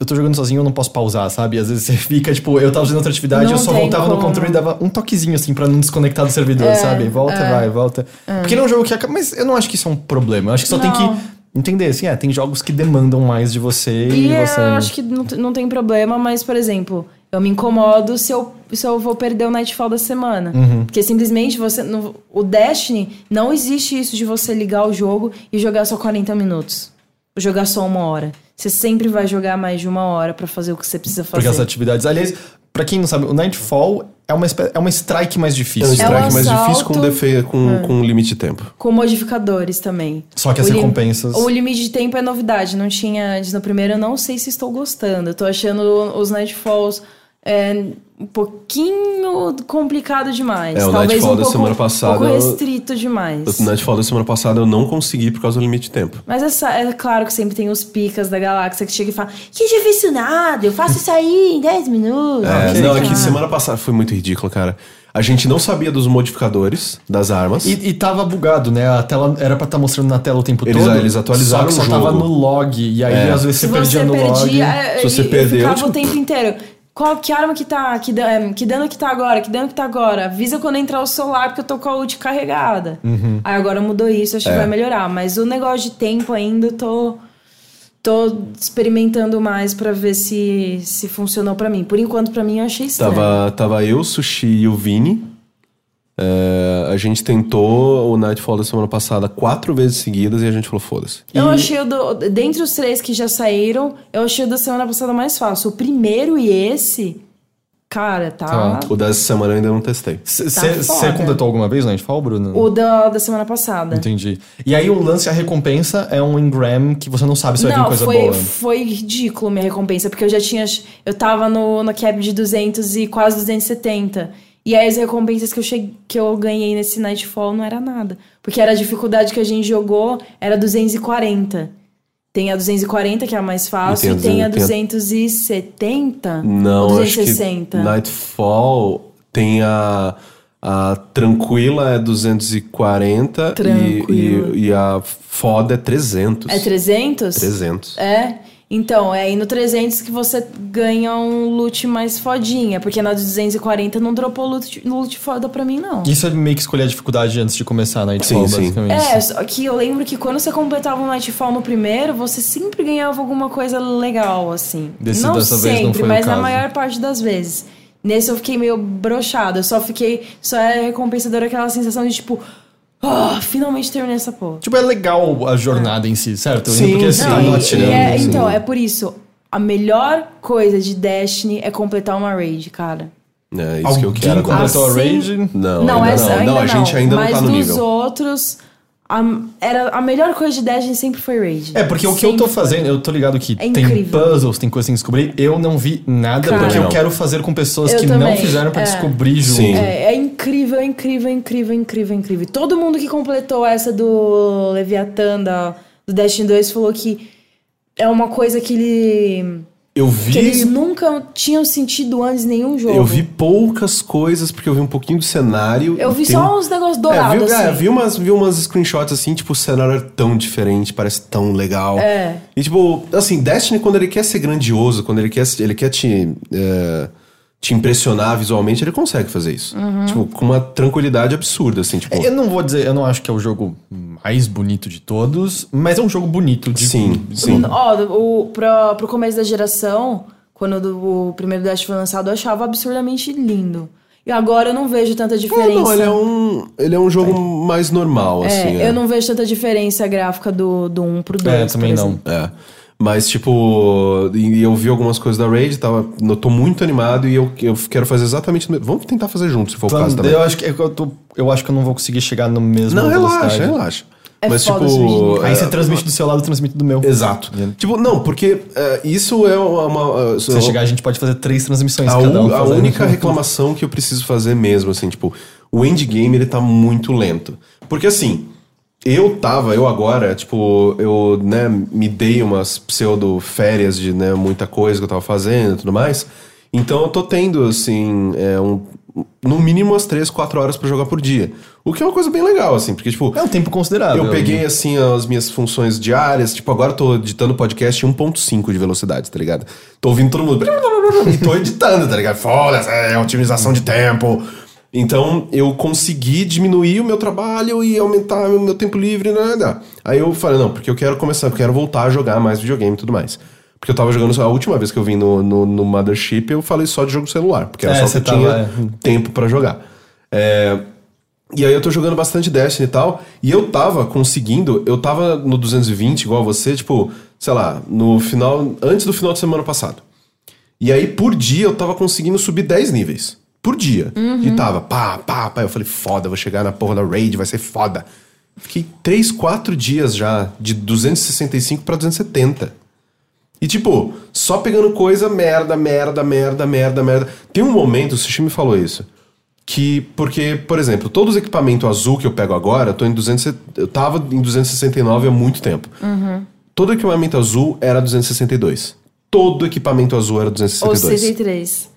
Eu tô jogando sozinho, eu não posso pausar, sabe? Às vezes você fica, tipo, eu tava fazendo outra atividade, Não eu só tem voltava no como. É, controle e dava um toquezinho, assim, pra não desconectar do servidor, sabe? Volta, vai, volta. Porque ele é um jogo que acaba. Mas eu não acho que isso é um problema. Eu acho que só tem Não. que entender, assim, é, tem jogos que demandam mais de você e, E eu você. acho que não, t- não tem problema, mas, por exemplo, Eu me incomodo se eu, se eu vou perder o Nightfall da semana. Porque simplesmente você. no- o Destiny não existe isso de você ligar o jogo e jogar só 40 minutos. Jogar só uma hora. Você sempre vai jogar mais de uma hora pra fazer o que você precisa Porque as fazer. atividades. Aliás, pra quem não sabe, o Nightfall é uma, espé- é uma strike mais É um difícil. strike mais assalto. É. difícil com, defe... com, com um limite de tempo. Com modificadores também. Só que as O lim- recompensas- O limite de tempo é novidade. Não tinha antes no primeiro. Eu não sei se estou gostando. Eu tô achando os Nightfalls é, um pouquinho complicado demais. É, o Talvez Nightfall um da pouco, semana passada- Um pouco restrito demais. O Nightfall da né, semana passada eu não consegui por causa do limite de tempo. Mas essa- é claro que sempre tem os picas da galáxia que chega e fala: Que difícil nada, eu faço isso aí em 10 minutos. É, ok. não, Ah. é que semana passada foi muito ridículo, cara. A gente não sabia dos modificadores das armas. E, e tava bugado, né? A tela era pra estar mostrando na tela o tempo Eles- todo. eles atualizaram só que o só tava jogo. no log. E aí, É. às vezes, Se você perdia você no log. perdia, é- Se você e- e perdeu, ficava tipo- o tempo inteiro. Qual que arma que tá? Que, da- é, que dano que tá agora? Que dano que tá agora? Avisa quando entrar o celular porque eu tô com a ult carregada. Aí agora mudou isso, acho que vai melhorar. Mas o negócio de tempo ainda eu tô. Tô experimentando mais pra ver se, se funcionou pra mim. Por enquanto, pra mim, eu achei estranho. Tava, tava eu, Sushi e o Vini. É, a gente tentou o Nightfall da semana passada quatro vezes seguidas e a gente falou, foda-se. Eu achei o do, dentre os três que já saíram, eu achei o da semana passada mais fácil. O primeiro e esse, cara, tá. Tá. O dessa semana eu ainda não testei. Você foda. completou alguma vez o Nightfall, Bruno? O da, da semana passada. Entendi. E aí, o lance, a recompensa é um engram que você não sabe se vai vir Não, coisa foi, boa. foi ridículo minha recompensa, porque eu já tinha. Eu tava no, no cap de 200 e quase 270. E aí as recompensas que eu, cheguei, que eu ganhei nesse Nightfall não era nada. Porque era a dificuldade que a gente jogou, era 240. Tem a 240, que é a mais fácil, E e tem tem a a duzen- 270 Não, ou acho que 260. Nightfall tem a, a tranquila é 240 e- Tranquila. E, e a foda é 300. É 300? 300. É? Então, é aí no 300 que você ganha um loot mais fodinha. Porque na 240 não dropou loot, loot foda pra mim, não. Isso é meio que escolher a dificuldade antes de começar a Nightfall, Sim, sim. basicamente. É, só que eu lembro que quando você completava o Nightfall no primeiro, você sempre ganhava alguma coisa legal, assim. Desse- não dessa vez sempre, não foi o mas na caso. maior parte das vezes. Nesse eu fiquei meio broxada. Eu só fiquei. Só é recompensadora aquela sensação de tipo. Ah, finalmente terminei essa porra. Tipo, é legal a jornada em si, certo? Sim, Porque assim, não, tá e- atirando, E é- assim. então, é por isso. A melhor coisa de Destiny é completar uma raid, cara. É isso Alguém que eu quero. agora. completou a Assim- raid? Não, não, ainda essa não. ainda Não, a gente ainda não Mas tá no dos nível. outros, a, era, a melhor coisa de Destiny sempre foi raid. É, porque o que eu tô Sempre foi. fazendo, eu tô ligado que É tem incrível. puzzles, tem coisas que descobrir. Eu não vi nada Cara. porque eu Não. quero fazer com pessoas Eu que não também, fizeram pra é. descobrir junto. Sim. É, é incrível, incrível, é incrível, incrível, incrível. Todo mundo que completou essa do Leviathan, da, do Destiny 2, falou que é uma coisa que, ele, Eu que eles vi, nunca tinham sentido antes em nenhum jogo. eu vi poucas coisas, porque eu vi um pouquinho do cenário. Eu e vi tem- só uns negócios É, dourados, vi, é, assim. vi umas, vi umas screenshots assim, tipo, o cenário é tão diferente, parece tão legal. É. E tipo, assim, Destiny, quando ele quer ser grandioso, quando ele quer, ele quer te, é, te impressionar visualmente, ele consegue fazer isso. Uhum. Tipo, com uma tranquilidade absurda, assim, tipo. É, Eu não vou dizer, eu não acho que é o jogo mais bonito de todos, mas é um jogo bonito de Sim, sim. Ó, o, pro, pro começo da geração, quando do- o primeiro Destiny foi lançado, eu achava absurdamente lindo. E agora eu não vejo tanta É, diferença. não, ele é um, ele é um jogo mais normal, É, assim. eu não vejo tanta diferença gráfica do, do 1 pro 2. É, também por não. exemplo. É. Mas, tipo, e eu vi algumas coisas da Raid, tava, eu tô muito animado e eu, eu quero fazer exatamente o mesmo. Vamos tentar fazer junto, se for o Vamos, caso também. eu acho que eu, tô- eu acho que eu não vou conseguir chegar no mesmo Não, velocidade. relaxa, relaxa. É Mas, foda esse tipo. vídeo. Aí é, você transmite do seu lado, eu transmito do meu. Exato. Tipo, não, porque é, isso é uma. uma- Se você chegar, a gente pode fazer três transmissões a, cada um. u- a fazendo- única reclamação que eu preciso fazer mesmo, assim, tipo, o endgame ele tá muito lento. Porque assim, eu tava, eu agora, tipo, eu, né, me dei umas pseudo férias de, né, muita coisa que eu tava fazendo e tudo mais. Então eu tô tendo, assim, é, um, no mínimo umas 3, 4 horas pra jogar por dia. O que é uma coisa bem legal, assim, porque, tipo, É um tempo considerável. eu peguei, assim, as minhas funções diárias. Tipo, agora eu tô editando podcast em 1.5 de velocidade, tá ligado? Tô ouvindo todo mundo. e tô editando, tá ligado? Foda-se, é otimização de tempo. Então, eu consegui diminuir o meu trabalho e aumentar o né, meu tempo livre, nada. Aí eu falei, não, porque eu quero começar, eu quero voltar a jogar mais videogame e tudo mais. Porque eu tava jogando. A última vez que eu vim no, no, no Mothership, eu falei só de jogo celular, porque era É, só que você eu tava, tinha é. tempo pra jogar. É, e aí eu tô jogando bastante Destiny e tal, e eu tava conseguindo, eu tava no 220 igual você, tipo, sei lá, no final, antes do final de semana passado. E aí por dia eu tava conseguindo subir 10 níveis. Por dia. Uhum. E tava pá, pá, pá. Eu falei, foda, vou chegar na porra da raid, vai ser foda. Fiquei 3, 4 dias já, de 265 pra 270. E tipo, só pegando coisa merda, merda, merda, merda, merda. Tem um momento, o Sushi me falou isso. Que, porque, por exemplo, todos os equipamentos azul que eu pego agora, eu, tô em 200, e- eu tava em 269 há muito tempo. Todo equipamento azul era 262. Todo equipamento azul era Ou 262. 63.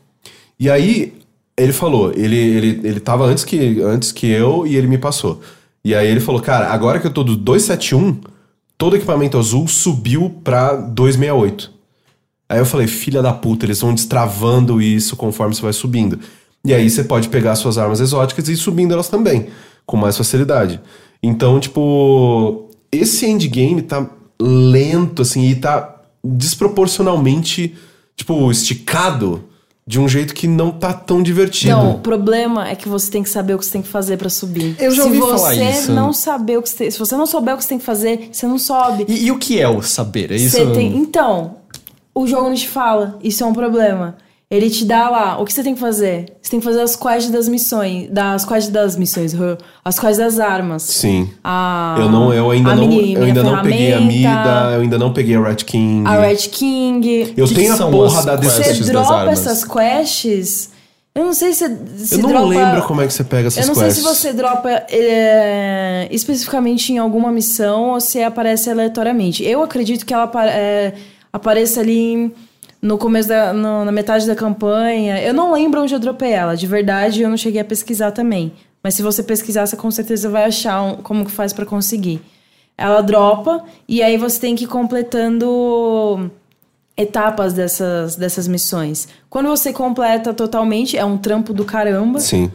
E aí, ele falou, ele, ele, ele tava antes que, antes que eu e ele me passou. E aí ele falou, cara, agora que eu tô do 271, todo equipamento azul subiu pra 268. Aí eu falei, filha da puta, eles vão destravando isso conforme você vai subindo. E aí você pode pegar suas armas exóticas e ir subindo elas também, com mais facilidade. Então, tipo, esse endgame tá lento, assim, e tá desproporcionalmente, tipo, esticado de um jeito que não tá tão divertido. Não, Então, o problema é que você tem que saber o que você tem que fazer pra subir. Eu já se ouvi você falar isso. não saber o que você tem, se você não souber o que você tem que fazer, você não sobe. E, e o que é o saber? É isso? Você tem- Então, o jogo não te fala. Isso é um problema. Ele te dá lá o que você tem que fazer. Você tem que fazer as quais das missões. Das quais das missões. huh? As quais das armas. Sim. A- eu não, eu ainda Ah, a não, mini- eu ainda mini não peguei a ferramenta, Mida, eu ainda não peguei a Rat King. A Red King. Eu Que tenho a são porra as da quests desses Você das dropa armas. essas quests. Eu não sei se. se Eu não dropa- lembro como é que você pega essas Eu não quests. sei se você dropa é, especificamente em alguma missão ou se aparece aleatoriamente. Eu acredito que ela apa- é, apareça ali em- no começo da. no- na metade da campanha. Eu não lembro onde eu dropei ela. De verdade, eu não cheguei a pesquisar também. Mas se você pesquisar, você com certeza vai achar um- como que faz pra conseguir. Ela dropa e aí você tem que ir completando etapas dessas, dessas missões. Quando você completa totalmente, é um trampo do caramba Sim.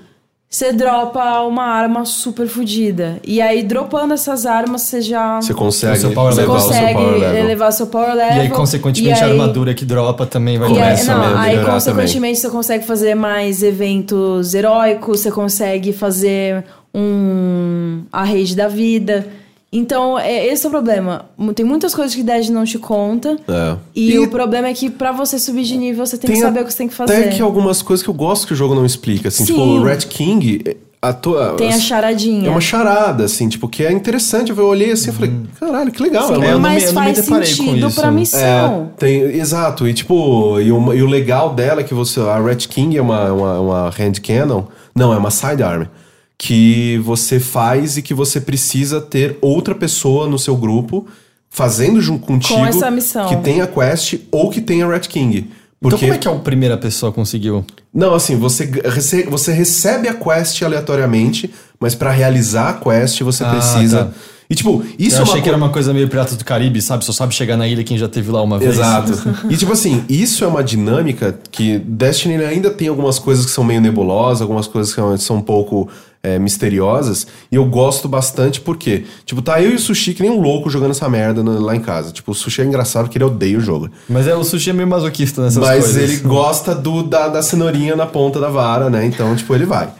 você dropa uma arma super fodida. E aí, dropando essas armas, você já Você consegue O seu power levar level. o seu consegue power level. elevar seu power level. E aí, consequentemente, e a aí- armadura que dropa também vai E aí, começa começar. a não, aí melhorar também. consequentemente, você consegue fazer mais eventos heróicos, você consegue fazer um a rede da vida. Então, é- esse é o problema. Mu- Tem muitas coisas que Dead não te conta. É. E, E- o problema é que pra você subir de nível, você tem, que saber o que você tem que fazer. Até que algumas coisas que eu gosto que o jogo não explica. Assim, Sim. tipo, o Rat King. é, A tua, Tem a charadinha. É uma charada, assim, tipo, que é interessante. Eu olhei assim e falei, Uhum. caralho, que legal. Sim, é uma- mas eu não me faz deparei com sentido isso. pra É, missão. tem, exato, e tipo, e, uma- e o legal dela é que você. A Rat King é uma, uma, uma hand cannon. Não, é uma sidearm. Que você faz e que você precisa ter outra pessoa no seu grupo fazendo junto contigo. essa missão. Que tenha quest ou que tenha Rat King. Porque Então, como é que a primeira pessoa conseguiu? Não, assim, você, g- rece- você recebe a quest aleatoriamente, mas pra realizar a quest você Ah, precisa. tá. E tipo, isso eu é achei uma que co- era uma coisa meio Piratas do Caribe, sabe? Só sabe chegar na ilha quem já teve lá uma vez. Exato. e tipo assim, isso é uma dinâmica que Destiny ele ainda tem algumas coisas que são meio nebulosas, algumas coisas que são- são um pouco é, misteriosas. E eu gosto bastante porque, tipo, tá eu e o Sushi que nem um louco jogando essa merda no- lá em casa. Tipo, o Sushi é engraçado porque ele odeia o jogo. Mas é, o sushi é meio masoquista nessas Mas coisas. ele gosta do, da, da cenourinha na ponta da vara, né? Então, tipo, ele vai.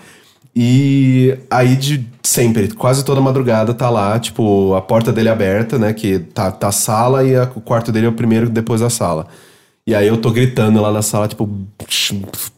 E aí, de sempre, quase toda madrugada, tá lá, tipo, a porta dele aberta, né? Que tá, tá a sala e a- o quarto dele é o primeiro depois da sala. E aí eu tô gritando lá na sala, tipo,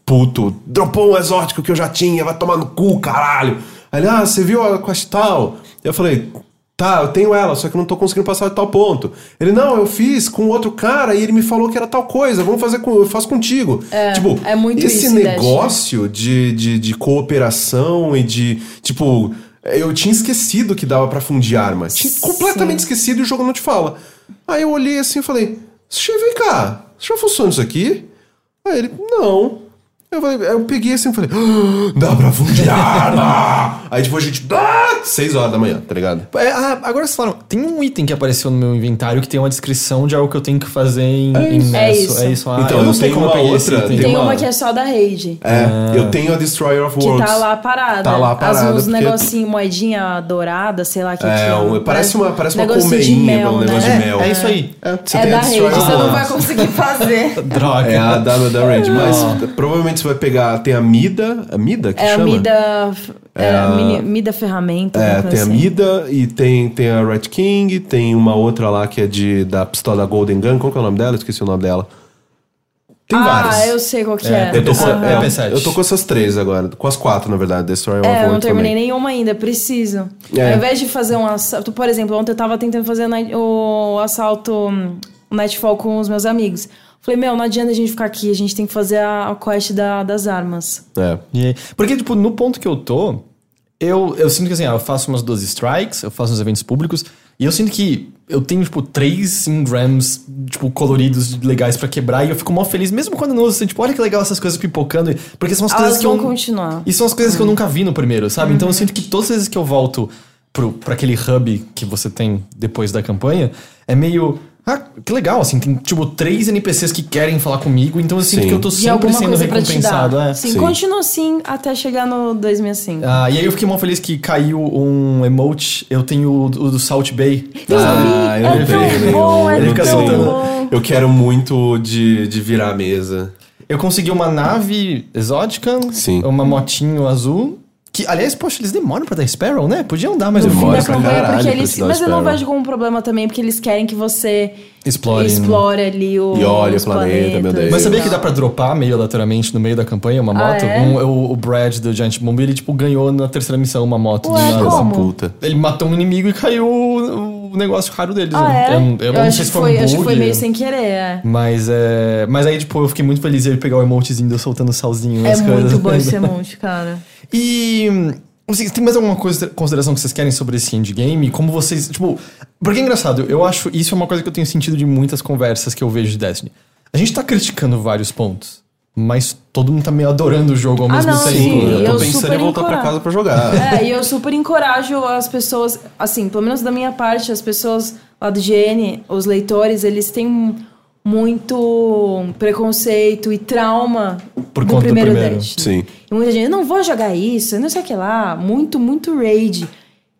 puto, dropou um exótico que eu já tinha, vai tomar no cu, caralho. Aí ele, ah, você viu a quest tal? Eu falei, Tá, eu tenho ela, só que eu não tô conseguindo passar de tal ponto. Ele, não, eu fiz com outro cara e ele me falou que era tal coisa, vamos fazer com. Eu faço contigo. É, tipo, é muito esse isso, negócio de, de, de cooperação e de. Tipo, eu tinha esquecido que dava pra fundir armas. Tinha completamente esquecido e o jogo não te fala. Aí eu olhei assim e falei, "Xê, vem cá, já funciona isso aqui? Aí ele, não. Eu, falei, eu peguei assim e falei, "Ah, dá pra fundir arma! Aí depois a gente, ah, 6 horas da manhã, tá ligado? É, ah, agora vocês falaram, tem um item que apareceu no meu inventário que tem uma descrição de algo que eu tenho que fazer em em isso. Meso. É isso. É isso. Ah, Então, eu não eu sei tenho como eu uma peguei esse outra, item. tem Tem uma- uma que é só da rage. É, eu tenho a Destroyer of Que Worlds. tá lá parada. Tá lá parada. As, uns porque- negocinho, moedinha dourada, sei lá que É, tinha. um- parece uma, parece uma negocinho de colmeinha, mel, um né? negócio É, de mel. é isso aí. É, você É tem a da rede, Destroyer of você não Worlds. vai conseguir fazer. Droga. É a da, da Rage, mas provavelmente você vai pegar. Tem a Mida. A Mida que É a chama? mida, é a mini- mida ferramenta. É, alguma coisa tem a assim. Mida e tem, tem a Red King, tem uma outra lá que é de, da pistola Golden Gun. Qual que é o nome dela? Eu esqueci o nome dela. Tem ah, várias. eu sei qual que é. Eu tô, com, Aham. é, P7. eu tô com essas três agora. Com as quatro, na verdade. Destroyer É, of eu não World terminei também. nenhuma ainda, preciso. É. Ao invés de fazer um assalto. Por exemplo, ontem eu tava tentando fazer night- o assalto hum, o Nightfall com os meus amigos. Falei, meu, não adianta a gente ficar aqui, a gente tem que fazer a a quest da- das armas. É. E aí- Porque, tipo, no ponto que eu tô, eu, eu sinto que assim, ah, eu faço umas 12 strikes, eu faço uns eventos públicos, e eu sinto que eu tenho, tipo, três ingrams, tipo, coloridos legais pra quebrar, e eu fico mó feliz, mesmo quando eu não uso, assim, tipo, olha que legal essas coisas pipocando, e- porque são as Elas coisas que vão eu... continuar. Uhum. E são as coisas que eu nunca vi no primeiro, sabe? Então eu sinto que todas as vezes que eu volto pro, pra aquele hub que você tem depois da campanha, é meio... Ah, que legal, assim, tem, tipo, três NPCs que querem falar comigo, então eu sinto Sim. que eu tô De sempre alguma sendo coisa pra te dar. recompensado. é. sim, Sim. continua assim até chegar no 2005. Ah, e aí eu fiquei mó feliz que caiu um emote. Eu tenho o, do- o do Salt Bay. Ah, eu não é tenho tão nenhum. bom, é Eu não tão tenho nenhum. bom. Eu quero muito de, de virar a mesa. Eu consegui uma nave exótica, Sim. uma motinho azul. Que, aliás, poxa, eles demoram pra dar Sparrow, né? Podiam dar mais um Demora da pra campanha, caralho porque pra eles, te dar mas eu não Sparrow. vejo como problema também, porque eles querem que você Explore, né? explore ali o. E olha os o planeta, meu Deus. planetas Mas e sabia que tal. dá pra dropar meio aleatoriamente no meio da campanha uma moto? é? Um- o, o Brad do Giant Bomb, ele tipo ganhou na terceira missão uma moto Ué, do nada. como? Puta. Ele matou um inimigo e caiu o, o negócio raro deles. Ah, né? é? Eu, não- eu não acho sei que se foi, um bug. acho que foi meio sem querer, é. Mas é. Mas aí, tipo, eu fiquei muito feliz de pegar o emotezinho de eu soltando salzinho É nas coisas. muito bom esse emote, cara. E. assim, tem mais alguma coisa, consideração que vocês querem sobre esse endgame? Como vocês. Tipo. Porque é engraçado, eu acho. Isso é uma coisa que eu tenho sentido de muitas conversas que eu vejo de Destiny. A gente tá criticando vários pontos, mas todo mundo tá meio adorando o jogo ao Ah, mesmo não, tempo. sim, né? Eu tô Eu pensando super em voltar pra encorado. casa pra jogar. É, e eu super encorajo as pessoas, assim, pelo menos da minha parte, as pessoas lá do GN, os leitores, eles têm muito preconceito e trauma Por conta do primeiro, Destiny. sim. E muita gente, não vou jogar isso, não sei o que lá, muito, muito raid.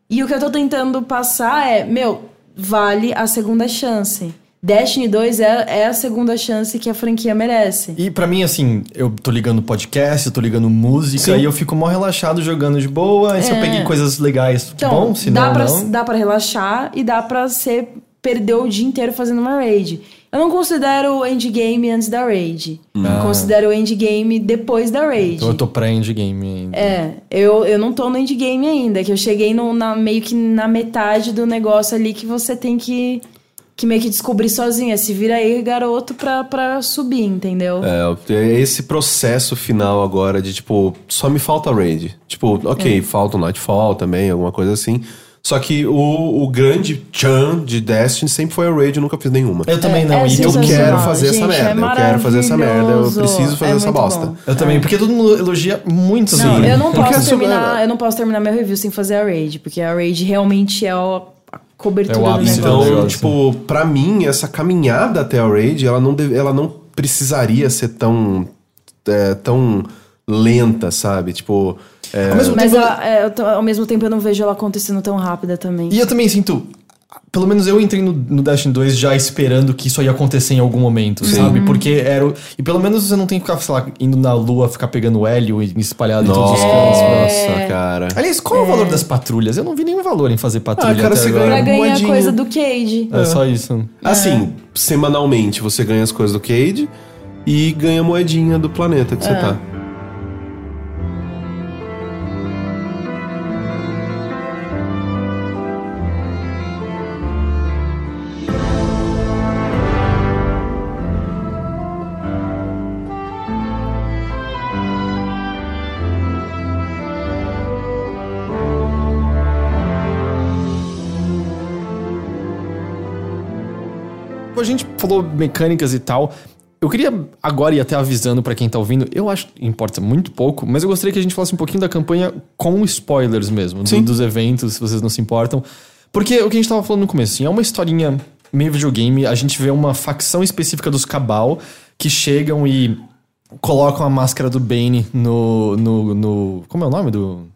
E o que eu tô tentando passar é, meu, vale a segunda chance. Destiny 2 é, é a segunda chance que a franquia merece. E pra mim, assim, eu tô ligando podcast, eu tô ligando música, e eu fico mó relaxado jogando de boa. E se eu peguei coisas legais, que É. Então, bom, se dá, não, pra, não. dá pra relaxar e dá pra você perder o dia inteiro fazendo uma raid. Eu não considero o endgame antes da raid. Ah. Eu considero o endgame depois da raid. Então eu tô pré-endgame ainda. É, eu, eu não tô no endgame ainda, que eu cheguei no, na, meio que na metade do negócio ali que você tem que, que meio que descobrir sozinha. Se vira aí, garoto, pra, pra subir, entendeu? É, é esse processo final agora de tipo, só me falta raid. Tipo, ok, falta o Nightfall também, alguma coisa assim. Só que o, o grande chan de Destiny sempre foi a raid, eu nunca fiz nenhuma. Eu também não, é e eu eu sensacional. quero fazer essa Gente, é merda, eu quero fazer essa merda, eu maravilhoso. preciso fazer É essa muito bosta. bom. Eu também, porque todo mundo elogia muito essa Não, série. eu não Porque posso é terminar, sobre- eu não posso terminar meu review sem fazer a raid, porque a raid realmente é o- a cobertura É o do ápice, negócio. né? Então, Negócio. tipo, pra mim, essa caminhada até a Raid, ela não, deve- ela não precisaria ser tão, é, tão lenta, sabe? Tipo, é, Ao mesmo Mas tempo- ela- é, eu tô- ao mesmo tempo eu não vejo ela acontecendo tão rápida também. E é eu também sinto. Pelo menos eu entrei no, no Destiny 2 já esperando que isso ia acontecer em algum momento, Uhum. sabe? Porque era. o- E pelo menos você não tem que ficar, sei lá, indo na lua, ficar pegando hélio e espalhado em todos os cantos. nossa, cara. Aliás, qual é o valor das patrulhas? Eu não vi nenhum valor em fazer patrulha. Ah, cara, até você agora. pra ganha ganhar moedinha. coisa do É. Cade. É só isso. Assim, semanalmente você ganha as coisas do Cade e ganha a moedinha do planeta que você Ah. tá. A gente falou mecânicas e tal. Eu queria agora e até avisando pra quem tá ouvindo, eu acho que importa muito pouco, mas eu gostaria que a gente falasse um pouquinho da campanha com spoilers mesmo, do- dos eventos, se vocês não se importam. Porque o que a gente tava falando no começo, assim, é uma historinha meio videogame, a gente vê uma facção específica dos Cabal que chegam e colocam a máscara do Bane no. no, no como é o nome do.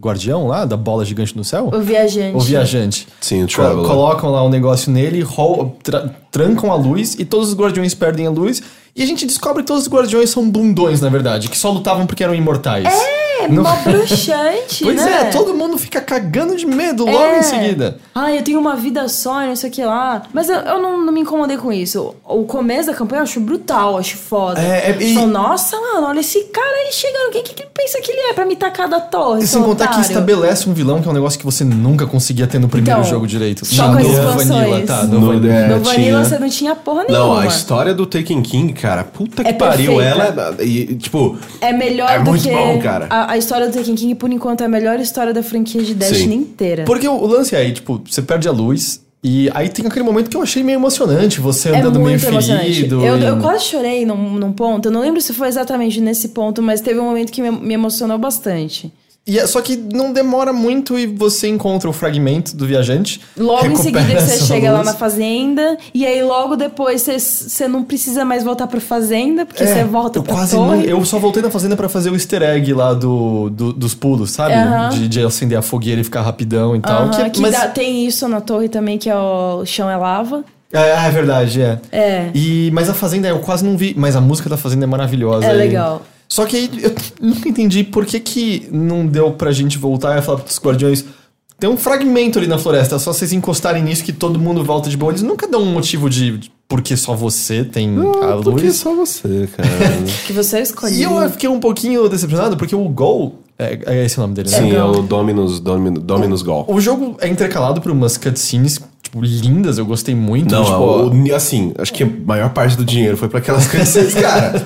Guardião lá, da bola gigante no céu? O viajante. O viajante. Sim, o Co- Traveler. colocam lá um negócio nele, rol- tra- trancam a luz e todos os guardiões perdem a luz. E a gente descobre que todos os guardiões são bundões, na verdade, que só lutavam porque eram imortais. É, É mó bruxante, Pois né? é, todo mundo fica cagando de medo logo É. em seguida. Ah, eu tenho uma vida só e não sei o que lá. Mas eu, eu não, não me incomodei com isso. O o começo da campanha eu acho brutal, acho foda. É, é, e- Tipo, nossa, mano, olha esse cara aí chegando. Quem que, que ele pensa que ele é pra me tacar da torre? E sem seu contar que otário? estabelece um vilão que é um negócio que você nunca conseguia ter no primeiro Então, jogo direito. só Na com as Nova expansões. Vanilla, tá? No- Nova Vanilla. é, No Vanilla tinha- você não tinha porra nenhuma. Não, a história do Taken King, cara, puta que É pariu. perfeita. Ela é. E, tipo. É melhor É do muito que bom, cara. A, a história do Taken King, por enquanto, é a melhor história da franquia de Destiny Sim. inteira. Porque o o lance é aí, tipo, você perde a luz. E aí tem aquele momento que eu achei meio emocionante, você É andando muito meio emocionante. ferido. Eu, e- eu quase chorei num, num ponto. Eu não lembro se foi exatamente nesse ponto, mas teve um momento que me, me emocionou bastante. E é- só que não demora muito e você encontra o fragmento do viajante. Logo em recupera seguida você essa chega lá luz. na fazenda, e aí logo depois você- você não precisa mais voltar pra fazenda, porque você É, volta eu pra quase torre. não- eu só voltei na fazenda pra fazer o easter egg lá do, do- dos pulos, sabe? Aham. De, de acender a fogueira e ficar rapidão e tal. Aham, que- é- que mas- dá- tem isso na torre também, que é o, o chão é lava. é, é verdade, é. É. E, mas a fazenda eu quase não vi, mas a música da fazenda é maravilhosa. É e- legal. Só que aí eu nunca entendi por que, que não deu pra gente voltar e falar pros guardiões. Tem um fragmento ali na floresta, é só vocês encostarem nisso que todo mundo volta de boa. Eles nunca dão um motivo de, de por que só você tem a luz. Porque só você, cara. Que você escolheu. E eu fiquei um pouquinho decepcionado porque o Gol. É, é esse o nome dele, né? Sim, é o Dominus, Dominus, Dominus Gol. O jogo é intercalado por umas cutscenes, tipo, lindas, eu gostei muito. Não, tipo, o- assim, acho que a maior parte do dinheiro foi pra aquelas canções, cara.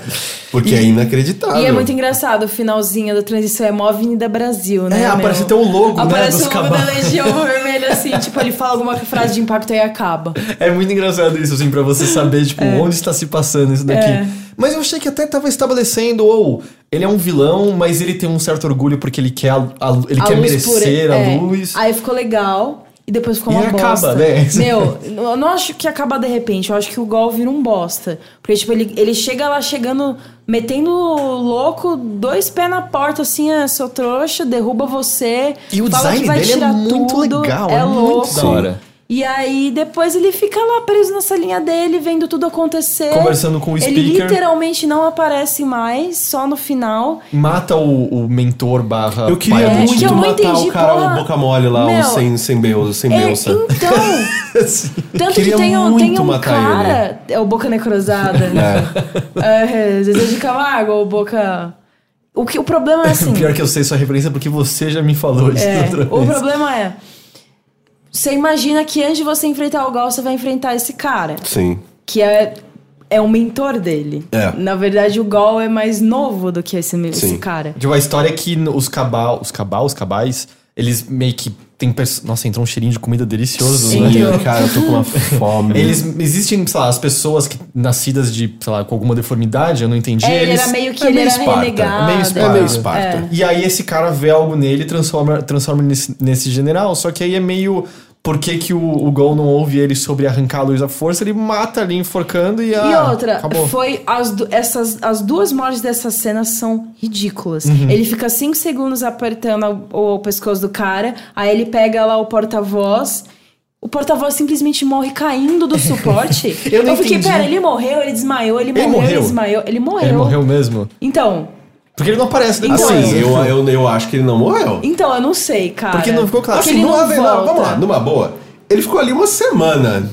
Porque é inacreditável. E é muito engraçado, o finalzinho da transição é mó Avenida Brasil, né? É, meu? aparece até o logo, né, Aparece dos o logo da cavalos. Legião Vermelha, assim, tipo, ele fala alguma frase de impacto e acaba. É muito engraçado isso, assim, pra você saber, tipo, É. onde está se passando isso daqui. Mas eu achei que até tava estabelecendo, ou ele é um vilão, mas ele tem um certo orgulho porque ele quer, a- a- ele A quer luz merecer pura- a é. luz. Aí ficou legal. E depois ficou E uma acaba, bosta. né? Meu, eu não acho que acaba de repente. Eu acho que o Gol vira um bosta. Porque, tipo, ele, ele chega lá chegando, metendo louco, dois pés na porta, assim, é, seu trouxa, derruba você. E o fala design que vai dele é tirar muito tudo, legal, É, é muito louco. da hora. E aí, depois ele fica lá preso na salinha dele, vendo tudo acontecer. Conversando com o Ele speaker. literalmente não aparece mais, só no final. Mata o, o mentor barra Eu queria pai do que muito eu não time. matar entendi, o cara, porra. o boca mole lá, Meu, o sem, sem, beuza, sem É, beuça. então. Assim. Tanto Queria que tem, um- muito tem um matar ele. cara, é o Boca Necrosada. né? É. Zezé de Camargo, o Boca. O, que, o problema é assim. Pior que eu sei sua referência porque você já me falou isso é, outra o vez. problema é. Você imagina que antes de você enfrentar o Gal, você vai enfrentar esse cara. Sim. Que é, é um mentor dele. É. Na verdade, o Gal é mais novo do que esse, esse Sim. cara. Tipo, a história é que no- os cabal, os cabal, os cabais, eles meio que tem pers- Nossa, entrou um cheirinho de comida delicioso, né? Sim, cara, eu tô com uma fome. Eles existem, sei lá, as pessoas que, nascidas de, sei lá, com alguma deformidade, eu não entendi. É, ele eles, era meio que é ele meio era Esparta, renegado. é meio É meio Esparta. Esparta. E aí esse cara vê algo nele e transforma, transforma nesse, nesse general. Só que aí é meio. Por que, que o, o Gol não ouve ele sobre arrancar a luz da força? Ele mata ali, enforcando e. E ah, outra, acabou. foi as, du- essas, as duas mortes dessas cenas são ridículas. Ele fica cinco segundos apertando o, o pescoço do cara, aí ele pega lá o porta-voz. O porta-voz simplesmente morre caindo do suporte. Eu não fiquei, entendi. pera, ele morreu, ele desmaiou, ele, morreu, morreu. ele desmaiou. Ele morreu. Ele morreu mesmo. Então, Porque ele não aparece depois. Então, Assim, eu, eu, eu acho que ele não morreu. então, eu não sei, cara. Porque não ficou claro. Porque Assim, Então, ele não, numa, volta. não, vamos lá, numa boa. Ele ficou ali uma semana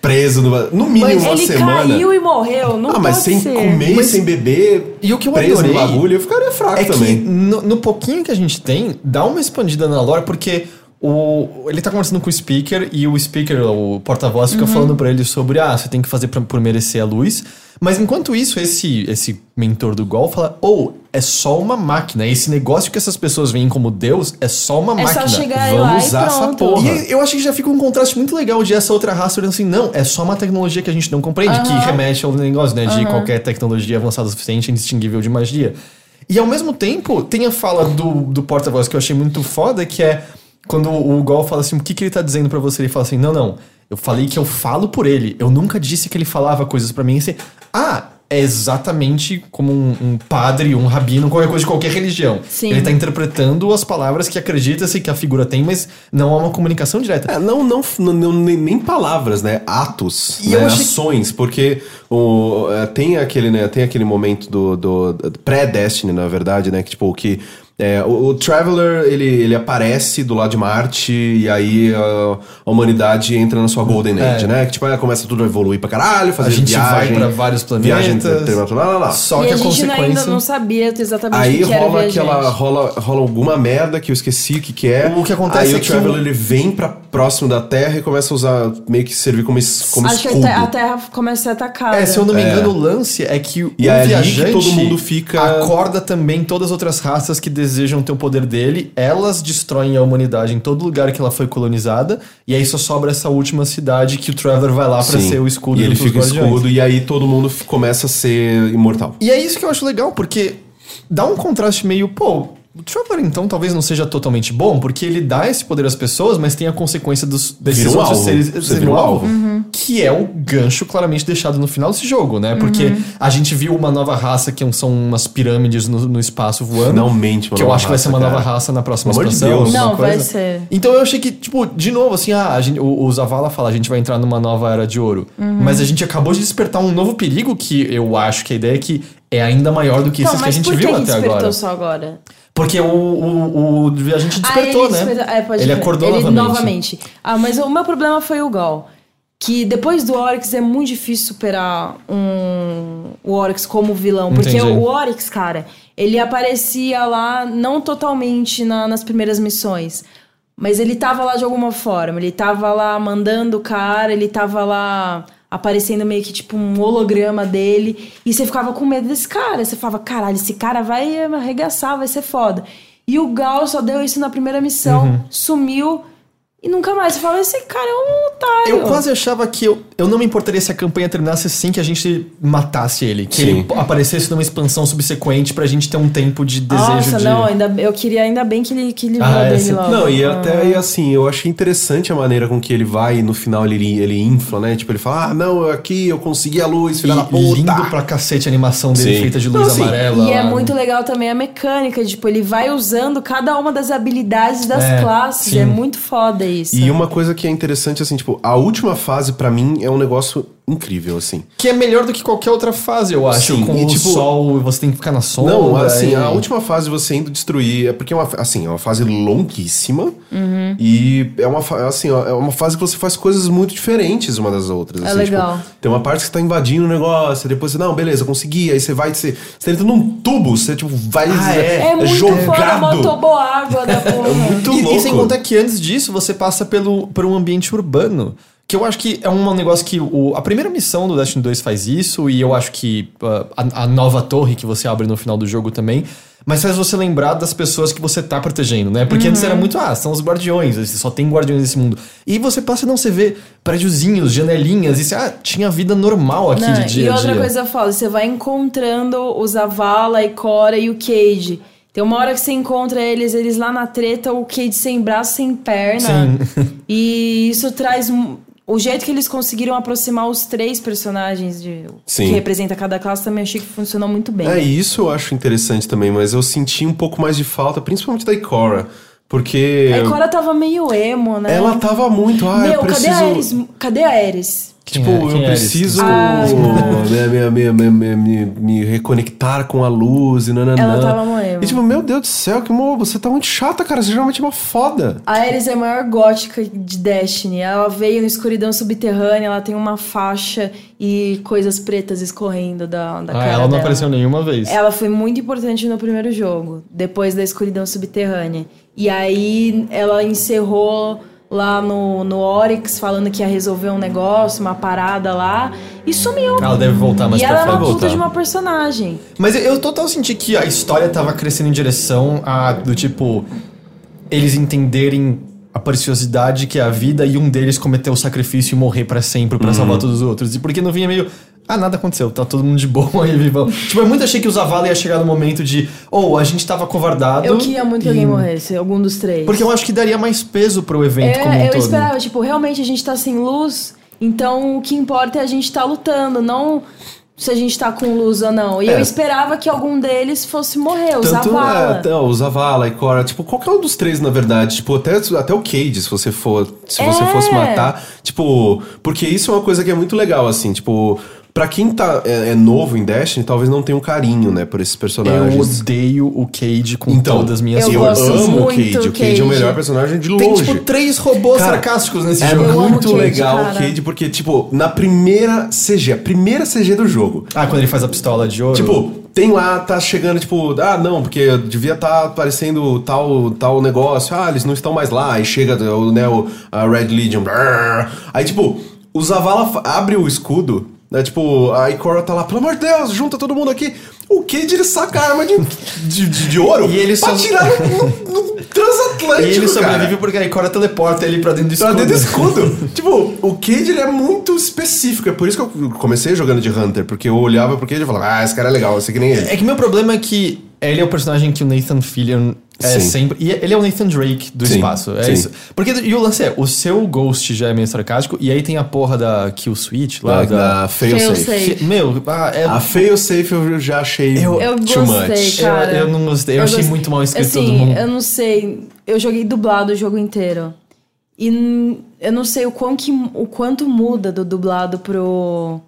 preso, numa, no mínimo Mas uma ele semana. caiu e morreu, não ah, mas pode sem ser. comer, sem beber, E o que eu preso adorei no bagulho, eu ficaria fraco É que também. no, no pouquinho que a gente tem, dá uma expandida na lore, porque O, ele tá conversando com o speaker e o speaker, o porta-voz, Uhum. fica falando pra ele sobre ah, você tem que fazer pra, por merecer a luz. Mas enquanto isso, esse, esse mentor do Gol fala: ou é só uma máquina. Esse negócio que essas pessoas veem como Deus é só uma É máquina. só chegar Vamos lá e usar essa pronto. porra. E eu acho que já fica um contraste muito legal de essa outra raça olhando assim, não, é só uma tecnologia que a gente não compreende, que remete ao negócio, né? De qualquer tecnologia avançada o suficiente, indistinguível de magia. E ao mesmo tempo, tem a fala do, do porta-voz que eu achei muito foda, que é quando o Gol fala assim, o que, que ele tá dizendo pra você? Ele fala assim, não, não, eu falei que eu falo por ele, eu nunca disse que ele falava coisas pra mim. E você, ah, é exatamente como um, um padre, um rabino, qualquer coisa de qualquer religião. Sim. Ele tá interpretando as palavras que acredita-se que a figura tem, mas não há uma comunicação direta. É, não, não, não, não- nem, nem palavras, né? Atos, E né? eu achei- ações, porque o, é, tem aquele, né? Tem aquele momento do, do, do pré-Destiny, na verdade, né? Que tipo que é, o, o Traveler ele, ele aparece do lado de Marte e aí a, a humanidade entra na sua Golden Age, né? Que tipo aí começa tudo a evoluir pra caralho, fazer A gente viagem, vai pra vários viagem planetas. interplanetar, lá, lá, lá. Só e que a a, gente não- ainda consequência. não sabia exatamente Aí o que era rola viajante. aquela. Rola, rola alguma merda que eu esqueci o que, que é. O que acontece aí é o que Traveler o- ele vem pra próximo da Terra e começa a usar. meio que servir como, es, como Acho que a escudo. te- a Terra começa a ser atacada. É, se eu não me engano, o lance é que o E é ali que viajante todo mundo fica- acorda também todas as outras raças que desejam ter o poder dele, elas destroem a humanidade em todo lugar que ela foi colonizada, e aí só sobra essa última cidade que o Trevor vai lá pra Sim. ser o escudo E ele dos fica Guardiões. escudo e aí todo mundo f- começa a ser imortal. E é isso que eu acho legal, porque dá um contraste meio, pô, o Trevor então talvez não seja totalmente bom, porque ele dá esse poder às pessoas, mas tem a consequência dos, desses Vira um outros alvo. seres. Você serem vira um um alvo. Uhum. Que é o gancho claramente deixado no final desse jogo, né? Porque Uhum. a gente viu uma nova raça que são umas pirâmides no, no espaço voando. Finalmente uma Que eu nova acho que vai ser uma raça, nova cara. raça na próxima Pelo amor de expansão. Deus. alguma Não, vai coisa. ser. Então eu achei que, tipo, de novo, assim, ah, a gente, o, o Zavala fala, a gente vai entrar numa nova era de ouro. Uhum. Mas a gente acabou de despertar um novo perigo que eu acho que a ideia é que é ainda maior do que Então, esses que a mas gente por que viu que até despertou agora. só agora? Porque o, o, o- a gente despertou, Ah, ele né? despertou- é, pode ele crer. acordou ele novamente. Ah, mas o meu problema foi o Gol. Que depois do Oryx é muito difícil superar um, o Oryx como vilão. Porque Entendi. o Oryx, cara, ele aparecia lá não totalmente na- nas primeiras missões. Mas ele tava lá de alguma forma. Ele tava lá mandando o cara, ele tava lá aparecendo meio que tipo um holograma dele. E você ficava com medo desse cara. Você falava, caralho, esse cara vai arregaçar, vai ser foda. E o Gal só deu isso na primeira missão, Uhum. sumiu e nunca mais. Você fala, esse cara é um otário. Eu quase achava que eu, eu não me importaria se a campanha terminasse sem que a gente matasse ele. Que Sim. ele aparecesse numa expansão subsequente pra gente ter um tempo de desejo Nossa, de... não, ainda, eu queria ainda bem que ele que livrou Ah, dele essa- logo. Não, e até aí, assim, eu achei interessante a maneira com que ele vai e no final ele, ele infla, né? Tipo, ele fala, ah, não, aqui eu consegui a luz, filha da E puta. lindo pra cacete a animação dele Sim. feita de Não, luz assim, amarela. E é lá, né? muito legal também a mecânica, tipo, ele vai usando cada uma das habilidades das É, classes. sim. um É muito foda isso. E uma coisa que é interessante, assim, tipo, a última fase pra mim é um negócio incrível, assim. Que é melhor do que qualquer outra fase, eu acho. Sim, com e o tipo- sol, você tem que ficar na sombra. Não, assim, e- a última fase você indo destruir é porque é uma, fa- assim, é uma fase longuíssima Uhum. e é uma fa- assim, ó, é uma fase que você faz coisas muito diferentes uma das outras. É assim, tipo, legal. tem uma parte que você tá invadindo o negócio, depois você, não, beleza, consegui, aí você vai, você, você entra num tubo, você tipo vai Ah, é. é muito foda, jogado. motobo água da porra. é muito e, louco. e sem contar que antes disso você passa pelo, por um ambiente urbano. Que eu acho que é um negócio que o, a primeira missão do Destiny 2 faz isso, e eu acho que ah, a, a nova torre que você abre no final do jogo também. Mas faz você lembrar das pessoas que você tá protegendo, né? Porque Uhum. antes era muito, ah, são os guardiões, assim, só tem guardiões nesse mundo. E você passa, não, você vê prédiozinhos, janelinhas, e você, ah, tinha vida normal aqui Não, de dia e a outra dia. coisa foda, você vai encontrando o Zavala, e Cora e o Cage. Tem uma hora que você encontra eles, eles lá na treta, o Cage sem braço, sem perna. E isso traz um- o jeito que eles conseguiram aproximar os três personagens de Sim. que representa cada classe também achei que funcionou muito bem. É, isso eu acho interessante também, mas eu senti um pouco mais de falta, principalmente da Ikora, porque A Cora É tava meio emo, né? É. ela tava muito, ah, Meu, eu preciso cadê a Ares? Cadê a Ares? Quem tipo, é- Ah, quem eu era preciso esse? né, me, me- me- me- me- me reconectar com a luz e nananã. Ela tava moema. E tipo, meu Deus do céu, que mo, você tá muito chata, cara. Você geralmente é uma foda. A Ares é a maior gótica de Destiny. Ela veio na escuridão subterrânea, ela tem uma faixa e coisas pretas escorrendo da, da Ah, cara ela não dela. apareceu nenhuma vez. Ela foi muito importante no primeiro jogo, depois da escuridão subterrânea. E aí ela encerrou lá no, no Oryx, falando que ia resolver um negócio, uma parada lá, e sumiu. Ela deve voltar mais e pra ela era uma frente. puta de Voltar. uma personagem. Mas eu- eu total senti que a história tava crescendo em direção a do tipo eles entenderem a preciosidade que é a vida e um deles cometer o sacrifício e morrer pra sempre pra salvar todos os outros. E porque no fim é meio ah, nada aconteceu, tá todo mundo de boa aí, vivão. tipo, eu muito achei que o Zavala ia chegar no momento de, ou a gente tava covardado. Eu queria muito e- que alguém morresse, algum dos três. Porque eu acho que daria mais peso pro evento É, como um eu todo. esperava, tipo, realmente a gente tá sem luz, então o que importa é a gente tá lutando, não se a gente tá com luz ou não. E É. eu esperava que algum deles fosse morrer, o Zavala. É, não, o Zavala e Cora, tipo, qualquer um dos três, na verdade. Tipo, até, até o Cade, se você for. Se você É. fosse matar. Tipo, porque isso é uma coisa que é muito legal, assim, tipo. Pra quem tá, é, é novo em Destiny, talvez não tenha um carinho, né, por esses personagens. Então, Eu odeio o Cade com todas as minhas eu eu gosto amo o muito Cade. O Cade é o Cade. melhor personagem de Tem, longe. tipo, três robôs Cara, sarcásticos nesse é jogo. Eu amo muito o Cade, legal o cara. Cade, porque, tipo, na primeira CG, a primeira CG do jogo, Ah, quando ele faz a pistola de ouro. Tipo, tem lá, tá chegando, tipo, ah, não, porque devia tá aparecendo tal, tal negócio, ah, eles não estão mais lá, aí chega o, né, o, a Red Legion, brrr. aí, tipo, o Zavala fa- abre o escudo, né, tipo, a Ikora tá lá, pelo amor de Deus, junta todo mundo aqui, o Cade, ele saca a arma de, de, de, de ouro E ele pra só- tirar no, no- no transatlântico, E ele sobrevive cara. porque a Ikora teleporta ele tipo, pra dentro do Tá escudo. dentro do escudo. tipo, o Cade ele é muito específico. É por isso que eu comecei jogando de Hunter, porque eu olhava pro Cade e falava, ah, esse cara é legal, esse que nem ele. É que meu problema é que ele é o personagem que o Nathan Fillion é Sim. sempre. E ele é o Nathan Drake do Sim, espaço. É sim. isso. Porque, e o lance é, o seu Ghost já é meio sarcástico, e aí tem a porra da Kill Switch lá. da, Failsafe. Failsafe. Que- meu, ah, é. A Failsafe eu já achei Eu too gostei, much. cara. Eu- eu não gostei, eu achei gost- muito mal escrito assim, todo mundo. Eu não sei. Eu joguei dublado o jogo inteiro. E n- eu não sei o, quão que, o quanto muda do dublado pro.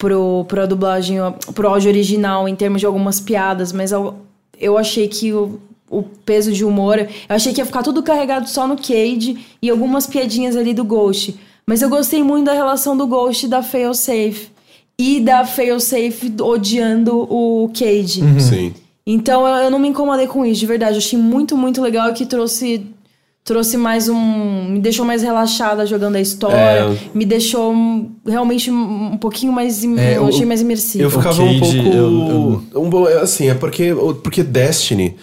Pro, pra dublagem, ó, pro áudio original, em termos de algumas piadas, mas eu, eu achei que o, o peso de humor. Eu achei que ia ficar tudo carregado só no Cade e algumas piadinhas ali do Ghost. Mas eu gostei muito da relação do Ghost e da Failsafe. E da Failsafe odiando o Cade. Sim. Então eu, eu não me incomodei com isso, de verdade. Eu achei muito, muito legal que trouxe trouxe mais um, me deixou mais relaxada jogando a história, É. me deixou hum, realmente um, um pouquinho mais, im- É, eu o- achei mais imersivo. Eu ficava um pouco. Cade, eu- um bo- assim, é porque, porque Destiny,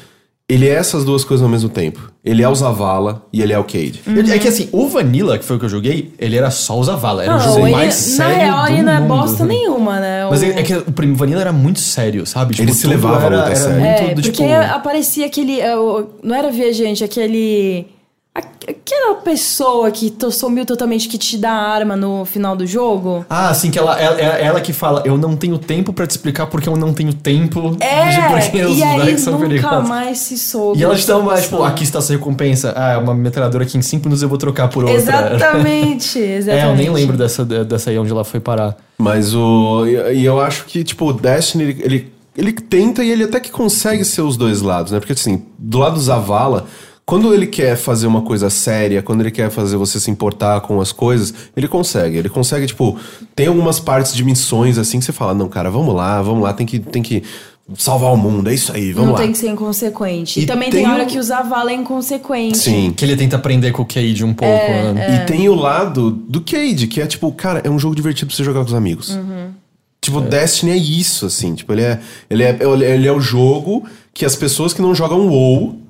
ele é essas duas coisas ao mesmo tempo. Ele é o Zavala e ele é o Cade. Eu- É que assim, o Vanilla, que foi o que eu joguei, ele era só o Zavala. Era o Uhum. Não, jogo ele- mais na sério. real do ele não é mundo. bosta nenhuma, né? Mas O- é, é que o Primo Vanilla era muito sério, sabe? Tipo, Ele se tudo levava era, muito a era sério. muito É, do, porque tipo, aparecia aquele. é, o- Não era viajante, aquele. aqu- Aquela pessoa que to- sumiu totalmente que te dá a arma no final do jogo. Ah, assim, que ela, ela, ela- ela que fala, eu não tenho tempo pra te explicar porque eu não tenho tempo de É, porque os e aí moleques são nunca perigosos. mais se soube. E ela te dá uma, tipo, aqui está essa recompensa. Ah, é uma metralhadora que em 5 minutos eu vou trocar por outra. Exatamente, exatamente. É, eu nem lembro dessa, dessa aí onde ela foi parar. Mas o. E e eu acho que, tipo, o Destiny, ele, ele, ele tenta e ele até que consegue ser os dois lados, né? Porque, assim, do lado do Zavala, quando ele quer fazer uma coisa séria, quando ele quer fazer você se importar com as coisas, ele consegue. Ele consegue, tipo, tem algumas partes de missões assim que você fala, não, cara, vamos lá, vamos lá, tem que, tem que salvar o mundo, é isso aí, vamos Não lá. tem que ser inconsequente. E, E também tem, tem hora um- que usar vala é inconsequente. Sim. Que ele tenta aprender com o Cade um pouco, É, né? E tem o lado do Cade, que é tipo, cara, é um jogo divertido pra você jogar com os amigos. Uhum. Tipo, Destiny é isso, assim. Tipo, ele é, ele é, ele é o jogo que as pessoas que não jogam WoW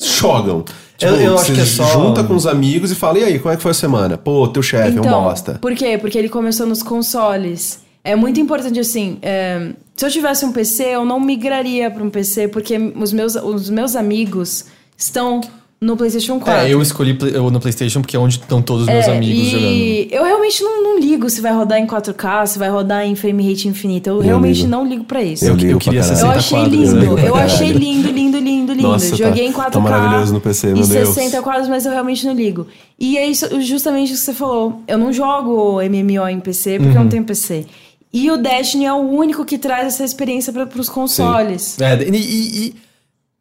jogam. Tipo, Eu- eu acho você que é só- junta com os amigos e fala, e aí, como é que foi a semana? Pô, teu chefe Então, é um bosta. Então, Por quê? Porque ele começou nos consoles. É muito importante, assim. é, se eu tivesse um PC, eu não migraria para um PC, porque os meus, os meus amigos estão no PlayStation 4. É, eu escolhi pla- eu no PlayStation porque é onde estão todos os meus É, amigos jogando. e eu realmente não, não ligo se vai rodar em 4K, se vai rodar em frame rate infinita. Eu, realmente ligo. não ligo pra isso. Eu ligo queria assim pra caralho. Eu 60 achei quadros, lindo, né? eu achei lindo, lindo, lindo, lindo. Nossa, tá- Joguei em tá 4K. maravilhoso no PC, meu e Deus. 60 quadros, mas eu realmente não ligo. E é isso, justamente o que você falou. Eu não jogo MMO em PC porque eu Uhum. não tenho PC. E o Destiny é o único que traz essa experiência para os consoles. É, e, e- e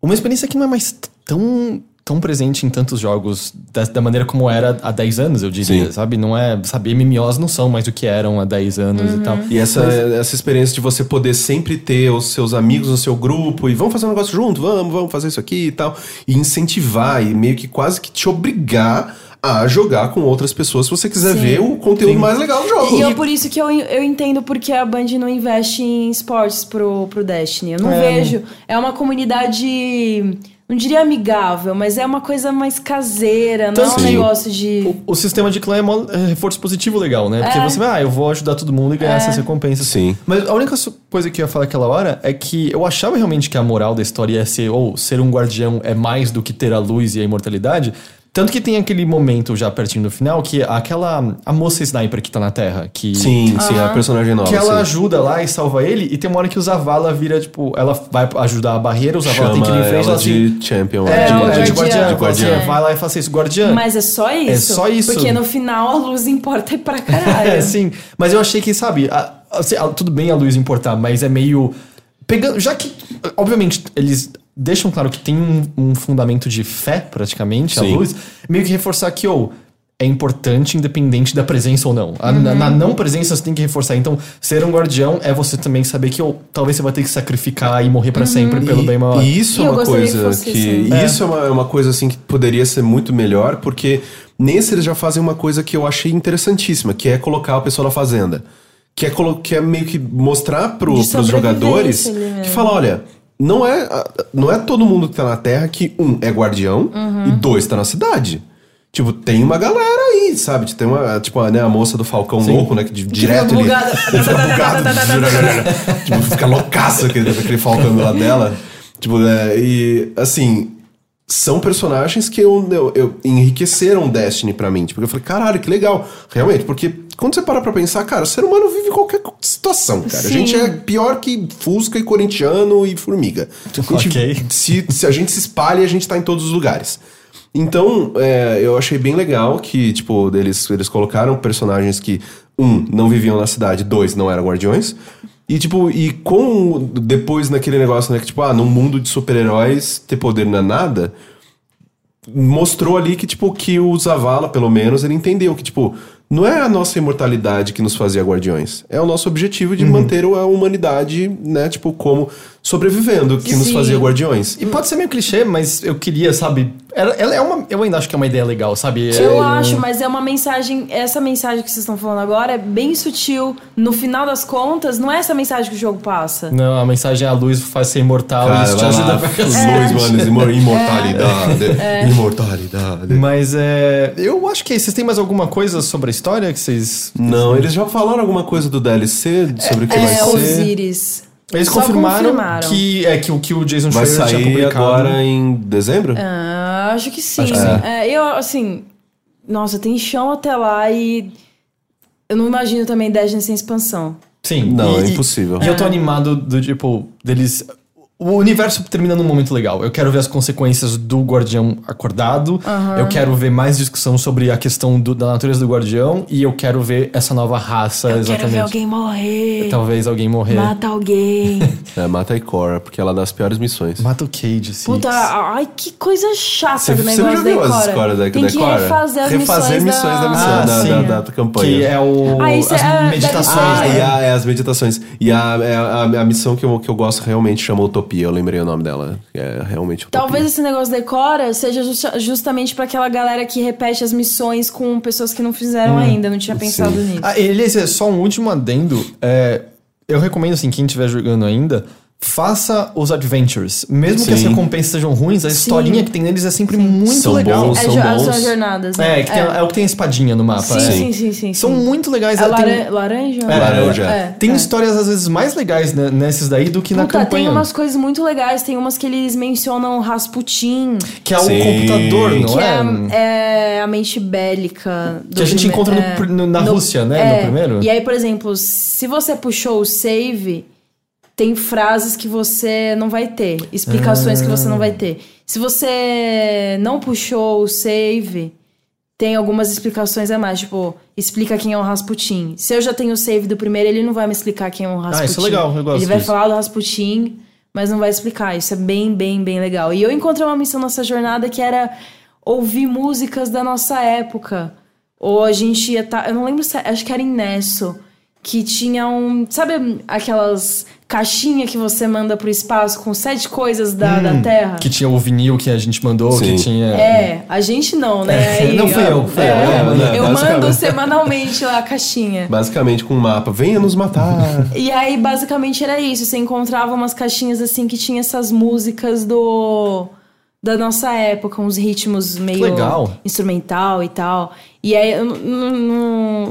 uma experiência que não é mais t- tão, tão presente em tantos jogos da, da maneira como era há 10 anos, eu diria, Sim. sabe? Não é, sabe, MMOs não são mais o que eram há 10 anos e tal. E essa, essa experiência de você poder sempre ter os seus amigos no seu grupo e vamos fazer um negócio junto, vamos, vamos fazer isso aqui e tal. E incentivar e meio que quase que te obrigar a jogar com outras pessoas se você quiser ver o conteúdo mais legal do jogo. E eu, por isso que eu, eu entendo porque a Band não investe em esportes pro, pro Destiny. Eu não vejo. É uma comunidade. Não diria amigável, mas é uma coisa mais caseira, Então, não é Tanto um que assim, negócio de. O, o sistema de clã é, mó- é reforço positivo legal, né? Porque você vai, ah, eu vou ajudar todo mundo e ganhar essas recompensas. Sim. Mas a única su- coisa que eu ia falar aquela hora é que eu achava realmente que a moral da história ia ser, ou ser um guardião é mais do que ter a luz e a imortalidade. Tanto que tem aquele momento já pertinho do final que é aquela. A moça sniper que tá na Terra, que. Sim, sim, é a personagem nova. Que ela sim. ajuda lá e salva ele, e tem uma hora que o Zavala vira, tipo, ela vai ajudar a barreira, o Zavala tem que ir Chama em frente, ela ela assim, de champion. é, ela de, de, de guardiã. guardiã. de guardiã. Fala assim, vai lá e faça isso, guardiã. Mas é só isso. só isso. Porque no final a luz importa pra caralho. É, sim. Mas eu achei que, sabe, a- assim, a- tudo bem a luz importar, mas é meio. Pegando. Já que. Obviamente, eles deixam claro que tem um, um fundamento de fé, praticamente, Sim. a luz, meio que reforçar que, ou. é importante, independente da presença ou não. A- na, na não presença você tem que reforçar. Então, ser um guardião é você também saber que ou, talvez você vai ter que sacrificar e morrer pra sempre pelo Uhum. E- bem maior. E isso E é eu uma gostaria que coisa fosse que. isso, né? e isso é uma, é uma coisa assim que poderia ser muito melhor, porque nesse eles já fazem uma coisa que eu achei interessantíssima, que é colocar a pessoa na fazenda. Que é, colo- que é meio que mostrar pro, De pros jogadores sobrevivência ali que mesmo. fala, olha. Não é, a- não é todo mundo que tá na Terra que, um, é guardião Uhum. e dois, tá na cidade. Tipo, tem uma galera aí, sabe? Tem uma, tipo, né, a moça do Falcão Louco, né? Que de- direto ele- bugada. ele fica bugado. tipo, fica loucaço aquele, aquele Falcão lá dela. Tipo, né? E, assim, são personagens que eu, eu, eu- enriqueceram Destiny pra mim. Tipo, eu falei, caralho, que legal. Realmente, porque quando você para pra pensar, cara, o ser humano vive qualquer situação, cara. A Sim. gente é pior que Fusca e corintiano e formiga. A gente, Ok. se, se a gente se espalha, a gente tá em todos os lugares. Então, é, eu achei bem legal que, tipo, eles, eles colocaram personagens que, um, não viviam na cidade, dois, não eram guardiões. E, tipo, e com. Depois naquele negócio, né? Que, tipo, ah, num mundo de super-heróis, ter poder não é nada mostrou ali que, tipo, que o Zavala, pelo menos, ele entendeu que, tipo, não é a nossa imortalidade que nos fazia guardiões. É o nosso objetivo de Uhum. manter a humanidade, né, tipo, como sobrevivendo que nos Sim. fazia guardiões. E pode ser meio clichê, mas eu queria, sabe? Ela, ela é uma, eu ainda acho que é uma ideia legal, sabe? Eu É, acho, mas é uma mensagem. Essa mensagem que vocês estão falando agora é bem sutil. No final das contas, não é essa mensagem que o jogo passa. Não, a mensagem é a luz faz ser imortal, isso te ajuda pra luz, mano, imor- imortalidade, É. imortalidade. Mas é. Eu acho que é isso. Vocês têm mais alguma coisa sobre a história que vocês. Não, eles já falaram alguma coisa do DLC, sobre o que vai É ser. Osiris. Eles Só confirmaram, confirmaram. que é que o que o Jason Vai Schreier tinha sair publicado. né? agora em dezembro? Ah, acho que sim. Acho que sim. É, eu, assim, nossa, tem chão até lá e. Eu não imagino também Destiny sem expansão. Sim. Não, e- é e- impossível. E eu tô animado do tipo, deles. O universo termina num momento legal. Eu quero ver as consequências do Guardião acordado. Eu quero ver mais discussão sobre a questão do- da natureza do Guardião. E eu quero ver essa nova raça, exatamente. Quero ver alguém morrer. Talvez alguém morrer. Mata alguém. É, mata a Ikora, porque ela dá as piores missões. Mata o Cage, sim. Puta, ai, que coisa chata Você do você negócio já viu da as Ikora. escoras da, Tem da que Ikora? refazer as Refazer missões, missões da, missão, Ah, é da, sim. da, da- da campanha. Que é o. Ah, isso as é- deve meditações. ser- Ah, né? e a- é, as meditações. E a, é, a, a missão que eu, que eu gosto realmente chama Utopia. Eu lembrei o nome dela. É realmente Utopia. Talvez esse negócio da Ikora seja justa- justamente pra aquela galera que repete as missões com pessoas que não fizeram ainda. Eu Não tinha pensado nisso. Ah, e, aliás, é só um último adendo. é, eu recomendo, assim, quem estiver jogando ainda, faça os adventures. Mesmo que as Sim. recompensas sejam ruins, a historinha que tem neles é sempre muito São legal. bons, é, são jo- as bons. suas jornadas. né? É, que tem- é o que tem a espadinha no mapa. Sim, é. sim, sim, sim, sim. São muito legais. É tem- laran- laranja? É, Laranja. É, Tem é. histórias, às vezes, mais legais né, nesses daí do que na Puta, campanha. tem umas coisas muito legais. Tem umas que eles mencionam Rasputin, Que é o Sim. computador, não que é? é, é a mente bélica. do Que a gente prime- encontra no é. pr- no- na Rússia, né, no né? primeiro? E aí, por exemplo, se você puxou o save, tem frases que você não vai ter, explicações que você não Ah. vai ter. Se você não puxou o save, tem algumas explicações a mais, tipo, explica quem é o Rasputin. Se eu já tenho o save do primeiro, ele não vai me explicar quem é o Rasputin. isso é legal, eu gosto Ele vai disso. falar do Rasputin, mas não vai explicar. Isso é bem, bem, bem legal. E eu encontrei uma missão nessa jornada que era ouvir músicas da nossa época. Ou a gente ia estar. eu não lembro se. Acho que era em Nesso. Que tinha um. Sabe aquelas caixinha que você manda pro espaço com sete coisas da, da Terra? Hum, Que tinha o vinil que a gente mandou, Sim. que tinha. É, a gente não, né? É, Aí, não fui ó, eu, fui eu, é, é, né, eu mando basicamente. semanalmente lá a caixinha. Basicamente com um mapa. Venha nos matar. E aí, basicamente, era isso. Você encontrava umas caixinhas assim que tinha essas músicas do. Da nossa época, uns ritmos meio legal. instrumental e tal. E aí, eu n-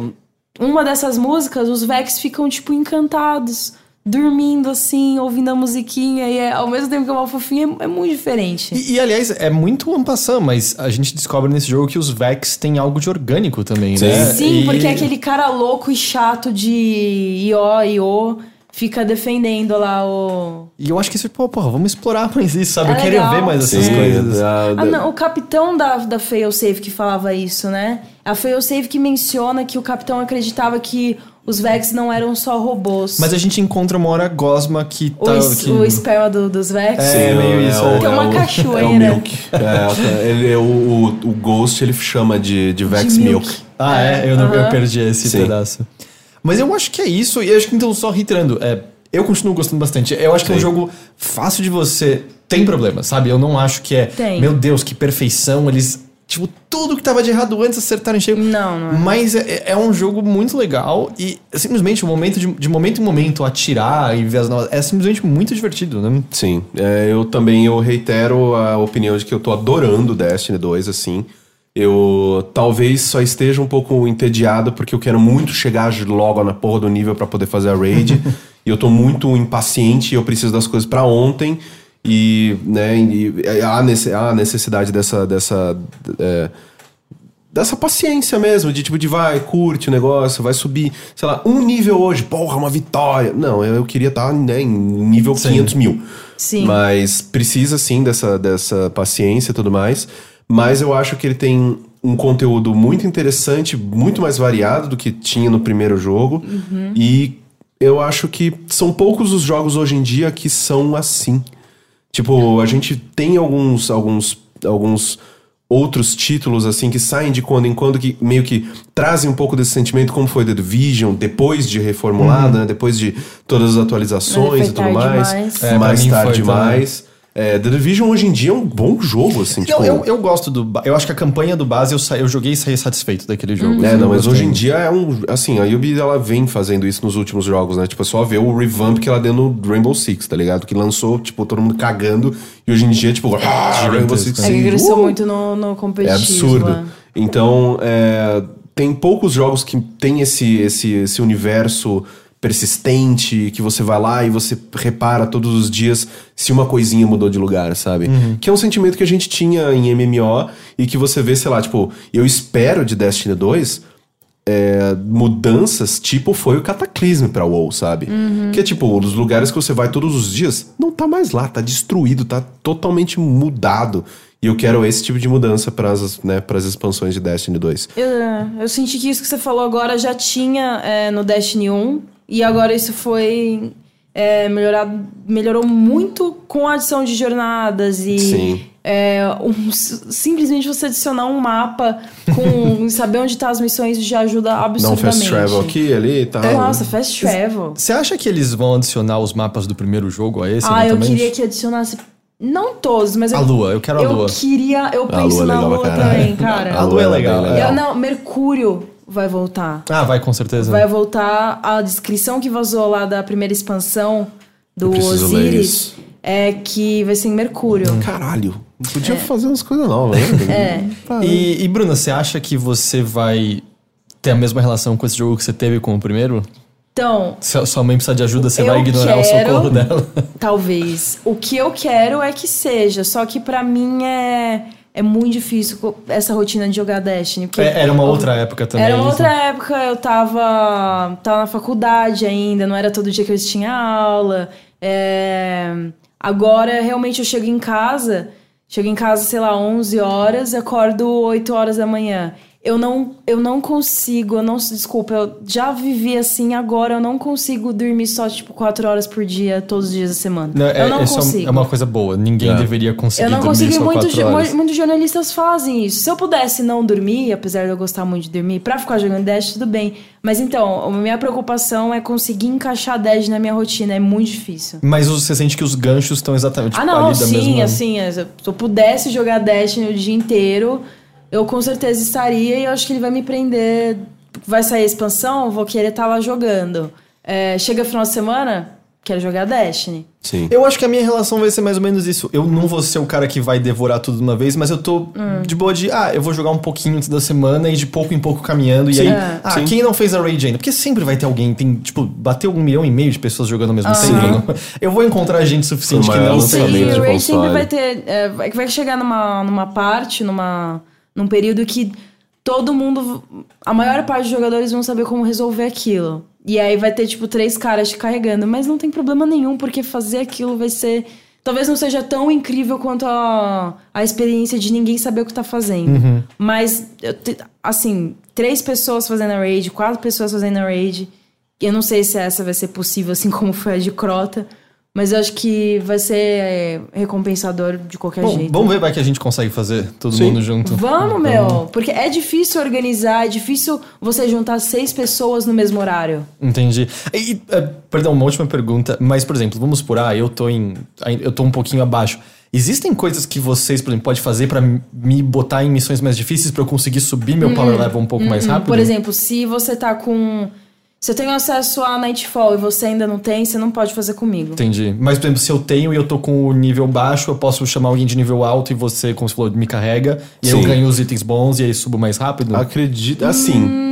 n- uma dessas músicas, os Vex ficam, tipo, encantados, dormindo assim, ouvindo a musiquinha, e é- ao mesmo tempo que é uma fofinha, é, é muito diferente. E, e, aliás, é muito ampassã, mas a gente descobre nesse jogo que os Vex têm algo de orgânico também, né? Sim, E- porque aquele cara louco e chato de IO, IO, fica defendendo lá o. E eu acho que isso, pô, porra, vamos explorar mais isso, sabe? É eu queria legal. ver mais essas Sim, é, coisas. da- Ah, da- não, o capitão da, da Failsafe que falava isso, né? A Failsafe que menciona que o capitão acreditava que os Vex não eram só robôs. Mas a gente encontra uma hora Gosma que o, tá. es- que... o esperma do- dos Vex. É, meio isso, é. Tem uma o- cachoeira. né? É o Milk. É, ele, o, o, o Ghost ele chama de, de Vex Milk. milk. Ah, é? Eu, não, eu perdi esse Sim. pedaço. Mas eu acho que é isso, e acho que então, só reiterando, é, eu continuo gostando bastante. Eu acho que é um jogo fácil de você. Tem problema, sabe? Eu não acho que é. Tem. Meu Deus, que perfeição, eles. Tipo, tudo que tava de errado antes acertaram em cheio. Não, não é. Mas é, é um jogo muito legal e simplesmente o momento de, de momento em momento atirar e ver as novas. É simplesmente muito divertido, né? Sim, é, eu também eu reitero a opinião de que eu tô adorando Destiny 2, assim. Eu talvez só esteja um pouco entediado porque eu quero muito chegar logo na porra do nível pra poder fazer a raid. e eu tô muito impaciente, eu preciso das coisas pra ontem. E, né, e- e há, nesse- há a necessidade dessa, dessa é, dessa paciência mesmo, de tipo, de vai, curte o negócio, vai subir, sei lá, um nível hoje, porra, uma vitória. Não, eu, eu queria estar né, em nível 500 mil. Sim. Mas precisa sim dessa, dessa paciência e tudo mais. Mas eu acho que ele tem um conteúdo muito interessante, muito mais variado do que tinha no primeiro jogo. E eu acho que são poucos os jogos hoje em dia que são assim. Tipo, a gente tem alguns, alguns, alguns outros títulos, assim, que saem de quando em quando, que meio que trazem um pouco desse sentimento, como foi The Division, depois de Uhum. reformulada, né? Depois de todas as atualizações Mas e foi tudo tarde mais. demais. É, pra mais mim foi tarde também. demais. É, The Division hoje em dia é um bom jogo, assim, Não, tipo... eu, eu gosto do. ba- Eu acho que a campanha do base eu, sa- eu joguei e saí satisfeito daquele jogo. Uhum. É, assim, não, eu mas hoje gostei. em dia é um. Assim, a Yubi ela vem fazendo isso nos últimos jogos, né? Tipo, é só ver o revamp que ela deu no Rainbow Six, tá ligado? Que lançou, tipo, todo mundo cagando. E hoje em dia, tipo, ah, Rainbow Six né? É que Siege, cresceu uh! muito no, no É competitivo. absurdo. né? Então, é, tem poucos jogos que tem esse, esse, esse universo persistente, que você vai lá e você repara todos os dias se uma coisinha mudou de lugar, sabe? Que é um sentimento que a gente tinha em MMO e que você vê, sei lá, tipo, eu espero de Destiny 2 é, mudanças, tipo, foi o cataclisme pra WoW, sabe? Uhum. Que é tipo, os lugares que você vai todos os dias, não tá mais lá, tá destruído, tá totalmente mudado. E eu quero esse tipo de mudança pras, né, pras expansões de Destiny 2. Eu, eu senti que isso que você falou agora já tinha é, no Destiny 1 e agora isso foi é, melhorado, melhorou muito com a adição de jornadas e Sim. é, um- s- simplesmente você adicionar um mapa com saber onde tá as missões já ajuda Não absurdamente. um fast travel aqui, tá? ali e tal. Nossa, fast travel. Você acha que eles vão adicionar os mapas do primeiro jogo a esse? Ah, eu eventualmente? queria que adicionasse não todos, mas eu, A lua, eu quero a lua. queria, eu A penso lua é na legal pra lua caralho. também, cara. A lua é legal, bem é. Eu- não, Mercúrio vai voltar. Ah, vai, com certeza. Vai voltar a descrição que vazou lá da primeira expansão do Eu preciso ler Osiris. isso. É que vai ser em Mercúrio. Hum. Caralho, podia fazer umas coisas novas, né? É. E, e, Bruna, você acha que você vai ter a mesma relação com esse jogo que você teve com o primeiro? Então, Se a sua mãe precisar de ajuda, você Eu vai ignorar o quero. socorro dela? talvez. O que eu quero é que seja. Só que pra mim é, é muito difícil co- essa rotina de jogar Destiny. porque- É, era uma outra época também. Era uma né? outra época, eu tava, tava na faculdade ainda, não era todo dia que eu tinha aula. É, Agora, realmente, eu chego em casa, chego em casa, sei lá, 11 horas, acordo 8 horas da manhã. Eu não, eu não consigo, eu não, desculpa, eu já vivi assim, agora eu não consigo dormir só, tipo, 4 horas por dia, todos os dias da semana. eu não isso é um- consigo. é uma coisa boa. Ninguém É. deveria conseguir Eu não dormir consigo, e só muitos, quatro jo- horas. mu- muitos jornalistas fazem isso. Se eu pudesse não dormir, apesar de eu gostar muito de dormir, pra ficar jogando Dash, tudo bem. Mas então, a minha preocupação é conseguir encaixar Dash na minha rotina, é muito difícil. Mas os- você sente que os ganchos estão exatamente ah, tipo, não, ali da sim, mesma... assim, é, se eu- se eu pudesse jogar Dash o dia inteiro, eu com certeza estaria e eu acho que ele vai me prender. Vai sair a expansão, vou querer estar lá jogando. É, chega final de semana, quero jogar né? Destiny. Sim. Eu acho que a minha relação vai ser mais ou menos isso. Eu não vou ser o cara que vai devorar tudo de uma vez, mas eu tô de boa de, ah, eu vou jogar um pouquinho antes da semana e de pouco em pouco caminhando. E aí, ah, Sim. quem não fez a raid ainda? Porque sempre vai ter alguém, tem, tipo, bateu um milhão e meio de pessoas jogando ao mesmo tempo. né? Eu vou encontrar gente suficiente que Foi maior não é, Sim, Não sei, sabe. lançamento. o de Ray sempre console. vai ter. é, vai vai chegar numa, numa parte, numa, num período que todo mundo. A maior parte dos jogadores vão saber como resolver aquilo. E aí vai ter, tipo, três caras te carregando. Mas não tem problema nenhum, porque fazer aquilo vai ser. Talvez não seja tão incrível quanto a, a experiência de ninguém saber o que tá fazendo. Uhum. Mas, eu te- assim, três pessoas fazendo a raid, quatro pessoas fazendo a raid. Eu não sei se essa vai ser possível, assim como foi a de Crota. Mas eu acho que vai ser é, recompensador de qualquer Bom, jeito. vamos ver, vai que a gente consegue fazer todo Sim. mundo junto. Então, Vamos, meu! Porque é difícil organizar, é difícil você juntar seis pessoas no mesmo horário. Entendi. E, e, eh, perdão, uma última pergunta. Mas, por exemplo, vamos por ah, eu tô em. ai- Eu tô um pouquinho abaixo. Existem coisas que vocês, por exemplo, podem fazer pra m- me botar em missões mais difíceis pra eu conseguir subir meu power level um pouco mais rápido? Uhum, Por exemplo, se você tá com. Se eu tenho acesso a Nightfall e você ainda não tem, você não pode fazer comigo. Entendi. Mas, por exemplo, se eu tenho e eu tô com o nível baixo, eu posso chamar alguém de nível alto e você, como você falou, me carrega. E aí eu Sim. ganho os itens bons e aí subo mais rápido. Acredito. Assim.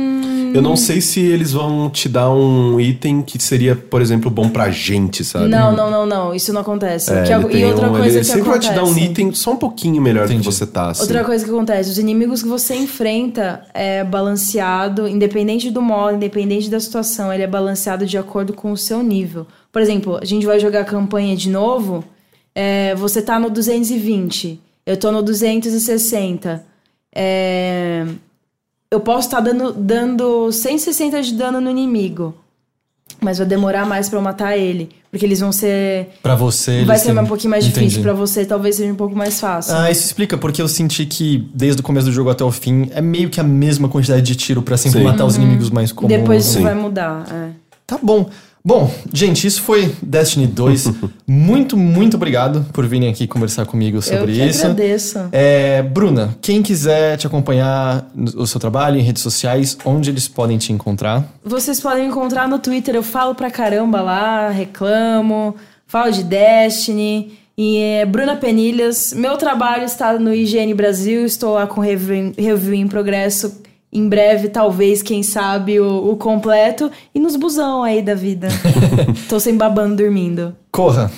Eu Hum. não sei se eles vão te dar um item que seria, por exemplo, bom pra gente, sabe? Não, não, não, não. Isso não acontece. É, Que é- ele e tem outra um- coisa ele que sempre acontece. vai te dar um item só um pouquinho melhor do Entendi. que você tá, assim. Outra coisa que acontece, os inimigos que você enfrenta é balanceado, independente do modo, independente da situação, ele é balanceado de acordo com o seu nível. Por exemplo, a gente vai jogar a campanha de novo, é, você tá no 220, eu tô no 260. É, eu posso estar dando, dando 160 de dano no inimigo, mas vai demorar mais pra eu matar ele, porque eles vão ser... Pra você. vai eles ser têm- um pouquinho mais Entendi. difícil, pra você talvez seja um pouco mais fácil. Ah, isso explica porque eu senti que desde o começo do jogo até o fim é meio que a mesma quantidade de tiro pra sempre Sim. matar os inimigos mais comuns. Uhum. Depois isso Sim. vai mudar. é. Tá bom. Bom, gente, isso foi Destiny 2. muito, muito obrigado por virem aqui conversar comigo Eu sobre que isso. agradeço. É, Bruna, quem quiser te acompanhar no- o seu trabalho em redes sociais, onde eles podem te encontrar? Vocês podem me encontrar no Twitter, eu falo pra caramba lá, reclamo, falo de Destiny. E é Bruna Penilhas. Meu trabalho está no IGN Brasil, estou lá com review, em- review em progresso. Em breve, talvez, quem sabe, o, o completo. E nos busão aí da vida. Tô sem babando dormindo. Corra!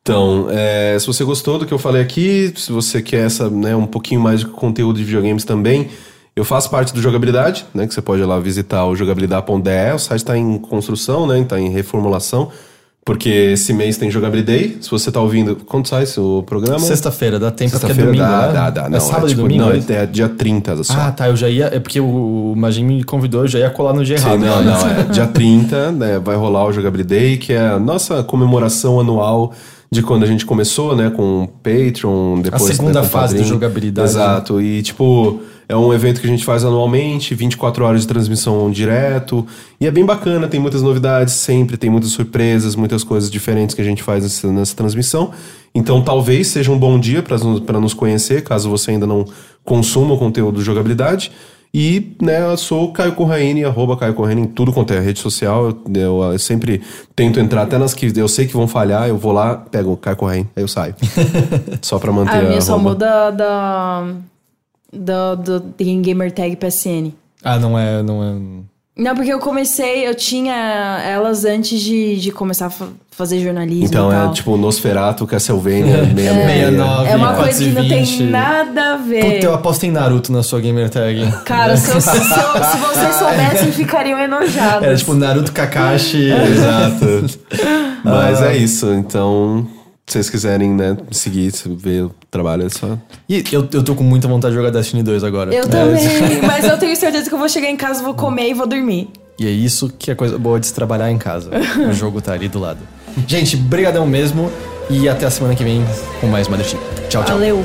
Então, é, se você gostou do que eu falei aqui, se você quer essa, né, um pouquinho mais de conteúdo de videogames também, eu faço parte do Jogabilidade, né, que você pode ir lá visitar o jogabilidade.de, o site está em construção, né, está em reformulação, porque esse mês tem Jogabilidade, se você está ouvindo, quando sai o programa? Sexta-feira, dá tempo porque é Sexta-feira domingo, dá, né? dá, dá. Não, é sábado e tipo, domingo? Não, né? é dia 30 só. Ah, tá, eu já ia... É porque o, o Magin me convidou, eu já ia colar no dia Sim, errado. não, não, é. Dia 30, né, vai rolar o Jogabilidade, que é a nossa comemoração anual de quando a gente começou, né, com o Patreon, depois... né, segunda com o fase do Padrim. Jogabilidade, Exato, e tipo, é um evento que a gente faz anualmente, 24 horas de transmissão direto, e é bem bacana, tem muitas novidades sempre, tem muitas surpresas, muitas coisas diferentes que a gente faz nessa, nessa transmissão, então talvez seja um bom dia para nos conhecer, caso você ainda não consuma o conteúdo do Jogabilidade, e, né, eu sou o Caio Corraine, arroba Caio Corraine em tudo quanto é rede social. Eu, eu, eh, sempre tento entrar até nas que eu sei que vão falhar, eu vou lá, pego o Caio Corraine, aí eu saio. só pra manter Ah, a minha só arroba. muda da. da do, do Gamer Tag PSN. Ah, não é... Não é... Não, porque eu comecei, eu tinha elas antes de, de começar a fa- fazer jornalismo. Então e tal. é tipo Nosferatu, Castlevania, meia meia meia. nova. É uma coisa que não tem 420. nada a ver. Puta, eu aposto em Naruto na sua gamer tag. Cara, se, eu- se, eu- se vocês soubessem, ficariam enojados. Era tipo Naruto Kakashi. É. Exato. Mas Ah. é isso, então. Se vocês quiserem, né, seguir, ver o trabalho, é só. E eu, eu tô com muita vontade de jogar Destiny 2 agora. Eu É, também, mas eu tenho certeza que eu vou chegar em casa, vou comer e vou dormir. E é isso que é coisa boa de se trabalhar em casa. o jogo tá ali do lado. Gente, brigadão mesmo. E até a semana que vem com mais Mothership. Tchau, tchau. Valeu.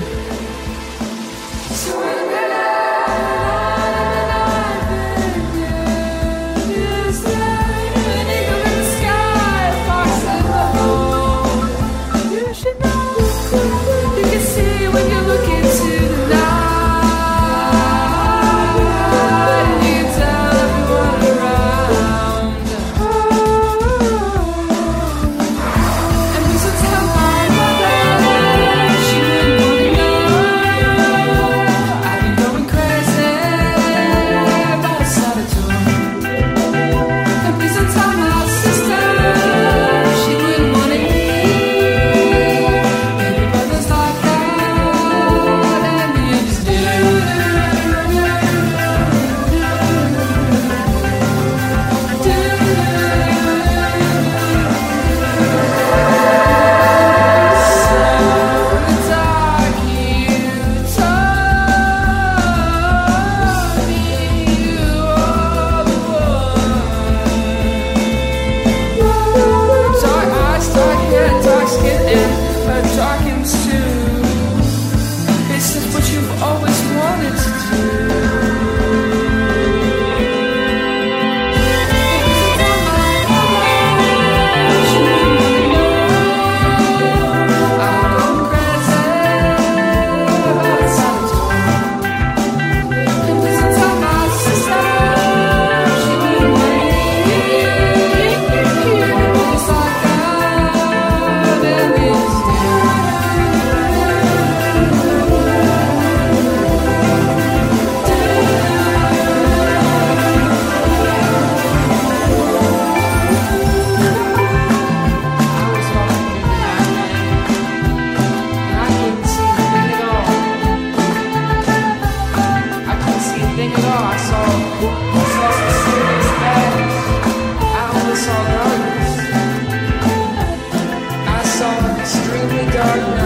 Darkness.